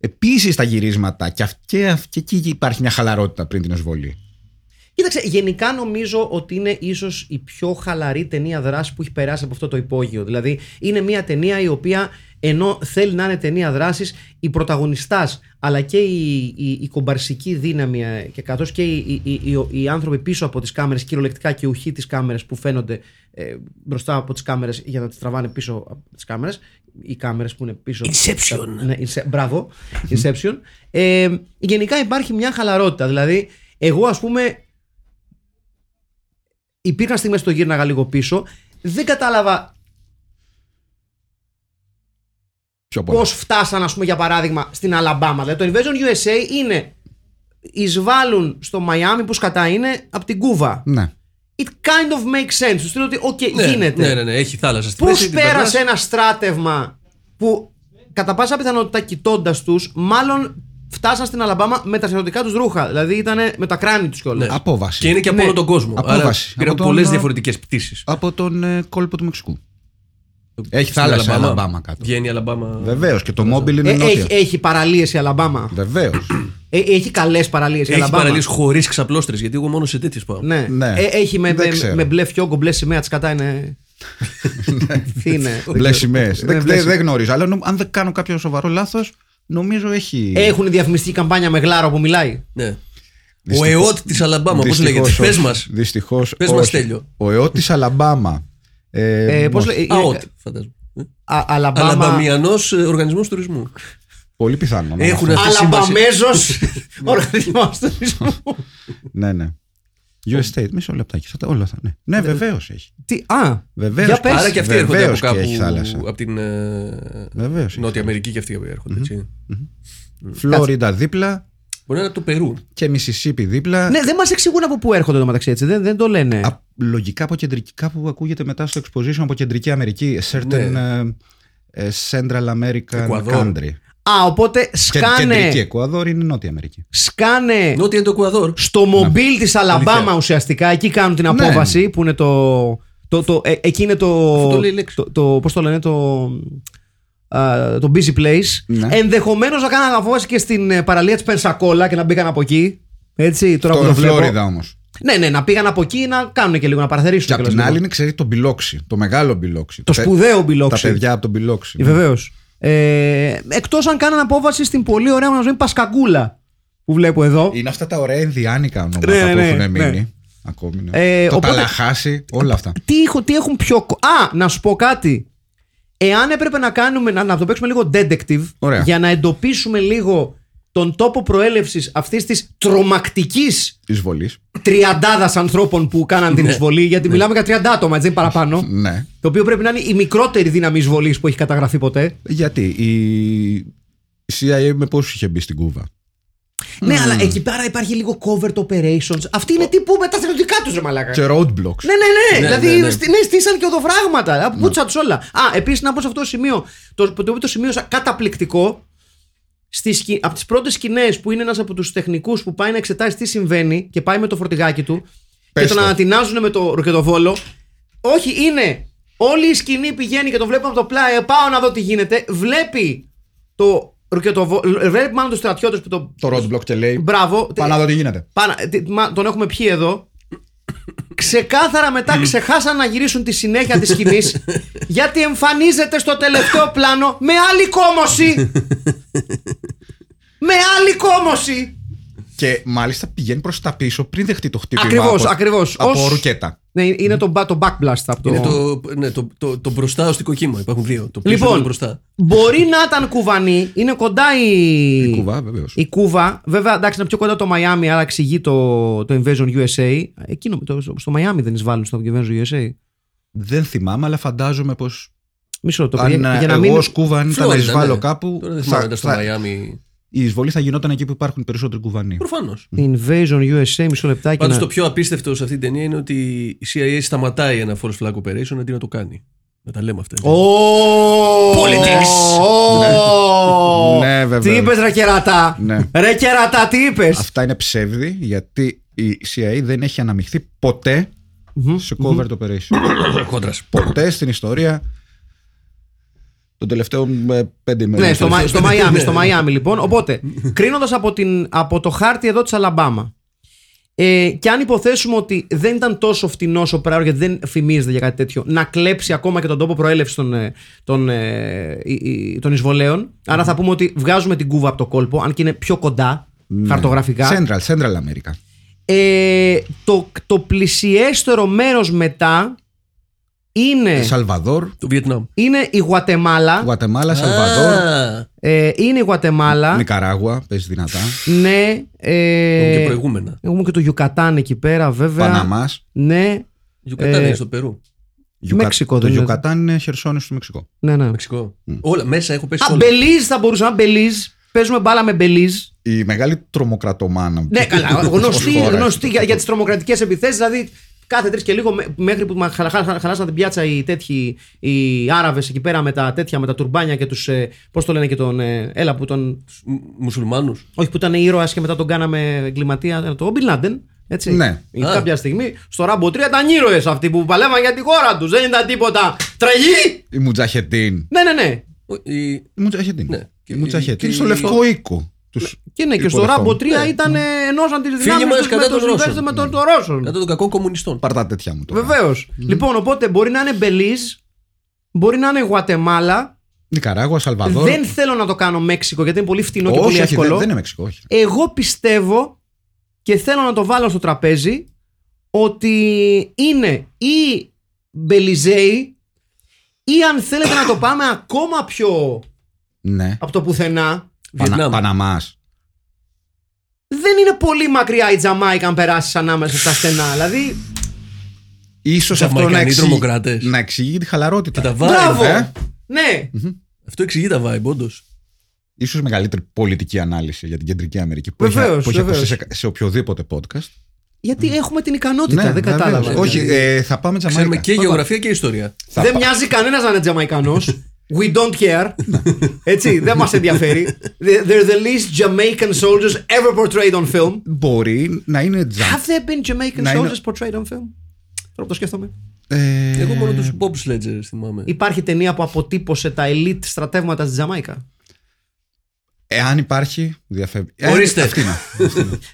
[SPEAKER 2] επίσης τα γυρίσματα. Και, αυ- και, αυ- και εκεί υπάρχει μια χαλαρότητα πριν την εισβολή.
[SPEAKER 1] Κοίταξε, γενικά νομίζω ότι είναι ίσως η πιο χαλαρή ταινία δράσης που έχει περάσει από αυτό το υπόγειο. Δηλαδή, είναι μια ταινία η οποία ενώ θέλει να είναι ταινία δράσης, η πρωταγωνιστάς αλλά και η, η, η κομπαρσική δύναμη ε, και καθώς και οι, οι, οι, οι άνθρωποι πίσω από τις κάμερες, κυριολεκτικά και οι ουχοί της κάμερα που φαίνονται ε, μπροστά από τις κάμερες για να τις τραβάνε πίσω από τις κάμερες, οι κάμερες που είναι πίσω. Inception. Ναι, Inse- μπράβο. Inception. Ε, γενικά υπάρχει μια χαλαρότητα. Δηλαδή, εγώ ας πούμε υπήρχαν στιγμές που το γύρναγα λίγο πίσω. Δεν κατάλαβα
[SPEAKER 2] Πιο πολλά.
[SPEAKER 1] πώς φτάσαν, ας πούμε, για παράδειγμα, στην Αλαμπάμα. Δηλαδή, το Invasion USA είναι. Εισβάλλουν στο Μαϊάμι που σκατά είναι από την Κούβα.
[SPEAKER 2] Ναι.
[SPEAKER 1] It kind of makes sense. Τους στείλω ότι, οκ, γίνεται.
[SPEAKER 3] Ναι, ναι, ναι, έχει θάλασσα στην
[SPEAKER 1] Πώς
[SPEAKER 3] μέση, την
[SPEAKER 1] πέρασε
[SPEAKER 3] περνάς.
[SPEAKER 1] ένα στράτευμα που κατά πάσα πιθανότητα κοιτώντας τους, μάλλον φτάσαν στην Αλαμπάμα με τα στρατιωτικά τους ρούχα. Δηλαδή ήταν με τα κράνη τους κιόλας.
[SPEAKER 3] Ναι.
[SPEAKER 2] Απόβαση.
[SPEAKER 3] Και είναι και από
[SPEAKER 1] Ναι.
[SPEAKER 3] όλο τον κόσμο. Άρα
[SPEAKER 2] Απόβαση.
[SPEAKER 3] πήραν
[SPEAKER 2] Από τον-
[SPEAKER 3] πολλές διαφορετικές πτήσεις.
[SPEAKER 2] Από τον ε, κόλπο του Μεξικού. Έχει θάλασσα η Αλαμπάμα κάτω.
[SPEAKER 3] Βγαίνει η Αλαμπάμα.
[SPEAKER 2] Βεβαίως και το μόμπιλ είναι
[SPEAKER 1] Ε, έχει,
[SPEAKER 2] νότια.
[SPEAKER 1] έχει παραλίες η Αλαμπάμα.
[SPEAKER 2] Βεβαίως.
[SPEAKER 1] Ε, έχει καλές παραλίες η
[SPEAKER 3] Έχει
[SPEAKER 1] Αλαμπάμα.
[SPEAKER 3] παραλίες χωρίς ξαπλώστρες, γιατί εγώ μόνο σε τέτοιες πάω.
[SPEAKER 1] Ναι.
[SPEAKER 2] Ναι.
[SPEAKER 1] Ε, έχει με,
[SPEAKER 2] Δεν
[SPEAKER 1] με-
[SPEAKER 2] ξέρω.
[SPEAKER 1] με μπλε φιόγκο, μπλε σημαία τη κατά είναι. Τι είναι.
[SPEAKER 2] Ναι. Μπλε σημαίε. Δεν
[SPEAKER 1] μπλε
[SPEAKER 2] δεν- δεν γνωρίζω. Αλλά νο- αν δεν κάνω κάποιο σοβαρό λάθος, νομίζω έχει.
[SPEAKER 1] Έχουν διαφημιστική καμπάνια με γλάρο που μιλάει.
[SPEAKER 3] Ναι. Ο
[SPEAKER 2] Δυστυχώς-
[SPEAKER 3] ΕΟΤ της Αλαμπάμα, πώς λέγεται. Πε μας.
[SPEAKER 2] Δυστυχώς.
[SPEAKER 3] Πες μας, Στέλιο.
[SPEAKER 2] Ο ΕΟΤ της Αλαμπάμα. Ε,
[SPEAKER 1] Ε, πώς
[SPEAKER 2] όχι.
[SPEAKER 1] λέει. είναι-
[SPEAKER 3] ΑΟΤ, φαντάζομαι.
[SPEAKER 1] Α- Αλαμπάμα.
[SPEAKER 3] Αλαμπαμιανός Οργανισμό ε, Τουρισμού.
[SPEAKER 2] Πολύ πιθανό. ναι. να
[SPEAKER 3] Έχουν
[SPEAKER 2] είναι αυτό.
[SPEAKER 3] αυτή τη σύμβαση.
[SPEAKER 1] Αλαμπαμέζος οργανισμός τουρισμού.
[SPEAKER 2] Ναι, ναι. US State, μισό λεπτάκι. θα τα- Όλα αυτά. Ναι, ναι βεβαίως έχει.
[SPEAKER 1] Τι, α,
[SPEAKER 2] Βεβαίως.
[SPEAKER 1] για πες.
[SPEAKER 3] Άρα και αυτοί έρχονται από
[SPEAKER 2] Βεβαίως και έχει
[SPEAKER 3] κάπου.
[SPEAKER 2] θάλασσα.
[SPEAKER 3] Από την ε,
[SPEAKER 2] Βεβαίως.
[SPEAKER 3] Νότια Αμερική και αυτοί έρχονται. έτσι.
[SPEAKER 2] Φλόριντα δίπλα
[SPEAKER 3] Μπορεί να είναι από το Περού.
[SPEAKER 2] και Μισισίπι δίπλα.
[SPEAKER 1] Ναι, δεν μας εξηγούν από πού έρχονται το μεταξύ έτσι. Δεν, δεν το λένε.
[SPEAKER 2] Α, λογικά από κεντρική, κάπου ακούγεται μετά στο exposition από κεντρική Αμερική. a Certain
[SPEAKER 3] Ναι.
[SPEAKER 2] ε, ε, Central American
[SPEAKER 3] Εκουαδόρ.
[SPEAKER 2] country.
[SPEAKER 1] Α, οπότε
[SPEAKER 2] Και, κεντρική
[SPEAKER 1] σκάνε,
[SPEAKER 2] Εκουαδόρ είναι Νότια Αμερική.
[SPEAKER 1] σκάνε
[SPEAKER 3] Νότια είναι το Εκουαδόρ.
[SPEAKER 1] στο μομπίλ της Αλαμπάμα
[SPEAKER 3] Αλήθεια.
[SPEAKER 1] ουσιαστικά. Εκεί κάνουν την
[SPEAKER 2] Ναι.
[SPEAKER 1] απόβαση που είναι το. το, το ε, εκεί είναι το.
[SPEAKER 3] Αυτό το λέει η λέξη.
[SPEAKER 1] το, το- πώς το λένε, το. α, το busy place.
[SPEAKER 2] Ναι.
[SPEAKER 1] Ενδεχομένως να κάναν απόβαση και στην ε, παραλία της Πενσακόλα και να μπήκαν από εκεί. Έτσι, τώρα που το
[SPEAKER 2] Τον
[SPEAKER 1] βλέπω.
[SPEAKER 2] Φλόριδα όμως.
[SPEAKER 1] Ναι, ναι, να πήγαν από εκεί να κάνουν και λίγο, να παραθερήσουν.
[SPEAKER 2] Και απ'
[SPEAKER 1] κιόλας
[SPEAKER 2] την
[SPEAKER 1] λίγο.
[SPEAKER 2] άλλη είναι, ξέρεις, το μπιλόξι. Το μεγάλο μπιλόξι.
[SPEAKER 1] Το
[SPEAKER 2] Τε-
[SPEAKER 1] σπουδαίο μπιλόξι.
[SPEAKER 2] Τα παιδιά από τον μπιλόξι.
[SPEAKER 1] Βεβαίως. Ε, Εκτός αν κάναν απόβαση στην πολύ ωραία μας ζωή Πασκαγκούλα που βλέπω εδώ.
[SPEAKER 2] Είναι αυτά τα ωραία ενδιάνικα ονόματα
[SPEAKER 1] Ναι, ναι,
[SPEAKER 2] που έχουν
[SPEAKER 1] ναι.
[SPEAKER 2] μείνει. Ακόμη. Ναι.
[SPEAKER 1] Ε,
[SPEAKER 2] το
[SPEAKER 1] οπότε-
[SPEAKER 2] ταλαχάσι, όλα αυτά.
[SPEAKER 1] τι, έχω, τι έχουν πιο. κο- Α, να σου πω κάτι. Εάν έπρεπε να κάνουμε, να, να το παίξουμε λίγο detective,
[SPEAKER 2] Ωραία.
[SPEAKER 1] για να εντοπίσουμε λίγο τον τόπο προέλευσης αυτής της τρομακτικής
[SPEAKER 2] Εισβολής.
[SPEAKER 1] τριαντάδας ανθρώπων που κάναν την εισβολή, γιατί μιλάμε για 30 άτομα, έτσι δεν είναι παραπάνω.
[SPEAKER 2] Ναι.
[SPEAKER 1] το οποίο πρέπει να είναι η μικρότερη δύναμη εισβολής που έχει καταγραφεί ποτέ.
[SPEAKER 2] Γιατί η η CIA με πόσους είχε μπει στην Κούβα.
[SPEAKER 1] Ναι,
[SPEAKER 2] Mm.
[SPEAKER 1] αλλά εκεί πέρα υπάρχει λίγο covert operations. Αυτή είναι τύπου με τα στρατιωτικά τους, ρε Μαλάκα.
[SPEAKER 2] Και roadblocks.
[SPEAKER 1] Ναι, ναι, ναι.
[SPEAKER 3] Ναι,
[SPEAKER 1] δηλαδή
[SPEAKER 3] ναι, ναι.
[SPEAKER 1] στι- στήσαν και οδοφράγματα. Από πού τους όλα. Α, επίσης να πω σε αυτό το σημείο. Το, το οποίο το σημείωσα καταπληκτικό. Στη σκη, από τις πρώτες σκηνές που είναι ένας από τους τεχνικούς που πάει να εξετάσει τι συμβαίνει και πάει με το φορτηγάκι του
[SPEAKER 2] Πες
[SPEAKER 1] και τον
[SPEAKER 2] το.
[SPEAKER 1] ανατινάζουν με το ρουκετοβόλο. Όχι, είναι. Ε, Όλη η σκηνή πηγαίνει και τον βλέπουμε από το πλάι. Πάω να δω τι γίνεται. Βλέπει το Ρουκετοβο... Βλέπει μάλλον τους στρατιώτες που το.
[SPEAKER 2] Το roadblock και λέει.
[SPEAKER 1] Μπράβο.
[SPEAKER 2] Πάω να δω τι γίνεται.
[SPEAKER 1] Πάνα, τι- μα, τον έχουμε πιει εδώ. Ξεκάθαρα μετά ξεχάσαν να γυρίσουν τη συνέχεια της σκηνής γιατί εμφανίζεται στο τελευταίο πλάνο με άλλη κόμωση. με άλλη κόμωση.
[SPEAKER 2] Και μάλιστα πηγαίνει προς τα πίσω πριν δεχτεί το χτύπημα.
[SPEAKER 1] Ακριβώς,
[SPEAKER 2] από-
[SPEAKER 1] ακριβώς.
[SPEAKER 2] Από
[SPEAKER 1] Ως-
[SPEAKER 2] ρουκέτα.
[SPEAKER 1] Ναι, είναι το, μπα- το backblast από το...
[SPEAKER 3] Είναι το, ναι, το, το, το μπροστά ως το κύμα. Υπάρχουν δύο. Το πίσω και
[SPEAKER 1] Λοιπόν,
[SPEAKER 3] το μπροστά.
[SPEAKER 1] μπορεί να ήταν κουβανή, είναι κοντά η...
[SPEAKER 2] Η κουβά, βεβαίως.
[SPEAKER 1] Η Κούβα, βέβαια, εντάξει, είναι πιο κοντά το Μαϊάμι, άρα εξηγεί το, το Invasion USA. Εκείνο, το, στο Μαϊάμι δεν εισβάλλουν στο Invasion USA.
[SPEAKER 2] Δεν θυμάμαι, αλλά φαντάζομαι πως.
[SPEAKER 1] Μισό το
[SPEAKER 2] Αν ε,
[SPEAKER 1] για, για να
[SPEAKER 2] εγώ
[SPEAKER 1] μην.
[SPEAKER 2] ως Κούβα, αν ήταν να
[SPEAKER 3] Φλόριντα,
[SPEAKER 2] εισβάλλω
[SPEAKER 3] ναι.
[SPEAKER 2] κάπου.
[SPEAKER 3] Τώρα δεν
[SPEAKER 2] θα-
[SPEAKER 3] θυμάμαι ήταν στο
[SPEAKER 2] θα-
[SPEAKER 3] Μαϊάμι.
[SPEAKER 2] Η εισβολή θα γινόταν εκεί που υπάρχουν περισσότεροι κουβανοί.
[SPEAKER 3] Προφανώς.
[SPEAKER 2] Ναι.
[SPEAKER 1] Invasion USA, μισό λεπτάκι.
[SPEAKER 3] Πάντως
[SPEAKER 1] Να...
[SPEAKER 3] το πιο απίστευτο σε αυτή την ταινία είναι ότι η CIA σταματάει ένα false flag operation αντί να το κάνει. Να τα λέμε αυτά.
[SPEAKER 1] Ω!
[SPEAKER 3] Politics.
[SPEAKER 1] Ω!
[SPEAKER 2] Ναι, βέβαια.
[SPEAKER 1] Τι είπες, ρε κερατά.
[SPEAKER 2] Ναι.
[SPEAKER 1] Ρε κερατά, τι είπες.
[SPEAKER 2] Αυτά είναι ψεύδι γιατί η CIA δεν έχει αναμειχθεί ποτέ σε covert operation.
[SPEAKER 3] Κόντρας.
[SPEAKER 2] ποτέ στην ιστορία των τελευταίων ε, πέντε ημερών.
[SPEAKER 1] Ναι, στο, Μα- στο
[SPEAKER 3] Ναι,
[SPEAKER 1] Μαϊάμι,
[SPEAKER 3] ναι.
[SPEAKER 1] στο Μαϊάμι λοιπόν. Οπότε, κρίνοντας από, την- από το χάρτη εδώ της Αλαμπάμα. Ε, και αν υποθέσουμε ότι δεν ήταν τόσο φτηνό ο Πράουρ, γιατί δεν φημίζεται για κάτι τέτοιο, να κλέψει ακόμα και τον τόπο προέλευσης των, ε, των, ε, ε, ε, των εισβολέων. Άρα θα πούμε ότι βγάζουμε την κούβα από το κόλπο, αν και είναι πιο κοντά
[SPEAKER 2] Ναι.
[SPEAKER 1] χαρτογραφικά.
[SPEAKER 2] Central, Central America.
[SPEAKER 1] Ε, το, το πλησιέστερο μέρος μετά είναι,
[SPEAKER 2] Σαλβαδόρ,
[SPEAKER 3] Το Βιετνάμ.
[SPEAKER 1] είναι η Γουατεμάλα.
[SPEAKER 2] Γουατεμάλα, Σαλβαδόρ,
[SPEAKER 3] Α,
[SPEAKER 1] Ε, είναι η Γουατεμάλα.
[SPEAKER 2] Νικαράγουα, παίζει δυνατά.
[SPEAKER 1] Ναι.
[SPEAKER 3] έχουμε και
[SPEAKER 1] Ε,
[SPEAKER 3] προηγούμενα.
[SPEAKER 1] έχουμε και το Ιουκατάν εκεί πέρα, βέβαια.
[SPEAKER 2] Παναμάς.
[SPEAKER 1] Ναι,
[SPEAKER 3] Γιουκατάν είναι στο Περού.
[SPEAKER 1] Μεξικό
[SPEAKER 2] Το
[SPEAKER 1] δεν είναι.
[SPEAKER 2] Γιουκατάν είναι χερσόνησο του Μεξικό.
[SPEAKER 1] ναι, ναι.
[SPEAKER 3] Μεξικό. Όλα μέσα έχω πέσει
[SPEAKER 1] Α,
[SPEAKER 3] όλα.
[SPEAKER 1] Μπελίζ θα μπορούσε να Μπελίζ. Παίζουμε μπάλα με Μπελίζ.
[SPEAKER 2] Η μεγάλη τρομοκρατομάνα.
[SPEAKER 1] Ναι, καλά. Γνωστή,
[SPEAKER 2] Ως χώρας,
[SPEAKER 1] γνωστή
[SPEAKER 2] έτσι.
[SPEAKER 1] για, για τις τρομοκρατικές επιθέσεις. Δηλαδή, κάθε τρεις και λίγο μέ- μέχρι που μα χαλα- χαλα- χαλάσαν την πιάτσα οι τέτοιοι οι Άραβες εκεί πέρα με τα τέτοια, με τα τουρμπάνια και τους. Ε, Πώς το λένε και τον. Ε, έλα που τον.
[SPEAKER 3] Μ- Μουσουλμάνους.
[SPEAKER 1] Όχι που ήταν ήρωα και μετά τον κάναμε εγκληματία. ε, Το Μπιν Λάντεν. Έτσι.
[SPEAKER 2] Ναι.
[SPEAKER 1] Ε,
[SPEAKER 3] Α.
[SPEAKER 1] Κάποια στιγμή στο Ράμπο 3 ήταν ήρωες αυτοί που παλεύαν για τη χώρα τους. Δεν ήταν τίποτα. Τραγή!
[SPEAKER 2] Η Μουτζαχεντίν.
[SPEAKER 1] Ναι, ναι, ναι.
[SPEAKER 3] Ο- η-
[SPEAKER 2] Η Μουτζαχεντίν.
[SPEAKER 3] Ναι.
[SPEAKER 2] Η Μουτζαχεντίν
[SPEAKER 3] Και-
[SPEAKER 2] στο Λευκό Οίκο. Τους
[SPEAKER 1] Και ναι, και στο
[SPEAKER 2] υποδεχτών.
[SPEAKER 1] Ράμπο 3
[SPEAKER 3] Ναι.
[SPEAKER 1] ήταν ε, ενώσαν τις δυνάμει
[SPEAKER 3] μας
[SPEAKER 1] με
[SPEAKER 3] κατά
[SPEAKER 1] τους
[SPEAKER 3] των Ρώσων.
[SPEAKER 1] Ιουγκρέζους, με τον- των Ρώσων.
[SPEAKER 3] Κατά των κακών κομμουνιστών.
[SPEAKER 2] Πάρ' τα τέτοια μου τώρα.
[SPEAKER 1] Βεβαίως. Λοιπόν, οπότε μπορεί να είναι Μπελίζ, μπορεί να είναι Γουατεμάλα.
[SPEAKER 2] Νικαράγουα, Σαλβαδόρ.
[SPEAKER 1] Δεν θέλω να το κάνω Μέξικο γιατί είναι πολύ φτηνό και πολύ
[SPEAKER 2] Όχι, όχι,
[SPEAKER 1] εύκολο.
[SPEAKER 2] δεν, δεν είναι Μεξικό. Όχι.
[SPEAKER 1] Εγώ πιστεύω και θέλω να το βάλω στο τραπέζι ότι είναι ή Μπελιζέη ή αν θέλετε να το πάμε ακόμα πιο
[SPEAKER 2] Ναι.
[SPEAKER 1] από το πουθενά.
[SPEAKER 2] Πανα,
[SPEAKER 3] Βιετνάμ.
[SPEAKER 2] Παναμάς.
[SPEAKER 1] Δεν είναι πολύ μακριά η Τζαμάικα αν περάσεις ανάμεσα στα στενά. Δηλαδή.
[SPEAKER 2] σω αυτό να
[SPEAKER 3] Τζαμαϊκανοί
[SPEAKER 2] εξηγεί,
[SPEAKER 3] τρομοκράτες.
[SPEAKER 2] να εξηγεί τη χαλαρότητα.
[SPEAKER 3] Και τα
[SPEAKER 1] Μπράβο!
[SPEAKER 3] vibe.
[SPEAKER 2] ε.
[SPEAKER 1] Ναι!
[SPEAKER 3] Αυτό εξηγεί τα vibe, όντως.
[SPEAKER 2] ίσως μεγαλύτερη πολιτική ανάλυση για την Κεντρική Αμερική που έχει-
[SPEAKER 1] Βεβαίως,
[SPEAKER 2] που έχει ακουστεί
[SPEAKER 1] βεβαίως.
[SPEAKER 2] σε, σε οποιοδήποτε podcast. Ναι,
[SPEAKER 1] Γιατί έχουμε την ικανότητα, δεν
[SPEAKER 2] βεβαίως.
[SPEAKER 1] κατάλαβα.
[SPEAKER 2] Όχι, ε, θα πάμε Τζαμαϊκά.
[SPEAKER 3] Ξέρουμε και γεωγραφία και ιστορία.
[SPEAKER 2] Θα
[SPEAKER 1] δεν
[SPEAKER 2] πά-
[SPEAKER 1] μοιάζει κανένας να είναι Τζαμαϊκανός. We don't care. Έτσι, δεν μας ενδιαφέρει. They- They're the least Jamaican soldiers ever portrayed on film.
[SPEAKER 2] Μπορεί να είναι τζα...
[SPEAKER 1] Have there been Jamaican
[SPEAKER 2] Να είναι-
[SPEAKER 1] soldiers portrayed on film? Τώρα που το σκέφτομαι.
[SPEAKER 2] Ε,
[SPEAKER 3] Εγώ μόνο τους Bob Sledgers θυμάμαι.
[SPEAKER 1] Υπάρχει ταινία που αποτύπωσε τα elite στρατεύματα στη Τζαμάικα.
[SPEAKER 2] εάν υπάρχει, διαφεύγει. Ε,
[SPEAKER 3] Ορίστε.
[SPEAKER 2] Αυτή είναι.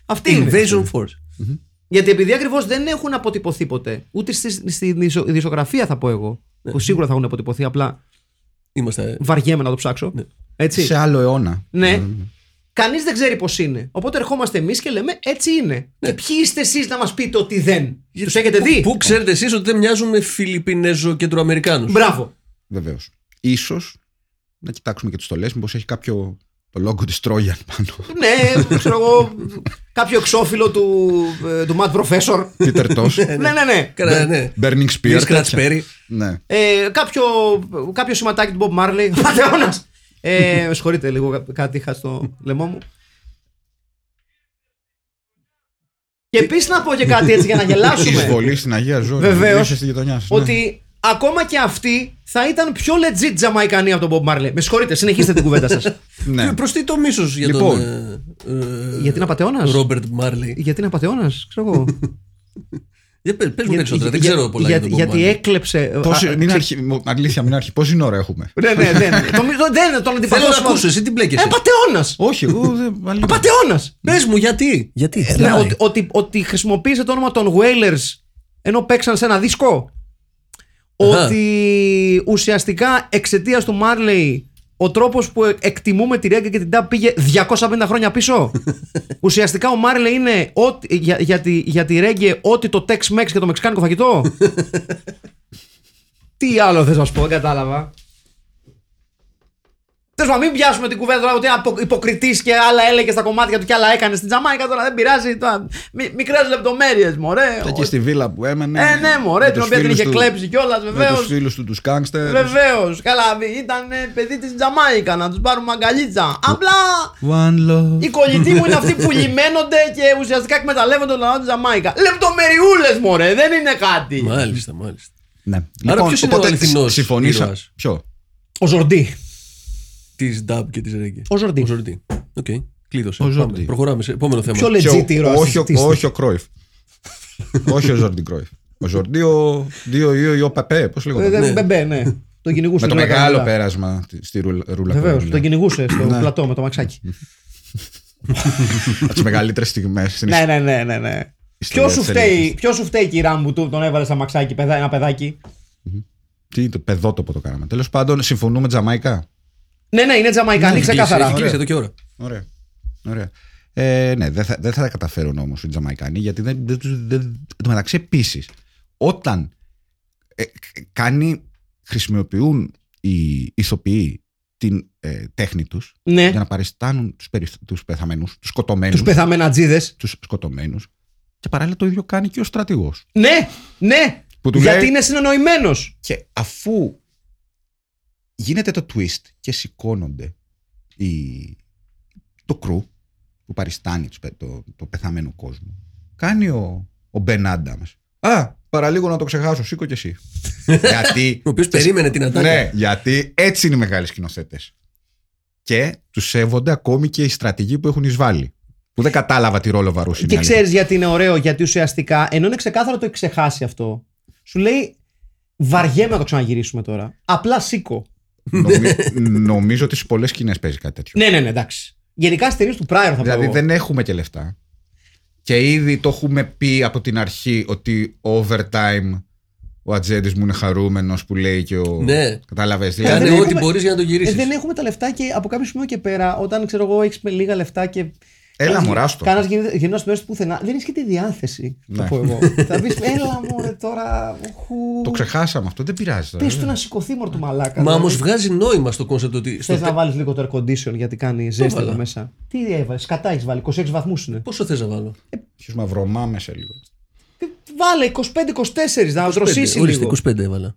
[SPEAKER 1] Αυτή είναι.
[SPEAKER 3] Invasion Force.
[SPEAKER 1] Γιατί επειδή ακριβώς δεν έχουν αποτυπωθεί ποτέ. Ούτε στη, στην ισο- ειδησογραφία θα πω εγώ.
[SPEAKER 2] Ναι.
[SPEAKER 1] Που σίγουρα θα έχουν αποτυπωθεί. Απλά
[SPEAKER 3] Είμαστε.
[SPEAKER 1] βαριέμαι να το ψάξω.
[SPEAKER 3] Ναι.
[SPEAKER 1] Έτσι.
[SPEAKER 2] σε άλλο αιώνα.
[SPEAKER 1] Ναι. Κανείς δεν ξέρει πώς είναι. Οπότε ερχόμαστε εμείς και λέμε έτσι είναι. Και ποιοι είστε εσείς να μας πείτε ότι δεν. Τους έχετε δει.
[SPEAKER 3] Πού ξέρετε εσείς ότι δεν μοιάζουν με Φιλιππινέζο Κεντροαμερικάνους.
[SPEAKER 1] Μπράβο.
[SPEAKER 2] Βεβαίως. Ίσως να κοιτάξουμε και τις στολές, μήπως έχει κάποιο. το λόγο της Τρόγιαν πάνω.
[SPEAKER 1] Ναι, ξέρω εγώ. Κάποιο εξώφυλλο του, ε, του Matt Professor.
[SPEAKER 2] Πίτερ Τός,
[SPEAKER 1] ναι, ναι, ναι.
[SPEAKER 3] Καλά, ναι.
[SPEAKER 2] Burning
[SPEAKER 3] Μη
[SPEAKER 2] Spear. τέτοια.
[SPEAKER 3] σκρατσπέρι.
[SPEAKER 2] Ναι.
[SPEAKER 1] Ε, κάποιο, κάποιο σηματάκι του Bob Marley. Πατεώνας. ε, με συγχωρείτε λίγο, κά- κάτι είχα στο λαιμό μου. Και επίσης να πω και κάτι έτσι για να
[SPEAKER 2] Η
[SPEAKER 1] γελάσουμε.
[SPEAKER 2] εισβολή στην Αγία Ζώνη.
[SPEAKER 1] Βεβαίως.
[SPEAKER 2] Είσαι στη γειτονιά σας, ναι.
[SPEAKER 1] ότι ακόμα και αυτοί θα ήταν πιο legit Τζαμαϊκανοί από τον Bob Marley. Με συγχωρείτε, συνεχίστε την κουβέντα σας.
[SPEAKER 2] Ναι.
[SPEAKER 3] Προς τι το μίσος για
[SPEAKER 2] Λοιπόν.
[SPEAKER 3] τον. ε, ε,
[SPEAKER 1] Γιατί είναι απαταιώνας.
[SPEAKER 3] Ρόμπερτ Μάρλι.
[SPEAKER 1] Γιατί είναι απαταιώνας, ξέρω εγώ.
[SPEAKER 3] Για πε- Πες μου
[SPEAKER 1] Για-
[SPEAKER 3] περισσότερα, δεν
[SPEAKER 1] για-
[SPEAKER 3] ξέρω πολλά
[SPEAKER 1] για-
[SPEAKER 3] για τον Bob
[SPEAKER 1] Γιατί
[SPEAKER 3] Marley.
[SPEAKER 1] έκλεψε.
[SPEAKER 2] Πόση,
[SPEAKER 1] α,
[SPEAKER 2] μην
[SPEAKER 1] ξε-
[SPEAKER 2] αρχι... μου- Αλήθεια, μην αρχίσει. Πόση ώρα έχουμε.
[SPEAKER 1] Ναι, ναι, ναι. ναι. Το μι- το- Δεν τον
[SPEAKER 3] Θέλω
[SPEAKER 1] αντιπαθώ.
[SPEAKER 3] να ακούσω, εσύ τι μπλέκεσαι.
[SPEAKER 1] Ε, πατεώνας.
[SPEAKER 2] Όχι, εγώ δεν. αλήθεια.
[SPEAKER 1] Πατεώνας.
[SPEAKER 3] Πες μου
[SPEAKER 2] Ε,
[SPEAKER 3] γιατί. Γιατί.
[SPEAKER 1] Ναι, ότι- ότι- Ότι χρησιμοποίησε το όνομα των Wailers ενώ παίξαν σε ένα δίσκο.
[SPEAKER 3] Αχα.
[SPEAKER 1] Ότι ουσιαστικά εξαιτίας του Μάρλεϊ ο τρόπος που ε- εκτιμούμε τη ρέγγα και την τάπ πήγε 250 χρόνια πίσω. ουσιαστικά ο Μάρλεϊ είναι ό,τι- για, για τη, για τη ρέγγε ό,τι το Tex-Mex και το μεξικάνικο φαγητό. Τι άλλο θες να σου πω, δεν κατάλαβα. Τέλος πάντων, μην πιάσουμε την κουβέντα τώρα ότι υποκριτής και άλλα έλεγε στα κομμάτια του και άλλα έκανε στην Τζαμάικα. Τώρα δεν πειράζει. Μικρές λεπτομέρειες, μωρέ.
[SPEAKER 2] Ήταν και στη βίλα που έμενε.
[SPEAKER 1] Ε, ναι, μωρέ,
[SPEAKER 2] με
[SPEAKER 1] την
[SPEAKER 2] τους
[SPEAKER 1] οποία την
[SPEAKER 2] φίλους
[SPEAKER 1] είχε
[SPEAKER 2] του-
[SPEAKER 1] κλέψει κιόλας,
[SPEAKER 2] Με τους
[SPEAKER 1] βεβαίως.
[SPEAKER 2] φίλους του, τους γκάγκστερ.
[SPEAKER 1] Βεβαίως. Καλά, ήταν ε, παιδί της Τζαμάικα να τους πάρουμε αγκαλίτσα. Απλά
[SPEAKER 2] One love.
[SPEAKER 1] οι κολλητοί μου είναι αυτοί που λιμένονται και ουσιαστικά εκμεταλλεύονται τον λαό της Τζαμάικα. Λεπτομεριούλες, μωρέ, δεν είναι κάτι.
[SPEAKER 3] Μάλιστα, μάλιστα.
[SPEAKER 2] Ναι.
[SPEAKER 3] ποιος είναι ο αληθινός
[SPEAKER 2] συμφωνήσα.
[SPEAKER 3] ήρωας?
[SPEAKER 2] Ποιο.
[SPEAKER 1] Ο Ζορντί.
[SPEAKER 3] Της dub και της ρέγγι.
[SPEAKER 1] Ο Ζορντί.
[SPEAKER 3] Ο Ζορντί. Οκ. Κλείδωσε.
[SPEAKER 2] Ο
[SPEAKER 3] Πάμε.
[SPEAKER 2] Ζορντί.
[SPEAKER 3] Προχωράμε σε επόμενο θέμα.
[SPEAKER 1] Πιο
[SPEAKER 2] Ποιο-
[SPEAKER 1] legit ήρωας
[SPEAKER 2] όχι, ο-
[SPEAKER 1] της- της-
[SPEAKER 2] όχι ο Κρόιφ. όχι ο Ζορντί Κρόιφ. Ο Ζορντί, ο Δύο ή ο Παπέ, πώ
[SPEAKER 1] Ε,
[SPEAKER 2] λέγεται.
[SPEAKER 1] δεν- Μπεμπέ, ναι. Τον κυνηγούσε.
[SPEAKER 2] Με το
[SPEAKER 1] στην ώρα
[SPEAKER 2] μεγάλο
[SPEAKER 1] κανονικά.
[SPEAKER 2] πέρασμα στη- στη ρουλα. ρούλα
[SPEAKER 1] Βεβαίως,
[SPEAKER 2] κόλλα.
[SPEAKER 1] τον κυνηγούσε στο
[SPEAKER 2] Ναι.
[SPEAKER 1] πλατό με το μαξάκι.
[SPEAKER 2] Από τις μεγαλύτερες στιγμές.
[SPEAKER 1] ναι, ναι, ναι, ναι. ναι.
[SPEAKER 2] ιστορία
[SPEAKER 1] Ποιος σου,
[SPEAKER 2] της
[SPEAKER 1] φταίει,
[SPEAKER 2] Ελληνικής.
[SPEAKER 1] ποιος σου φταίει η ράμπου του, τον έβαλες στα μαξάκι, παιδά- ένα παιδάκι.
[SPEAKER 2] Τι το παιδότοπο το κάναμε. Τέλος πάντων, συμφωνούμε Τζαμαϊκά.
[SPEAKER 1] Ναι, ναι, είναι Τζαμαϊκανή, ξεκάθαρα.
[SPEAKER 3] Έχει κλείσει
[SPEAKER 2] Ωραία.
[SPEAKER 3] εδώ και ώρα.
[SPEAKER 2] Ωραία. Ωραία. Ε, ναι, δεν θα, δεν θα τα καταφέρουν όμως οι Τζαμαϊκανοί, γιατί δεν. δεν, τους- δεν εν τω μεταξύ, επίσης, όταν ε, κάνει, χρησιμοποιούν οι ηθοποιοί την ε, τέχνη τους
[SPEAKER 1] Ναι,
[SPEAKER 2] για να παριστάνουν τους τους πεθαμένους, τους σκοτωμένους.
[SPEAKER 1] τους πεθαμένα τζίδε.
[SPEAKER 2] Τους σκοτωμένους. Και παράλληλα το ίδιο κάνει και ο στρατηγός.
[SPEAKER 1] Ναι, ναι.
[SPEAKER 2] Που του
[SPEAKER 1] γιατί
[SPEAKER 2] λέει-
[SPEAKER 1] είναι συνεννοημένος.
[SPEAKER 2] Και αφού γίνεται το twist και σηκώνονται οι- το κρού που παριστάνει τους πε- το, το πεθαμένο κόσμο, κάνει ο, ο Μπεν Άνταμς, Α, παραλίγο να το ξεχάσω, σήκω και εσύ. γιατί.
[SPEAKER 3] Ο οποίος περίμενε την ατάκα.
[SPEAKER 2] ναι, γιατί έτσι είναι οι μεγάλοι σκηνοθέτες. Και τους σέβονται ακόμη και οι στρατηγοί που έχουν εισβάλει. Που δεν κατάλαβα τι ρόλο βαρούσε. είναι
[SPEAKER 1] Και
[SPEAKER 2] η αλήθεια.
[SPEAKER 1] ξέρεις γιατί είναι ωραίο, γιατί ουσιαστικά, ενώ είναι ξεκάθαρο το έχει ξεχάσει αυτό, σου λέει βαριέμαι να το ξαναγυρίσουμε τώρα. Απλά σήκω.
[SPEAKER 2] Νομι- νομίζω ότι σε πολλές σκηνές παίζει κάτι τέτοιο.
[SPEAKER 1] Ναι, ναι, ναι, εντάξει. Γενικά στι ταινίε του Πράιερ θα πω.
[SPEAKER 2] Δηλαδή
[SPEAKER 1] εγώ.
[SPEAKER 2] δεν έχουμε και λεφτά. Και ήδη το έχουμε πει από την αρχή ότι overtime ο ατζέντης μου είναι χαρούμενος που λέει και ο. δηλαδή,
[SPEAKER 3] Ναι.
[SPEAKER 2] Κατάλαβες.
[SPEAKER 1] Ε,
[SPEAKER 3] Κάνε
[SPEAKER 1] δεν
[SPEAKER 3] ό,τι
[SPEAKER 1] έχουμε-
[SPEAKER 3] μπορείς για να το
[SPEAKER 1] Ε,
[SPEAKER 3] γυρίσεις.
[SPEAKER 1] δεν έχουμε τα λεφτά και από κάποιο σημείο και πέρα, όταν ξέρω εγώ έχεις λίγα λεφτά και.
[SPEAKER 2] Έλα, μωρά στο.
[SPEAKER 1] Κάνα γεννό μέρο πουθενά. Δεν έχεις και τη διάθεση. Θα
[SPEAKER 2] Ναι.
[SPEAKER 1] πω εγώ. θα πεις, έλα μωρέ τώρα. Οχου.
[SPEAKER 2] Το ξεχάσαμε αυτό, δεν πειράζει. τώρα,
[SPEAKER 1] Πες του
[SPEAKER 2] δεν-
[SPEAKER 1] να σηκωθεί μωρέ του μαλάκα.
[SPEAKER 3] Μα
[SPEAKER 1] δηλαδή.
[SPEAKER 3] όμως βγάζει νόημα στο κόνσεπτ ότι. στο
[SPEAKER 1] Θες να
[SPEAKER 3] τε-
[SPEAKER 1] βάλεις λίγο το air condition γιατί κάνει ζέστη
[SPEAKER 3] βάλα.
[SPEAKER 1] εδώ μέσα. Τι έβαλες, κατά έχεις βάλει, 26 βαθμούς είναι.
[SPEAKER 3] Πόσο θες να βάλω.
[SPEAKER 2] Ποιος μαυρωμάμε σε λίγο.
[SPEAKER 1] Βάλε 25-24, να δροσίσεις
[SPEAKER 3] 25, ορίστε,
[SPEAKER 1] λίγο.
[SPEAKER 3] 25 έβαλα.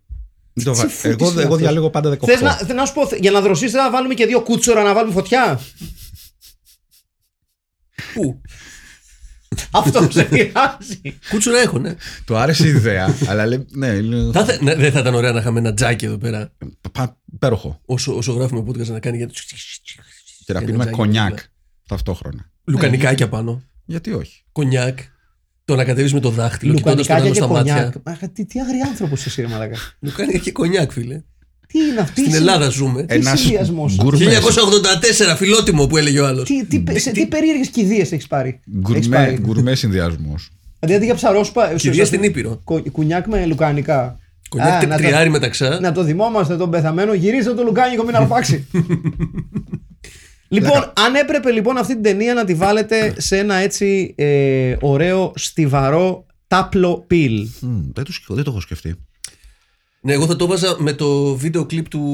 [SPEAKER 2] Δεν το βα-
[SPEAKER 1] τσιφούτης
[SPEAKER 2] Εγώ,
[SPEAKER 1] είναι
[SPEAKER 2] εγώ
[SPEAKER 1] αυτός.
[SPEAKER 2] διαλέγω πάντα 18.
[SPEAKER 1] Θες να, θες να σου πω, θε- για να δροσίσεις, να βάλουμε και δύο κούτσορα να βάλουμε φωτιά.
[SPEAKER 3] Πού.
[SPEAKER 1] Αυτό σε πειράζει.
[SPEAKER 3] Κούτσουρα έχω, ναι.
[SPEAKER 2] Του άρεσε η ιδέα, αλλά λέει. Ναι, λέω,
[SPEAKER 3] Θα θε- ναι, Δεν θα ήταν ωραία να είχαμε ένα τζάκι εδώ πέρα
[SPEAKER 2] πα- υπέροχο.
[SPEAKER 3] όσο, όσο γράφουμε podcast να κάνει για.
[SPEAKER 2] Και να
[SPEAKER 3] Ένα
[SPEAKER 2] πίνουμε
[SPEAKER 3] τζάκι
[SPEAKER 2] κονιάκ
[SPEAKER 3] δίπλα.
[SPEAKER 2] ταυτόχρονα.
[SPEAKER 3] Λουκανικάκια πάνω.
[SPEAKER 2] Γιατί όχι.
[SPEAKER 3] Κονιάκ. Το να κατέβει με το δάχτυλο κοιτώντας τον
[SPEAKER 1] Λουκανικάκια
[SPEAKER 3] άλλο
[SPEAKER 1] και
[SPEAKER 3] στα
[SPEAKER 1] κονιάκ.
[SPEAKER 3] μάτια.
[SPEAKER 1] Μα, Τι, τι άγριο άνθρωπο εσύ, ρε Μαλάκα.
[SPEAKER 3] Λουκάνικα και κονιάκ, φίλε.
[SPEAKER 1] Τι είναι αυτή η
[SPEAKER 3] Στην
[SPEAKER 1] συ-
[SPEAKER 3] Ελλάδα ζούμε.
[SPEAKER 2] Ένας
[SPEAKER 1] συνδυασμός.
[SPEAKER 2] γκουρμές
[SPEAKER 3] 1984, φιλότιμο που έλεγε ο άλλος.
[SPEAKER 1] Τι, τι, σε τι περίεργες κηδείες έχεις πάρει. Έχεις
[SPEAKER 2] γκουρμέ-
[SPEAKER 1] πάρει.
[SPEAKER 2] γκουρμέ συνδυασμός.
[SPEAKER 1] Δηλαδή αντί για ψαρόσπα.
[SPEAKER 3] Κυρία στην Ήπειρο.
[SPEAKER 1] κο- Κουνιάκ με λουκάνικα. Α,
[SPEAKER 3] Κονιάκ
[SPEAKER 1] να το-
[SPEAKER 3] τριάρι μεταξά.
[SPEAKER 1] Να το θυμόμαστε τον πεθαμένο, γυρίστε το λουκάνικο, μην αρπάξει. λοιπόν, αν έπρεπε λοιπόν αυτή την ταινία να τη βάλετε σε ένα έτσι ε, ωραίο, στιβαρό τάπλο πιλ.
[SPEAKER 2] Δεν το σκεφ- δεν το έχω σκεφτεί.
[SPEAKER 3] Ναι, εγώ θα το βάζα με το βίντεο κλιπ του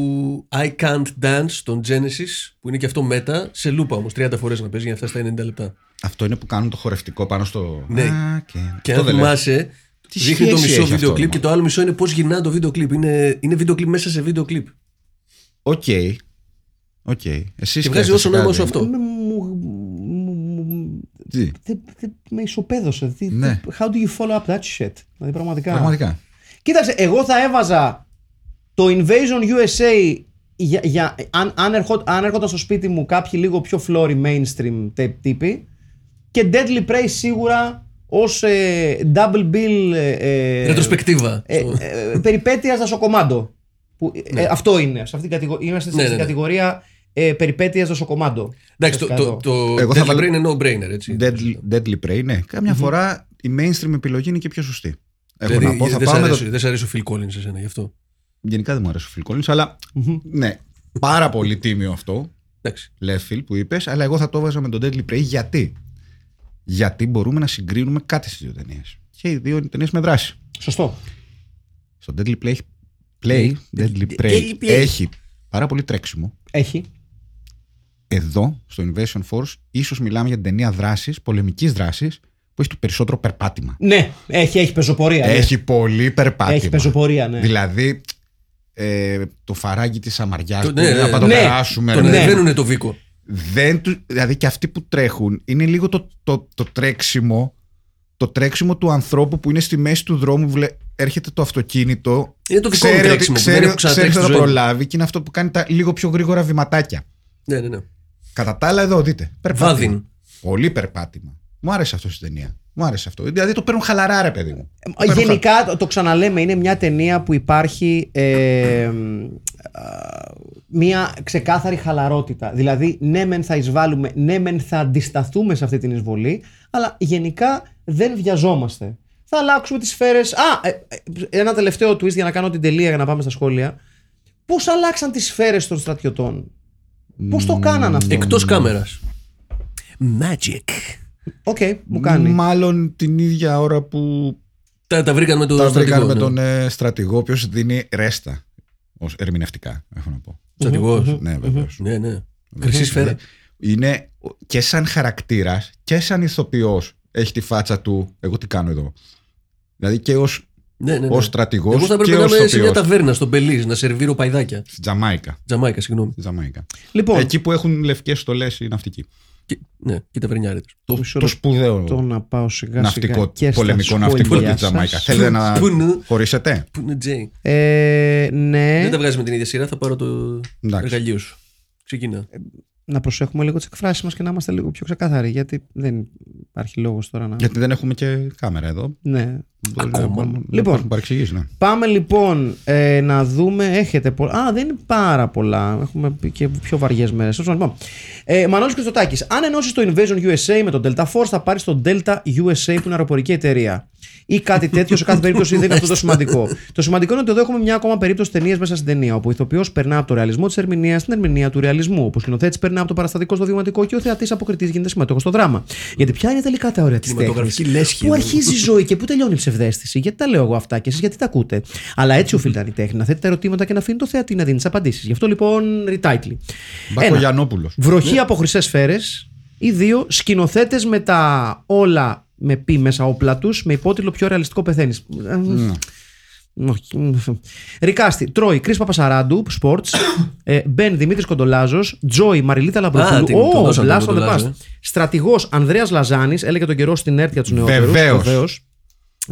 [SPEAKER 3] I Can't Dance των Genesis, που είναι και αυτό μετά, σε λούπα όμως. 30 φορές να παίζει για να φτάσει στα 90 λεπτά.
[SPEAKER 2] Αυτό είναι που κάνουν το χορευτικό πάνω στο.
[SPEAKER 3] Ναι.
[SPEAKER 2] Α, και...
[SPEAKER 3] Και
[SPEAKER 2] αυτό
[SPEAKER 3] αν
[SPEAKER 2] δεν λέω.
[SPEAKER 3] θυμάσαι,
[SPEAKER 2] Τι
[SPEAKER 3] δείχνει το
[SPEAKER 2] σχέση έχει
[SPEAKER 3] μισό βίντεο
[SPEAKER 2] αυτό,
[SPEAKER 3] κλιπ και το άλλο μισό είναι πώς γυρνά το βίντεο κλιπ. Είναι, είναι βίντεο κλιπ μέσα σε βίντεο κλιп.
[SPEAKER 2] Οκ. Οκ. Εσύ
[SPEAKER 3] Και βγάζει όσο νόημα όσο αυτό.
[SPEAKER 1] Με- μου- μου- μου-
[SPEAKER 2] Τι.
[SPEAKER 1] δεν- δεν- Με ισοπαίδωσε. Τι-
[SPEAKER 2] Ναι.
[SPEAKER 1] How do you follow up that shit? Δηλαδή πραγματικά.
[SPEAKER 2] Πραγματικά.
[SPEAKER 1] Κοίταξε, εγώ θα έβαζα το Invasion USA για, για, αν, αν, ερχό- αν έρχονταν στο σπίτι μου κάποιοι λίγο πιο φλόροι mainstream τε- τύποι και Deadly Prey σίγουρα ως ε, double bill ε, ε,
[SPEAKER 3] Ρετροσπεκτίβα.
[SPEAKER 1] ε, ε, περιπέτειας δασοκομάντο. Που, ε, ε, αυτό είναι. Σε αυτή την κατηγο... Είμαστε στην
[SPEAKER 3] Ναι, ναι, ναι.
[SPEAKER 1] κατηγορία ε, περιπέτειας δασοκομάντο.
[SPEAKER 3] Εντάξει, το, το, το
[SPEAKER 2] Εγώ
[SPEAKER 3] Εγώ
[SPEAKER 2] θα
[SPEAKER 3] θα
[SPEAKER 2] βάλω-
[SPEAKER 3] Brain είναι no-brainer, έτσι.
[SPEAKER 2] Deadly, Deadly Prey, ναι. καμια φορά η mainstream επιλογή είναι και πιο σωστή. Έχω να πω, θα
[SPEAKER 3] Δηλαδή, δεν, σ'
[SPEAKER 2] πάω με το-
[SPEAKER 3] αρέσει, δεν σ' αρέσει ο Phil Collins εσένα γι' αυτό.
[SPEAKER 2] Γενικά δεν μου αρέσει ο Phil Collins, αλλά ναι, πάρα πολύ τίμιο αυτό,
[SPEAKER 3] Εντάξει.
[SPEAKER 2] Left που είπες, αλλά εγώ θα το βάζα με τον Deadly Prey γιατί. Γιατί μπορούμε να συγκρίνουμε κάτι στις δύο ταινίες. Και οι δύο ταινίες με δράση.
[SPEAKER 1] Σωστό.
[SPEAKER 2] Στο Deadly Play, play
[SPEAKER 1] Ναι.
[SPEAKER 2] Deadly
[SPEAKER 1] Ε,
[SPEAKER 2] Prey
[SPEAKER 3] Deadly Prey.
[SPEAKER 2] έχει πάρα πολύ τρέξιμο.
[SPEAKER 1] Έχει.
[SPEAKER 2] Εδώ, στο Invasion Force, ίσως μιλάμε για την ταινία δράσης, πολεμικής δράσης, που έχει το περισσότερο περπάτημα.
[SPEAKER 1] Ναι, έχει, έχει πεζοπορία. ναι.
[SPEAKER 2] Έχει πολύ περπάτημα.
[SPEAKER 1] έχει πεζοπορία, ναι.
[SPEAKER 2] Δηλαδή, ε, το φαράγγι της Αμαριάς
[SPEAKER 3] Το-
[SPEAKER 2] που
[SPEAKER 3] ναι,
[SPEAKER 2] είναι
[SPEAKER 3] ναι.
[SPEAKER 2] να πάμε το
[SPEAKER 1] Ναι.
[SPEAKER 2] περάσουμε.
[SPEAKER 3] Τον
[SPEAKER 2] ρε.
[SPEAKER 1] ναι.
[SPEAKER 3] ανεβαίνουνε το Βίκο.
[SPEAKER 2] Δεν του, δηλαδή και αυτοί που τρέχουν είναι λίγο το, το, το τρέξιμο το τρέξιμο του ανθρώπου που είναι στη μέση του δρόμου βλέ, έρχεται το αυτοκίνητο
[SPEAKER 3] Είναι το δικό μου
[SPEAKER 2] ξέρει ότι
[SPEAKER 3] τρέξιμο που δεν
[SPEAKER 2] ξέρει,
[SPEAKER 3] έχω
[SPEAKER 2] ξέρει ότι
[SPEAKER 3] ξανατρέξει
[SPEAKER 2] θα
[SPEAKER 3] στη
[SPEAKER 2] το
[SPEAKER 3] ζωή μου.
[SPEAKER 2] προλάβει και είναι αυτό που κάνει τα λίγο πιο γρήγορα βηματάκια
[SPEAKER 3] Ναι, ναι, ναι.
[SPEAKER 2] κατά τα άλλα εδώ δείτε περπάτημα.
[SPEAKER 3] Βάδιν.
[SPEAKER 2] πολύ περπάτημα μου άρεσε αυτός στην ταινία μου άρεσε αυτό δηλαδή το παίρνουν χαλαρά ρε παιδί μου Το
[SPEAKER 1] Ε,
[SPEAKER 2] παίρνουν χαλαρά.
[SPEAKER 1] Γενικά, το, το ξαναλέμε, είναι μια ταινία που υπάρχει ε, μ, α, μια ξεκάθαρη χαλαρότητα. Δηλαδή, ναι, μεν θα εισβάλλουμε, ναι, μεν θα αντισταθούμε σε αυτή την εισβολή, αλλά γενικά δεν βιαζόμαστε. Θα αλλάξουμε τις σφαίρες. Α, ε, ε, ένα τελευταίο twist για να κάνω την τελεία για να πάμε στα σχόλια. Πώς αλλάξαν τις σφαίρες των στρατιωτών, Πώς το κάναν αυτό.
[SPEAKER 3] Εκτός κάμερας. Magic.
[SPEAKER 1] Οκ, μου κάνει.
[SPEAKER 2] μάλλον την ίδια ώρα που
[SPEAKER 3] Τα, τα βρήκαν με τον
[SPEAKER 2] τα
[SPEAKER 3] στρατηγό.
[SPEAKER 2] βρήκαν με
[SPEAKER 3] ναι.
[SPEAKER 2] τον ε, στρατηγό, ο οποίος δίνει ρέστα. Ως ερμηνευτικά, έχω να πω.
[SPEAKER 3] Στρατηγός.
[SPEAKER 2] Ναι, βεβαίως.
[SPEAKER 3] Ναι, ναι. Χρυσή σφαίρα.
[SPEAKER 2] Είναι και σαν χαρακτήρας και σαν ηθοποιός έχει τη φάτσα του. Εγώ τι κάνω εδώ. Δηλαδή και ως
[SPEAKER 3] Ναι, ναι, ναι.
[SPEAKER 2] ως στρατηγός
[SPEAKER 3] Εγώ θα
[SPEAKER 2] και
[SPEAKER 3] πρέπει να
[SPEAKER 2] ως
[SPEAKER 3] είμαι σε μια
[SPEAKER 2] ηθοποιός.
[SPEAKER 3] ταβέρνα στον Πελή να σερβίρω παϊδάκια.
[SPEAKER 2] στη Τζαμάικα.
[SPEAKER 3] Τζαμάικα, συγγνώμη.
[SPEAKER 2] Στη Τζαμάικα.
[SPEAKER 1] Λοιπόν,
[SPEAKER 2] Εκεί που έχουν λευκές στολές οι ναυτικοί.
[SPEAKER 3] Και, ναι, και ταβερνιάριδε.
[SPEAKER 2] Το,
[SPEAKER 1] μισό
[SPEAKER 2] το σπουδαίο
[SPEAKER 1] το να πάω σιγά σιγά
[SPEAKER 2] ναυτικό,
[SPEAKER 1] και στα
[SPEAKER 2] πολεμικό
[SPEAKER 1] σχόλια
[SPEAKER 2] ναυτικό της
[SPEAKER 1] σας.
[SPEAKER 2] Τζαμάικα. Θέλετε να
[SPEAKER 3] Πού είναι,
[SPEAKER 2] χωρίσετε.
[SPEAKER 3] πού είναι Τζέι.
[SPEAKER 1] Ε, ναι.
[SPEAKER 3] Δεν τα βγάζει με την ίδια σειρά, θα πάρω το
[SPEAKER 2] Εντάξει.
[SPEAKER 3] εργαλείο σου. Ξεκινά.
[SPEAKER 1] να προσέχουμε λίγο τις εκφράσεις μας και να είμαστε λίγο πιο ξεκάθαροι. Γιατί δεν υπάρχει λόγος τώρα να.
[SPEAKER 2] Γιατί δεν έχουμε και κάμερα εδώ.
[SPEAKER 1] Ναι.
[SPEAKER 3] Ακόμα.
[SPEAKER 2] Έχουν
[SPEAKER 1] Λοιπόν,
[SPEAKER 2] παρεξηγήσει, ναι.
[SPEAKER 1] πάμε λοιπόν ε, να δούμε. Έχετε πολλά. Α, δεν είναι πάρα πολλά. Έχουμε πει και πιο βαριές μέρες. Λοιπόν, ε, Μανώλης Κριστοτάκη. Αν ενώσεις το Invasion USA με τον Delta Force, θα πάρεις τον Delta USA που είναι αεροπορική εταιρεία. Ή κάτι τέτοιο. Σε κάθε περίπτωση δεν είναι αυτό το σημαντικό. το σημαντικό είναι ότι εδώ έχουμε μια ακόμα περίπτωση ταινίας μέσα στην ταινία. Όπου ο ηθοποιός περνά από το ρεαλισμό της ερμηνείας στην ερμηνεία του ρεαλισμού. Όπου ο σκηνοθέτης περνά από το παραστατικό στο δηματικό και ο θεατής αποκριτής γίνεται συμμετόχο στο δράμα. Γιατί ποια είναι τελικά τα ωραία της
[SPEAKER 3] Κινηματογραφική
[SPEAKER 1] τέχνης.
[SPEAKER 3] λέσχη
[SPEAKER 1] Πού
[SPEAKER 3] είναι.
[SPEAKER 1] αρχίζει η ζωή και πού τελειώνει η ψευδέστηση. Γιατί τα λέω εγώ αυτά και εσείς γιατί τα ακούτε. Αλλά έτσι οφείλει να είναι η τέχνη. Να θέτει τα ερωτήματα και να αφήνει το θεατή να δίνει τις απαντήσεις. Γι' αυτό λοιπόν retitle. Ένα.
[SPEAKER 2] Μπακογιανόπουλο.
[SPEAKER 1] Βροχή από χρυσές σφαίρες ή δύο σκηνοθέτες με τα όλα με πει μέσα όπλα τους με υπότιτλο πιο ρεαλιστικό πεθαίνεις.
[SPEAKER 3] Ναι.
[SPEAKER 1] Ρικάστη, Τρόι, Κρίσ Παπασαράντου, Sports, ε, Μπεν Δημήτρης Κοντολάζος, Τζόι, Μαριλίτα Λαμπροκούλου,
[SPEAKER 3] την- τον
[SPEAKER 1] ο
[SPEAKER 3] δώσαν τον
[SPEAKER 1] Blast on the
[SPEAKER 3] Κοντολάζο,
[SPEAKER 1] Past,
[SPEAKER 3] ε.
[SPEAKER 1] στρατηγός Ανδρέας Λαζάνης, έλεγε τον καιρό στην έρτια τους νεότερους.
[SPEAKER 2] Βεβαίως.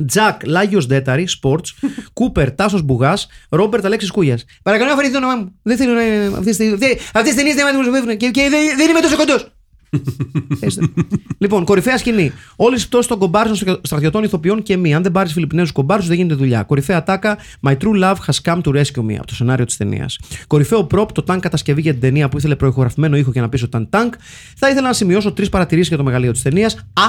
[SPEAKER 1] Τζακ, Λάγιος Δέταρη, Sports, Κούπερ, Τάσος Μπουγάς, Ρόμπερτ Αλέξης Κούγιας. Παρακαλώ να φέρει το όνομά μου. Δεν θέλω να. Αυτέ τι ταινίε δεν με αντιμετωπίζουν και, και δεν, δεν είμαι τόσο κοντός. λοιπόν, κορυφαία σκηνή. Όλε οι πτώσει των κομπάρσων στο- στρατιωτών ηθοποιών και μη. Αν δεν πάρεις Φιλιππινέζους κομπάρσου, δεν γίνεται δουλειά. Κορυφαία ατάκα. My true love has come to rescue me. Από το σενάριο της ταινίας. Κορυφαίο προπ. Το τάγκ κατασκευή για την ταινία που ήθελε προεχογραφημένο ήχο για να πει ότι ήταν τάγκ. Θα ήθελα να σημειώσω τρεις παρατηρήσεις για το μεγαλείο της ταινίας. Α.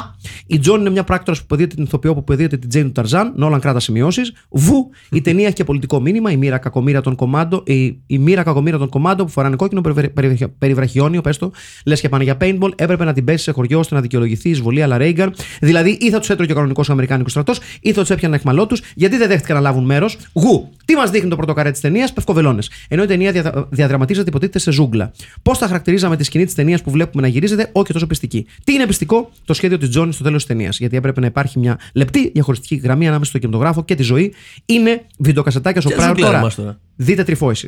[SPEAKER 1] Η Τζον είναι μια πράκτορας που παιδίεται την ηθοποιό που παιδίεται την Τζέιν του Ταρζάν. Νόλαν κράτα σημειώσεις. Β. Η ταινία έχει και πολιτικό μήνυμα. Η μοίρα κακομοίρα των κομμάτων. Η, η μοίρα κακομοίρα των κομμάτων που φοράνε κόκκινο περιβε- περιβε- περιβραχιόνιο, πες το, λες και πάνε για paintball. Έπρεπε να την πέσει σε χωριό ώστε να δικαιολογηθεί η εισβολή, αλλά Ρέιγκαν. Δηλαδή ή θα τους έτρωγε ο κανονικός Αμερικάνικος στρατός ή θα τους έπιανε εχμαλό τους, γιατί δεν δέχτηκαν να λάβουν μέρος. Γου. Τι μας δείχνει το πρωτοκαρέ της ταινίας, Πευκοβελώνες. Ενώ η ταινία δια, διαδραματίζεται υποτίθεται σε ζούγκλα. Πώς θα χαρακτηρίζαμε τη σκηνή της ταινίας που βλέπουμε να γυρίζεται, όχι τόσο πιστική. Τι είναι πιστικό, το σχέδιο της Τζόνι στο τέλος της ταινίας. Γιατί έπρεπε να υπάρχει μια λεπτή διαχωριστική γραμμή ανάμεσα στο κινηματογράφο και τη ζωή. Είναι βιντεοκασετάκια
[SPEAKER 3] Ποια
[SPEAKER 1] σοπράρ
[SPEAKER 3] ζούγκλα
[SPEAKER 1] τώρα.
[SPEAKER 3] μας τώρα.
[SPEAKER 1] Δείτε τρυφώσει.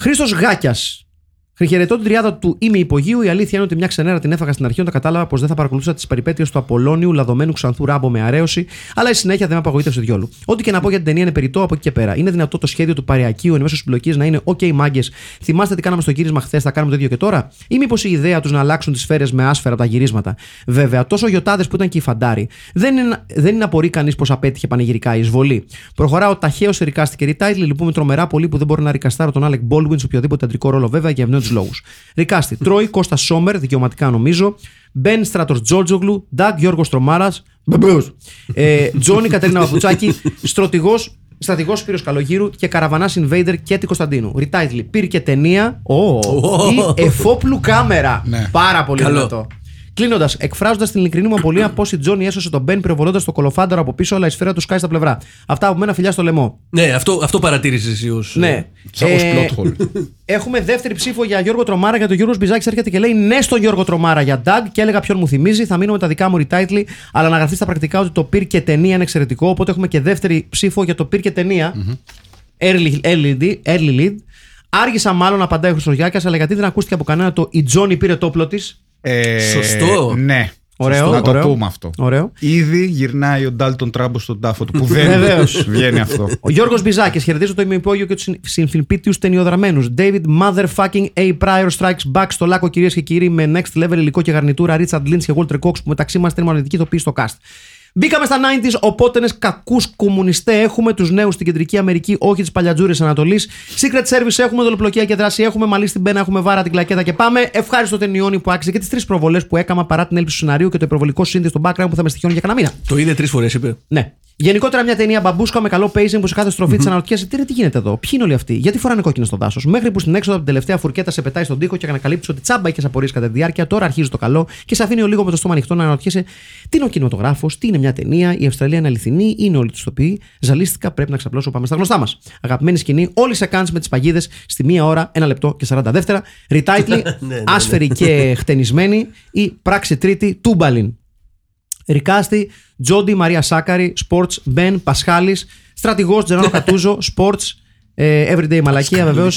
[SPEAKER 1] Χρήστος Γάκιας. Χαιρετώ την τριάδα του Είμαι Υπογείου. Η αλήθεια είναι ότι μια ξενέρα την έφαγα στην αρχή όταν κατάλαβα πως δεν θα παρακολουθούσα τις περιπέτειες του Απολώνιου λαδωμένου ξανθού ράμπο με αρέωση, αλλά η συνέχεια δεν με απαγοήτευσε διόλου. Ό,τι και να πω για την ταινία είναι περιττό από εκεί και πέρα. Είναι δυνατό το σχέδιο του παριακίου εν μέσω συμπλοκής να είναι OK μάγκες. Θυμάστε τι κάναμε στο γύρισμα χθες, θα κάνουμε το ίδιο και τώρα. Ή μήπως η ιδέα τους να αλλάξουν τις σφαίρες με άσφαιρα από τα γυρίσματα. Βέβαια, τόσο γιοτάδες που ήταν και οι φαντάροι. Δεν είναι, δεν είναι απορεί κανείς πως απέτυχε πανηγυρικά η εισβολή. Προχωράω ταχαίως σε ρικάστηκε ρητάιτλι, λυπούμε τρομερά πολύ που δεν μπορώ να ρικαστάρω τον Άλεκ Μπόλουιν σε οποιοδήποτε αντρικό ρόλο βέβαια για ευνόητου λόγους. Ρικάστη, Τρόι, Κώστα Σόμερ, δικαιωματικά νομίζω. Μπεν Στράτο Τζόρτζογλου, Ντάγκ Γιώργος Τρομάρας, Μπεμπέο. Ε, Τζόνι Κατερίνα Παπουτσάκη, στρατηγός Στρατηγός Σπύρος Καλογύρου και Καραβανάς Invader Κέτη Κωνσταντίνου. Ριτάιτλι, πήρε και ταινία. Ω, ή εφόπλου κάμερα.
[SPEAKER 2] Ναι.
[SPEAKER 1] Πάρα πολύ
[SPEAKER 3] Καλό.
[SPEAKER 1] δυνατό. Κλείνοντας, εκφράζοντας την ειλικρινή μου απολία πώς η Τζόνι έσωσε τον Μπεν πυροβολώντας το κολοφάνταρο από πίσω, αλλά η σφαίρα του σκάει στα πλευρά. Αυτά από μένα φιλιά στο λαιμό.
[SPEAKER 3] Ναι, αυτό, αυτό παρατήρησες εσύ ε, ω.
[SPEAKER 1] Ναι.
[SPEAKER 2] Σαν ως plot hole.
[SPEAKER 1] Έχουμε δεύτερη ψήφο για Γιώργο Τρομάρα γιατί ο Γιώργο Μπιζάκης έρχεται και λέει ναι στον Γιώργο Τρομάρα για Ντάγκ και έλεγα ποιον μου θυμίζει. Θα μείνω με τα δικά μου retitle, αλλά να γραφτεί στα πρακτικά ότι το πυρ και ταινία είναι εξαιρετικό. Οπότε έχουμε και δεύτερη ψήφο για το πυρ και ταινια Early, early, lead- early lead. Άργησα μάλλον να απαντάει ο Χρυσογιάκη, αλλά γιατί δεν ακούστηκε από κανένα το Η Τζόνι πήρε το όπλο της.
[SPEAKER 2] Ε,
[SPEAKER 3] Σωστό.
[SPEAKER 2] Ναι.
[SPEAKER 1] Ωραίο,
[SPEAKER 2] να
[SPEAKER 1] ωραίο.
[SPEAKER 2] το πούμε αυτό.
[SPEAKER 1] Ωραίο.
[SPEAKER 2] Ήδη γυρνάει ο Ντάλτον Τράμπο στον τάφο του που δεν
[SPEAKER 1] Βεβαίως.
[SPEAKER 2] βγαίνει αυτό.
[SPEAKER 1] Ο Γιώργος Μπιζάκης, χαιρετίζω το ημιυπόγειο και τους συμφιλπίτιου ταινιοδραμένους. David motherfucking A. Prior strikes back στο λάκκο, κυρίες και κύριοι, με next level υλικό και γαρνιτούρα. Richard Lynch και Walter Cox που μεταξύ μας είναι μοναδική τοπή στο cast. Μπήκαμε στα 90s, οπότε κακούς κομμουνιστέ έχουμε, τους νέους στην κεντρική Αμερική, όχι τις παλιατζούρες Ανατολής. Secret Service έχουμε, δολοπλοκία και δράση έχουμε, μαλλί στην πένα έχουμε, βάρα την κλακέτα και πάμε. Ευχάριστο ταινιόνι που άξιζε και τις τρεις προβολές που έκανα παρά την έλλειψη του σεναρίου και το υπερβολικό σύνδεση στο background που θα με στοιχειώνει για κανένα μήνα.
[SPEAKER 3] Το είδε τρεις φορές, είπε.
[SPEAKER 1] Ναι. Γενικότερα μια ταινία μπαμπούσκα με καλό pacing που σε κάθε στροφή της αναρωτιέσαι τι, ρε, τι γίνεται εδώ, ποιοι είναι όλοι αυτοί, γιατί φοράνε κόκκινο στο δάσος. Μέχρι που στην έξοδο από την τελευταία φουρκέτα σε πετάει στον τοίχο και ανακαλύπτεις ότι τσάμπα είχες απορίες κατά τη διάρκεια, τώρα αρχίζει το καλό και σε αφήνει λίγο με το στόμα ανοιχτό να αναρωτιέσαι τι είναι ο κινηματογράφος, τι είναι μια ταινία, η Αυστραλία είναι αληθινή, είναι όλοι τους τοποί. Ζαλίστηκα, πρέπει να ξαπλώσω, πάμε στα γνωστά μας. Αγαπημένη σκηνή, όλοι σε κάνεις με τις παγίδες στη μία ώρα, ένα λεπτό και 40 δεύτερα. Ριτάιτλι,
[SPEAKER 3] ναι, ναι.
[SPEAKER 1] άσφαιρη και χτενισμένη ή πράξη τρίτη, τούμπαλιν. Ρικάστη, Τζόντι Μαρία Σάκαρη, Sports, Μπεν Πασχάλης, στρατηγός Τζεράνο Κατούζο, Sports, ε, Everyday Μαλακία βεβαίω,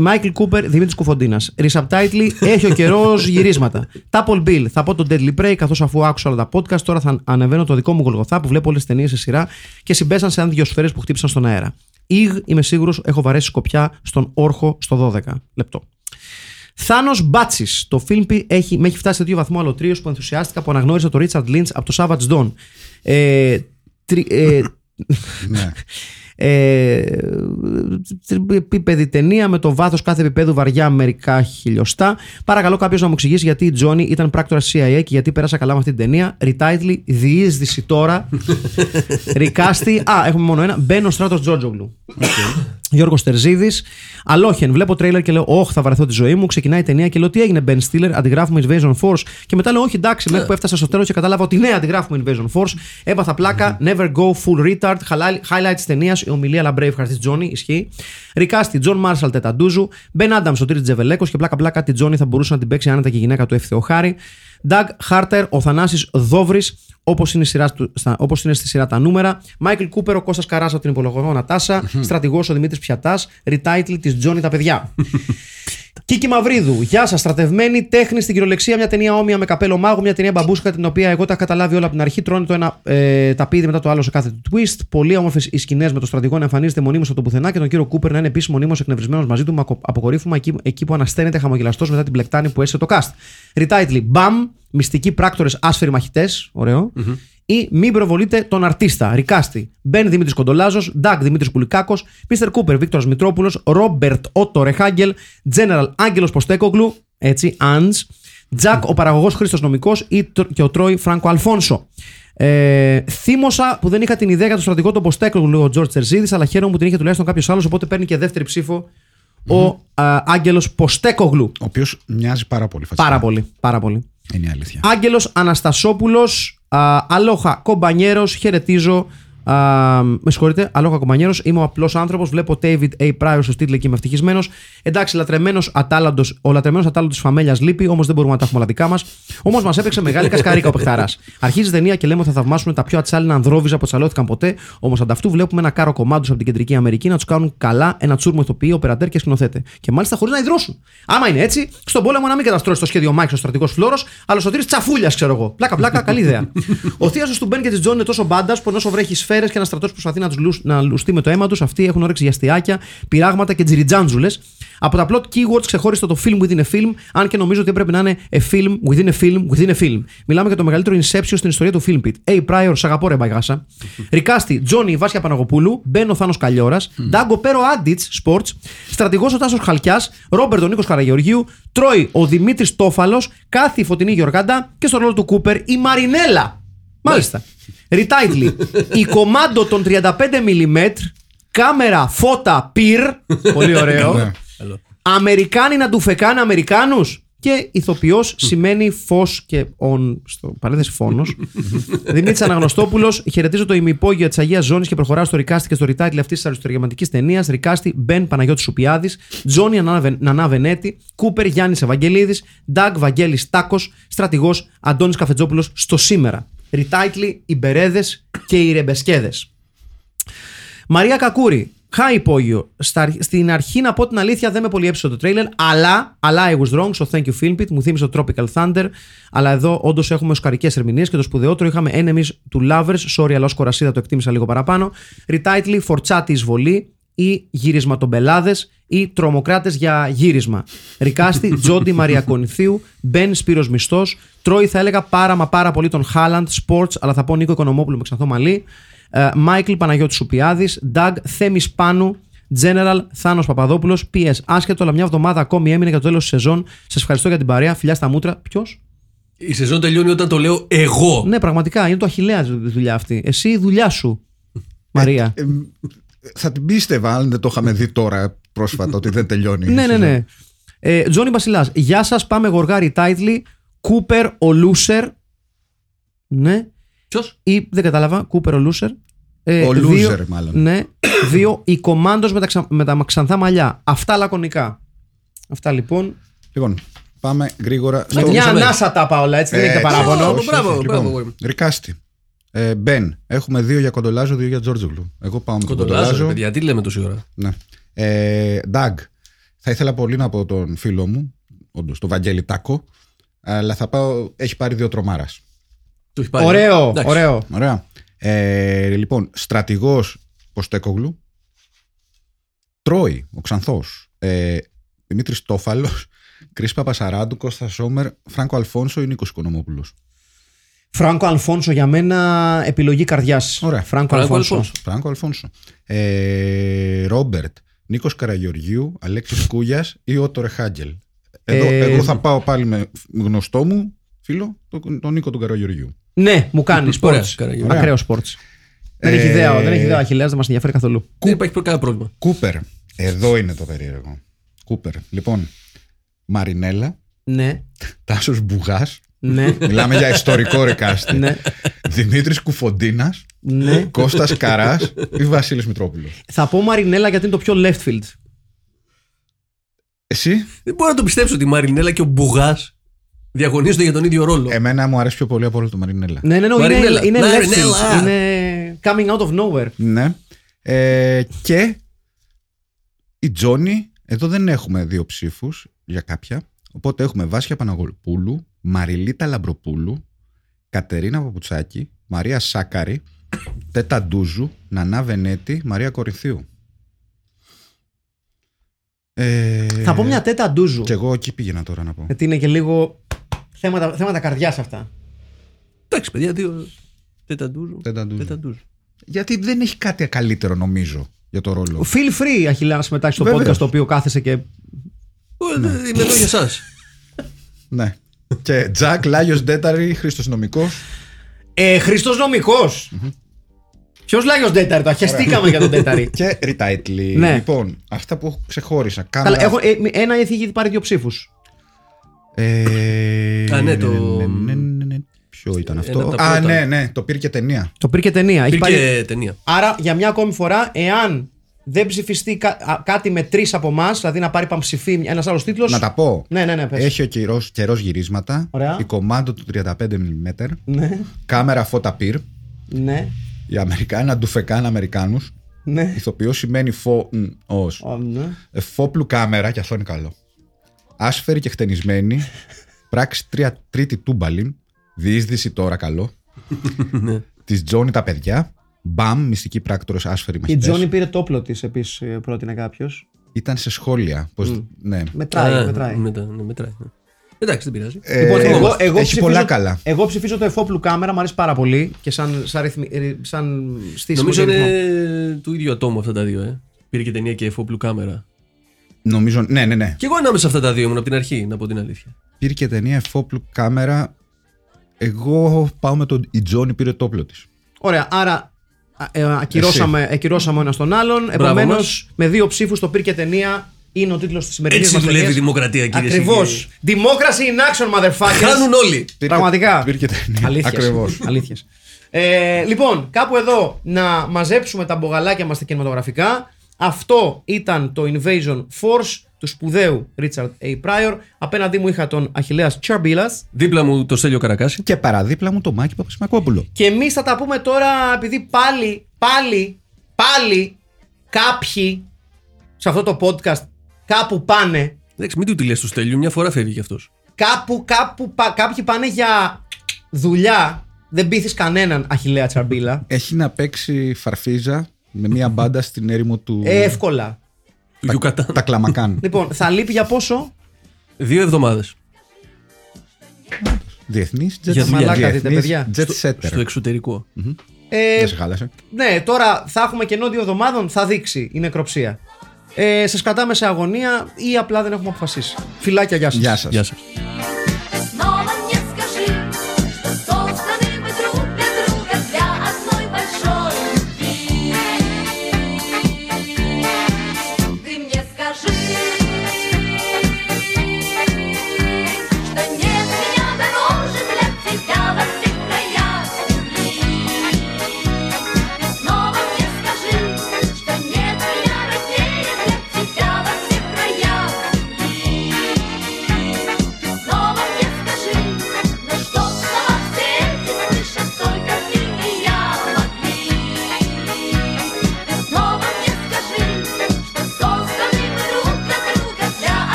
[SPEAKER 1] Μάικλ Κούπερ, Δημήτρης Κουφοντίνας. Ρισαπτάιτλι, έχει ο καιρός γυρίσματα. Τάπολ Bill, θα πω τον Deadly Prey, καθώς αφού άκουσα όλα τα podcast, τώρα θα ανεβαίνω το δικό μου γολγοθά που βλέπω όλες τις ταινίες σε σειρά και συμπέσαν σαν δύο σφαίρες που χτύπησαν στον αέρα. Ιγ, είμαι σίγουρος, έχω βαρέσει σκοπιά στον όρχο στο 12 λεπτό. Θάνος Μπάτσης. Το film έχει, με έχει φτάσει σε δύο βαθμό αλωτρίω που ενθουσιάστηκα που αναγνώρισα το Ρίτσαρντ Λίντ από το Savage Dawn. Ε, τρι- ε,
[SPEAKER 2] ναι.
[SPEAKER 1] ε, τρι- επίπεδη ταινία με το βάθος κάθε επίπεδου βαριά μερικά χιλιοστά. Παρακαλώ κάποιος να μου εξηγήσει γιατί η Τζόνι ήταν πράκτορα CIA και γιατί πέρασα καλά με αυτή την ταινία. Ριτάιτλι, διείσδυση τώρα. Ρικάστη. Α, έχουμε μόνο ένα. Μπαίνω στράτος Τζότζογλου. Γιώργος Τερζίδης. Αλόχεν, βλέπω τρέιλερ και λέω: Όχι, θα βαρεθώ τη ζωή μου. Ξεκινάει η ταινία και λέω: Τι έγινε, Ben Stiller, αντιγράφουμε Invasion Force. Και μετά λέω: Όχι, εντάξει, μέχρι που έφτασα στο τέλος και κατάλαβα ότι ναι, αντιγράφουμε Invasion Force. Έπαθα πλάκα, never go full retard. χαλάλι- Highlight της ταινίας, η ομιλία Λαμπρέι ευχαριστή Τζόνι, ισχύει. Ρικάστη, Τζον Μάρσαλ Τεταντούζου. Ben Adams, ο Τύρι Τζεβελέκος και πλάκα πλάκα τη Τζόνι θα μπορούσε να την παίξει άνετα και η γυναίκα του Εύθεο Χάρη. Doug Χάρτερ, ο Θανάσης Δόβρης, όπως είναι, η σειρά του- στα- όπως είναι στη σειρά τα νούμερα. Μάικλ Κούπερ, ο Κώστας Καράς από την υπολογογόνα Τάσα. Στρατηγός ο Δημήτρης Πιατάς. Ριτάιτλ της Τζόνι τα παιδιά. Κίκη Μαυρίδου, γεια σας, στρατευμένη τέχνη στην κυριολεξία. Μια ταινία όμοια με καπέλο μάγου, μια ταινία μπαμπούσκα την οποία εγώ τα έχω καταλάβει όλα από την αρχή. Τρώνε το ένα ε, ταπίδι μετά το άλλο σε κάθε του twist. Πολύ όμορφες οι σκηνές με τον στρατηγό να εμφανίζεται μονίμως από το πουθενά και τον κύριο Κούπερ να είναι επίσης μονίμως εκνευρισμένος μαζί του με ακο- αποκορύφωμα εκεί, εκεί που ανασταίνεται χαμογελαστός μετά την πλεκτάνη που έστειλε το cast. Ριτάιτλι, μπαμ, μυστικοί πράκτορες άσφαιροι μαχητές. Ή μην προβολείτε τον αρτίστα, ρικάστη. Μπεν Δημήτρης Κοντολάζος, Ντάκ Δημήτρης Κουλικάκο, Μίστερ Κούπερ Βίκτορας Μητρόπουλος, Ρόμπερτ Ότο Ρεχάγκελ, Τζένεραλ Άγγελος Ποστέκογλου, έτσι, Αντζ, Τζακ ο παραγωγός Χρήστος Νομικός και ο Τρόι Φράνκο Αλφόνσο. Ε, θύμωσα που δεν είχα την ιδέα για τον στρατηγό τον Ποστέκογλου ο Τζορτ Τερζίδη, αλλά χαίρομαι που την είχε τουλάχιστον κάποιος άλλος, οπότε παίρνει και δεύτερη ψήφο ο Άγγελος Ποστέκογλου.
[SPEAKER 2] Ο οποίος μοιάζει πάρα πολύ φασικά.
[SPEAKER 1] Πάρα πολύ, πάρα πολύ.
[SPEAKER 2] Είναι η αλήθεια.
[SPEAKER 1] Άγγελος Αναστασόπουλος, Αλόχα Κομπανιέρος, χαιρετίζω. Α, με συγχωρείτε, Αλόγα Κομανιέρο. Είμαι ο απλός άνθρωπος. Βλέπω David A. Pryor στο τίτλο και είμαι ευτυχισμένος. Εντάξει, λατρεμένος ατάλλαντος, ο λατρεμένος ατάλλαντος της φαμέλιας λείπει, όμως δεν μπορούμε να τα έχουμε όλα δικά μας. Όμως μας έπαιξε μεγάλη κασκαρίκα ο παιχταράς. Αρχίζει η ταινία και λέμε ότι θα θαυμάσουμε τα πιο ατσάλινα ανδρόβιζα που τσαλώθηκαν ποτέ. Όμως ανταυτού βλέπουμε ένα κάρο κομμάτου από την Κεντρική Αμερική να τους κάνουν καλά ένα τσούρμο ηθοποιεί, οπερατέρ και σκηνοθέτε. Και μάλιστα χωρίς να υδρώσουν. Άμα είναι έτσι, στον πόλεμο να μην καταστρώσει το σχέδιο Μάικ ο στρατηγός φλόρος, αλλά ο σωτήρι τσαφούλιας, ξέρω εγώ. Πλάκα, πλάκα, καλή ιδέα. ο θείασος του Μπεν και της Τζον είναι τόσο μπάντα που ενώ βρέχει σφαίρε και ένας στρατός προσπαθεί να, τους λουσ, να λουστεί με το αίμα τους, αυτοί έχουν όρεξη για αστιάκια, πειράγματα και τζιριτζάντζουλες. Από τα plot keywords ξεχώριστο το film within a film, αν και νομίζω ότι έπρεπε να είναι a film within a film within a film. Μιλάμε για το μεγαλύτερο inception στην ιστορία του film pit. A. Prior, σ' αγαπώ ρε μπαγάσα. Ρικάστη, Τζόνι Βάσια Παναγοπούλου, Μπέν ο Θάνο Καλιόρα, Ντάγκο Πέρο Άντιτ, Sports, στρατηγός ο Τάσος Χαλκιάς, Ρόμπερτ ο Νίκος Καραγεωργίου, Τρόι ο Δημήτρης Τόφαλος, κάθε η φωτεινή Γεωργάντα και στο ρόλο του Κούπερ η Μαρινέλα. Μάλιστα. Ριτάιτλι. Η κομμάντο των 35 mm, κάμερα, φώτα, πυρ. Πολύ ωραίο.
[SPEAKER 2] Ναι.
[SPEAKER 3] Καλό.
[SPEAKER 1] Αμερικάνοι να του φεκάνε Αμερικάνους. Και ηθοποιός σημαίνει φως και on, στο παρένθεση φόνος. Δημήτρης Αναγνωστόπουλος, χαιρετίζω το ημυπόγειο της Αγίας Ζώνης και προχωράω στο ρικάστη και στο ρητάιτλ αυτής της αριστοργηματικής ταινίας. Ρικάστη Μπεν Παναγιώτης Σουπιάδης, Τζόνι Ανά- Νανά Βενέτη, Κούπερ Γιάννης Ευαγγελίδης, Ντάγκ Βαγγέλης Τάκος, στρατηγός Αντώνης Καφετζόπουλος στο σήμερα. Ρητάιτλι, οι Μπερέδες και οι Ρεμπεσκέδες. Μαρία Κακούρη. Χα υπόγειο. Στα, στην αρχή να πω την αλήθεια δεν με πολύ έψησε το τρέιλερ, αλλά, αλλά I was wrong στο Thank you Filmpit, μου θύμισε το Tropical Thunder, αλλά εδώ όντως έχουμε οσκαρικές ερμηνείες και το σπουδαιότερο είχαμε enemies του lovers, sorry αλλά ως κορασίδα το εκτίμησα λίγο παραπάνω, retitle, φορτσάτη εισβολή ή γυρισματομπελάδες ή τρομοκράτες για γύρισμα. Ρικάστη, Τζόντι Μαριακονιθίου, Μπεν Σπύρος Μισθός, Τρόι θα έλεγα πάρα μα πάρα πολύ τον Χάλαντ, Sports, αλλά θα πω Νίκο Οικονομόπουλο με ξανθό μαλλί, ε, Μάικλ Παναγιώτης Σουπιάδης, Ντάγκ Θέμης Πάνου, General Θάνος Παπαδόπουλος, PS. Άσχετο, αλλά μια εβδομάδα ακόμη έμεινε για το τέλος της σεζόν. Σας ευχαριστώ για την παρέα. Φιλιά στα μούτρα. Ποιος?
[SPEAKER 3] Η σεζόν τελειώνει όταν το λέω εγώ.
[SPEAKER 1] Ναι, πραγματικά είναι το αχηλέα η δουλειά αυτή. Εσύ η δουλειά σου, Μαρία.
[SPEAKER 2] Ε, θα την πίστευα αν δεν το είχαμε δει τώρα πρόσφατα ότι δεν τελειώνει.
[SPEAKER 1] ναι, ναι, ναι. Ε, Τζόνι Βασιλάς, γεια σας. Πάμε γοργάρι τάιτλι. Κούπερ ο Λούσερ. Ναι.
[SPEAKER 3] Ποιος?
[SPEAKER 1] Ή δεν κατάλαβα. Κούπερ ο Λούσερ. Ε,
[SPEAKER 2] Ο
[SPEAKER 1] δύο-
[SPEAKER 2] loser, μάλλον.
[SPEAKER 1] Ναι. Δύο. Η κομμάντος με, τα ξα- με τα ξανθά μαλλιά. Αυτά λακωνικά. Αυτά λοιπόν.
[SPEAKER 2] Λοιπόν, πάμε γρήγορα
[SPEAKER 3] Ναι,
[SPEAKER 2] στο. Ε,
[SPEAKER 1] Μια
[SPEAKER 3] Μισό μέρος.
[SPEAKER 1] ανάσα τα είπα όλα, έτσι δεν έχετε
[SPEAKER 2] Έτσι.
[SPEAKER 1] παράπονο.
[SPEAKER 3] Μπράβο, μπράβο,
[SPEAKER 2] Λοιπόν,
[SPEAKER 3] μπράβο.
[SPEAKER 2] Ρικάστη. Ε, Μπεν, έχουμε δύο για Κοντολάζο, δύο για Τζόρτζογλου. Εγώ πάω με
[SPEAKER 3] Κοντολάζω, ρε
[SPEAKER 2] Κοντολάζο.
[SPEAKER 3] παιδιά, τι λέμε τόση ώρα.
[SPEAKER 2] Ναι. Ε, Ντάγκ, θα ήθελα πολύ να πω τον φίλο μου, όντως τον Βαγγέλη Τάκο, αλλά θα πάω. Έχει πάρει δύο τρομάρας.
[SPEAKER 3] Του έχει πάρει.
[SPEAKER 1] Ωραίο,
[SPEAKER 3] Εντάξει.
[SPEAKER 1] ωραίο.
[SPEAKER 2] Ωραία. Ε, λοιπόν, στρατηγός Ποστέκογλου. Τρόι, ο Ξανθός. Ε, Δημήτρης Τόφαλος. Κρυ Παπασαράντου, Κώστας Σόμερ, Φράνκο Αλφόνσο ή Νίκος Οικονομόπουλος.
[SPEAKER 1] Φράνκο Αλφόνσο για μένα επιλογή καρδιάς.
[SPEAKER 2] Ωραία.
[SPEAKER 1] Φράνκο
[SPEAKER 3] Φράνκο
[SPEAKER 1] Αλφόνσο.
[SPEAKER 3] Αλφόνσο.
[SPEAKER 2] Φράνκο Αλφόνσο. Ε, Ρόμπερτ, Νίκος Καραγεωργίου, Αλέξης Κούγιας ή Ότορε Χάγκελ. Εδώ,
[SPEAKER 1] Ε,
[SPEAKER 2] εγώ θα πάω πάλι με γνωστό μου φίλο, τον, τον Νίκο τον Καραγεωργιού.
[SPEAKER 1] Ναι, μου κάνεις
[SPEAKER 3] Ωραία,
[SPEAKER 1] σπορτ.
[SPEAKER 3] Καραγεωργίου.
[SPEAKER 1] Ακραίο σπορτ. Δεν έχει
[SPEAKER 2] Ε,
[SPEAKER 1] ιδέα, δεν έχει ιδέα ο Αχιλέας, δεν μας ενδιαφέρει καθόλου.
[SPEAKER 3] Δεν υπάρχει κανένα πρόβλημα.
[SPEAKER 2] Κούπερ. Εδώ είναι το περίεργο. Κούπερ. Λοιπόν, Μαρινέλα,
[SPEAKER 1] Ναι,
[SPEAKER 2] Τάσος Μπουγάς.
[SPEAKER 1] ναι,
[SPEAKER 2] Μιλάμε για ιστορικό ρεκάστη.
[SPEAKER 1] ναι,
[SPEAKER 2] Δημήτρης Κουφοντίνας,
[SPEAKER 1] ναι.
[SPEAKER 2] Κώστας Καράς ή Βασίλης Μητρόπουλος.
[SPEAKER 1] Θα πω Μαρινέλα γιατί είναι το πιο left field.
[SPEAKER 2] Εσύ,
[SPEAKER 3] Δεν μπορώ να το πιστέψω ότι η Μαρινέλα και ο Μπουγάς διαγωνίζονται για τον ίδιο ρόλο.
[SPEAKER 2] εμένα μου αρέσει πιο πολύ από όλο το Μαρινέλα.
[SPEAKER 1] Ναι, ναι, ναι, είναι,
[SPEAKER 3] Μαρινέλα.
[SPEAKER 1] είναι left
[SPEAKER 3] Μαρινέλα.
[SPEAKER 1] field. Είναι coming out of nowhere.
[SPEAKER 2] Ναι. Ε, και η Τζόνι, εδώ δεν έχουμε δύο ψήφους για κάποια. Οπότε έχουμε Βάσια Παναγολπούλου, Μαριλίτα Λαμπροπούλου, Κατερίνα Παπουτσάκη, Μαρία Σάκαρη, Τέτα Ντούζου, Νανά Βενέτη, Μαρία Κορινθίου. Ε,
[SPEAKER 1] Θα πω μια τέτα ντούζου.
[SPEAKER 2] Και εγώ εκεί πήγαινα τώρα να πω.
[SPEAKER 1] Γιατί είναι και λίγο θέματα, θέματα καρδιάς αυτά.
[SPEAKER 3] Εντάξει, παιδιά, δύο. Τεταντούζου.
[SPEAKER 2] Τεταντούζου.
[SPEAKER 3] Τεταντούζου.
[SPEAKER 2] Γιατί δεν έχει κάτι καλύτερο νομίζω για το ρόλο.
[SPEAKER 1] Feel free, Αχιλέα, να συμμετάσχει στο
[SPEAKER 2] Βέβαια.
[SPEAKER 1] podcast το οποίο κάθεσαι και.
[SPEAKER 3] Ω, δε- Είμαι εδώ για εσά.
[SPEAKER 2] ναι. Και Τζακ, Λάγιος Ντέταρη, Χρήστος Νομικός.
[SPEAKER 1] Ε, Χριστό νομικό. Ποιος Λάγιος Ντέταρη, το αχαιστήκαμε για τον Ντέταρη.
[SPEAKER 2] Και retitle.
[SPEAKER 1] Ναι.
[SPEAKER 2] Λοιπόν, αυτά που ξεχώρισα. Κάμερα.
[SPEAKER 1] Καλά, έχω, ε, μ- ένα έχει ήδη πάρει δύο ψήφους.
[SPEAKER 2] Ε...
[SPEAKER 3] Α, ναι, το-
[SPEAKER 2] ναι, ναι, ναι, ναι. Ποιο ήταν
[SPEAKER 3] Ένα
[SPEAKER 2] αυτό.
[SPEAKER 3] από τα
[SPEAKER 2] Α,
[SPEAKER 3] πρώτα.
[SPEAKER 2] ναι, ναι, το πήρε και ταινία.
[SPEAKER 1] Το πήρε και ταινία. Έχει
[SPEAKER 3] Πήρε
[SPEAKER 1] πάρει-
[SPEAKER 3] και ταινία.
[SPEAKER 1] Άρα για μια ακόμη φορά, εάν δεν ψηφιστεί κα- α, κάτι με τρεις από εμάς, δηλαδή να πάρει παμψηφί ένας άλλος τίτλος.
[SPEAKER 2] Να τα πω.
[SPEAKER 1] Ναι, ναι, ναι, πες.
[SPEAKER 2] Έχει ο καιρός καιρός γυρίσματα.
[SPEAKER 1] Ωραία.
[SPEAKER 2] Η κομμάντο του 35mm.
[SPEAKER 1] Ναι,
[SPEAKER 2] Κάμερα φώτα πυρ.
[SPEAKER 1] ναι,
[SPEAKER 2] Οι Αμερικάνοι αντουφεκάν Αμερικάνους.
[SPEAKER 1] ναι.
[SPEAKER 2] Ηθοποιός σημαίνει φω. ν, ως.
[SPEAKER 1] Ω, ναι.
[SPEAKER 2] Εφόπλου κάμερα, και αυτό είναι καλό. Άσφαιρη και χτενισμένη. Πράξη τρία, τρίτη τούμπαλιν. Διείσδυση τώρα καλό.
[SPEAKER 1] Ναι.
[SPEAKER 2] Της Τζόνι τα παιδιά. Μπαμ, μυστική πράκτορος άσφαιρη
[SPEAKER 1] Η
[SPEAKER 2] μαχητές.
[SPEAKER 1] Τζόνι πήρε το όπλο της επίσης, πρότεινε κάποιος.
[SPEAKER 2] Ήταν σε σχόλια. Πως...
[SPEAKER 1] Mm.
[SPEAKER 2] Ναι.
[SPEAKER 1] Μετράει,
[SPEAKER 3] Α,
[SPEAKER 1] μετράει.
[SPEAKER 3] μετα- ναι, μετράει. ναι. Εντάξει, δεν πειράζει.
[SPEAKER 2] Ε,
[SPEAKER 1] Λοιπόν, εγώ,
[SPEAKER 2] θυμόμαστε.
[SPEAKER 1] εγώ
[SPEAKER 2] έχει
[SPEAKER 1] ψηφίζω,
[SPEAKER 2] πολλά καλά.
[SPEAKER 1] Εγώ ψηφίζω το εφόπλου κάμερα, μου αρέσει πάρα πολύ και σαν, σαν, ρυθμι, ρυ- σαν στήσιμο
[SPEAKER 3] Νομίζω
[SPEAKER 1] και ρυθμό.
[SPEAKER 3] είναι του ίδιου ατόμου αυτά τα δύο, ε. Πήρε και ταινία και εφόπλου κάμερα.
[SPEAKER 2] Νομίζω. Ναι, ναι, ναι.
[SPEAKER 3] Κι εγώ ανάμεσα αυτά τα δύο ήμουν από την αρχή, να πω την αλήθεια.
[SPEAKER 2] Πήρε και ταινία εφόπλου κάμερα. Εγώ πάω με τον. Η Τζόνι πήρε το όπλο της.
[SPEAKER 1] Ωραία, άρα α, ε, ακυρώσαμε, ακυρώσαμε ο ένας τον άλλον.
[SPEAKER 3] Μπράβο
[SPEAKER 1] Επομένως,
[SPEAKER 3] μας.
[SPEAKER 1] με δύο ψήφους το πήρε και ταινία. Είναι ο τίτλος της σημερινής
[SPEAKER 3] Έτσι
[SPEAKER 1] μας
[SPEAKER 3] δουλεύει η δημοκρατία, κύριε
[SPEAKER 1] Ακριβώς.
[SPEAKER 3] Συγγέλη.
[SPEAKER 1] Democracy in action, motherfuckers.
[SPEAKER 3] Χάνουν όλοι.
[SPEAKER 1] Πραγματικά.
[SPEAKER 2] Πήρε και ταινία.
[SPEAKER 1] Αλήθειες.
[SPEAKER 2] Ακριβώς.
[SPEAKER 1] Αλήθειες. Ε, λοιπόν, κάπου εδώ να μαζέψουμε τα μπογαλάκια μας τα κινηματογραφικά. Αυτό ήταν το Invasion Force του σπουδαίου Richard A. Pryor. Απέναντί μου είχα τον Αχιλέας Τσαρμπίλας.
[SPEAKER 3] Δίπλα μου το Στέλιο Καρακάση.
[SPEAKER 2] Και παραδίπλα μου το Μάκη Παπασημακόπουλο.
[SPEAKER 1] Και εμείς θα τα πούμε τώρα επειδή πάλι, πάλι, πάλι κάποιοι σε αυτό το podcast κάπου πάνε.
[SPEAKER 3] Εντάξει, μην του τη λες του Στέλιου, μια φορά φεύγει κι αυτός.
[SPEAKER 1] Κάπου, κάπου, πα- κάποιοι πάνε για δουλειά. Δεν πείθεις κανέναν Αχιλέα Τσαρμπίλα.
[SPEAKER 2] Έχει να παίξει φαρφίζα με μια μπάντα στην έρημο του.
[SPEAKER 1] Ε, εύκολα.
[SPEAKER 3] Του Ιουκατάν.
[SPEAKER 2] τα κλαμακάν.
[SPEAKER 1] Λοιπόν, θα λείπει για πόσο.
[SPEAKER 3] Δύο εβδομάδες.
[SPEAKER 2] Διεθνής jet
[SPEAKER 3] Για δουλειά.
[SPEAKER 1] Μαλάκα, δείτε, παιδιά.
[SPEAKER 2] Jet
[SPEAKER 3] Στο
[SPEAKER 2] setter.
[SPEAKER 3] εξωτερικό.
[SPEAKER 1] Ε,
[SPEAKER 2] Δεν σε χάλασε.
[SPEAKER 1] ναι, τώρα θα έχουμε κενό δύο εβδομάδων, θα δείξει η νεκροψία. Ε, σας κρατάμε σε αγωνία ή απλά δεν έχουμε αποφασίσει. Φιλάκια, γεια σας.
[SPEAKER 2] Γεια σας.
[SPEAKER 3] Γεια σας.
[SPEAKER 4] Thank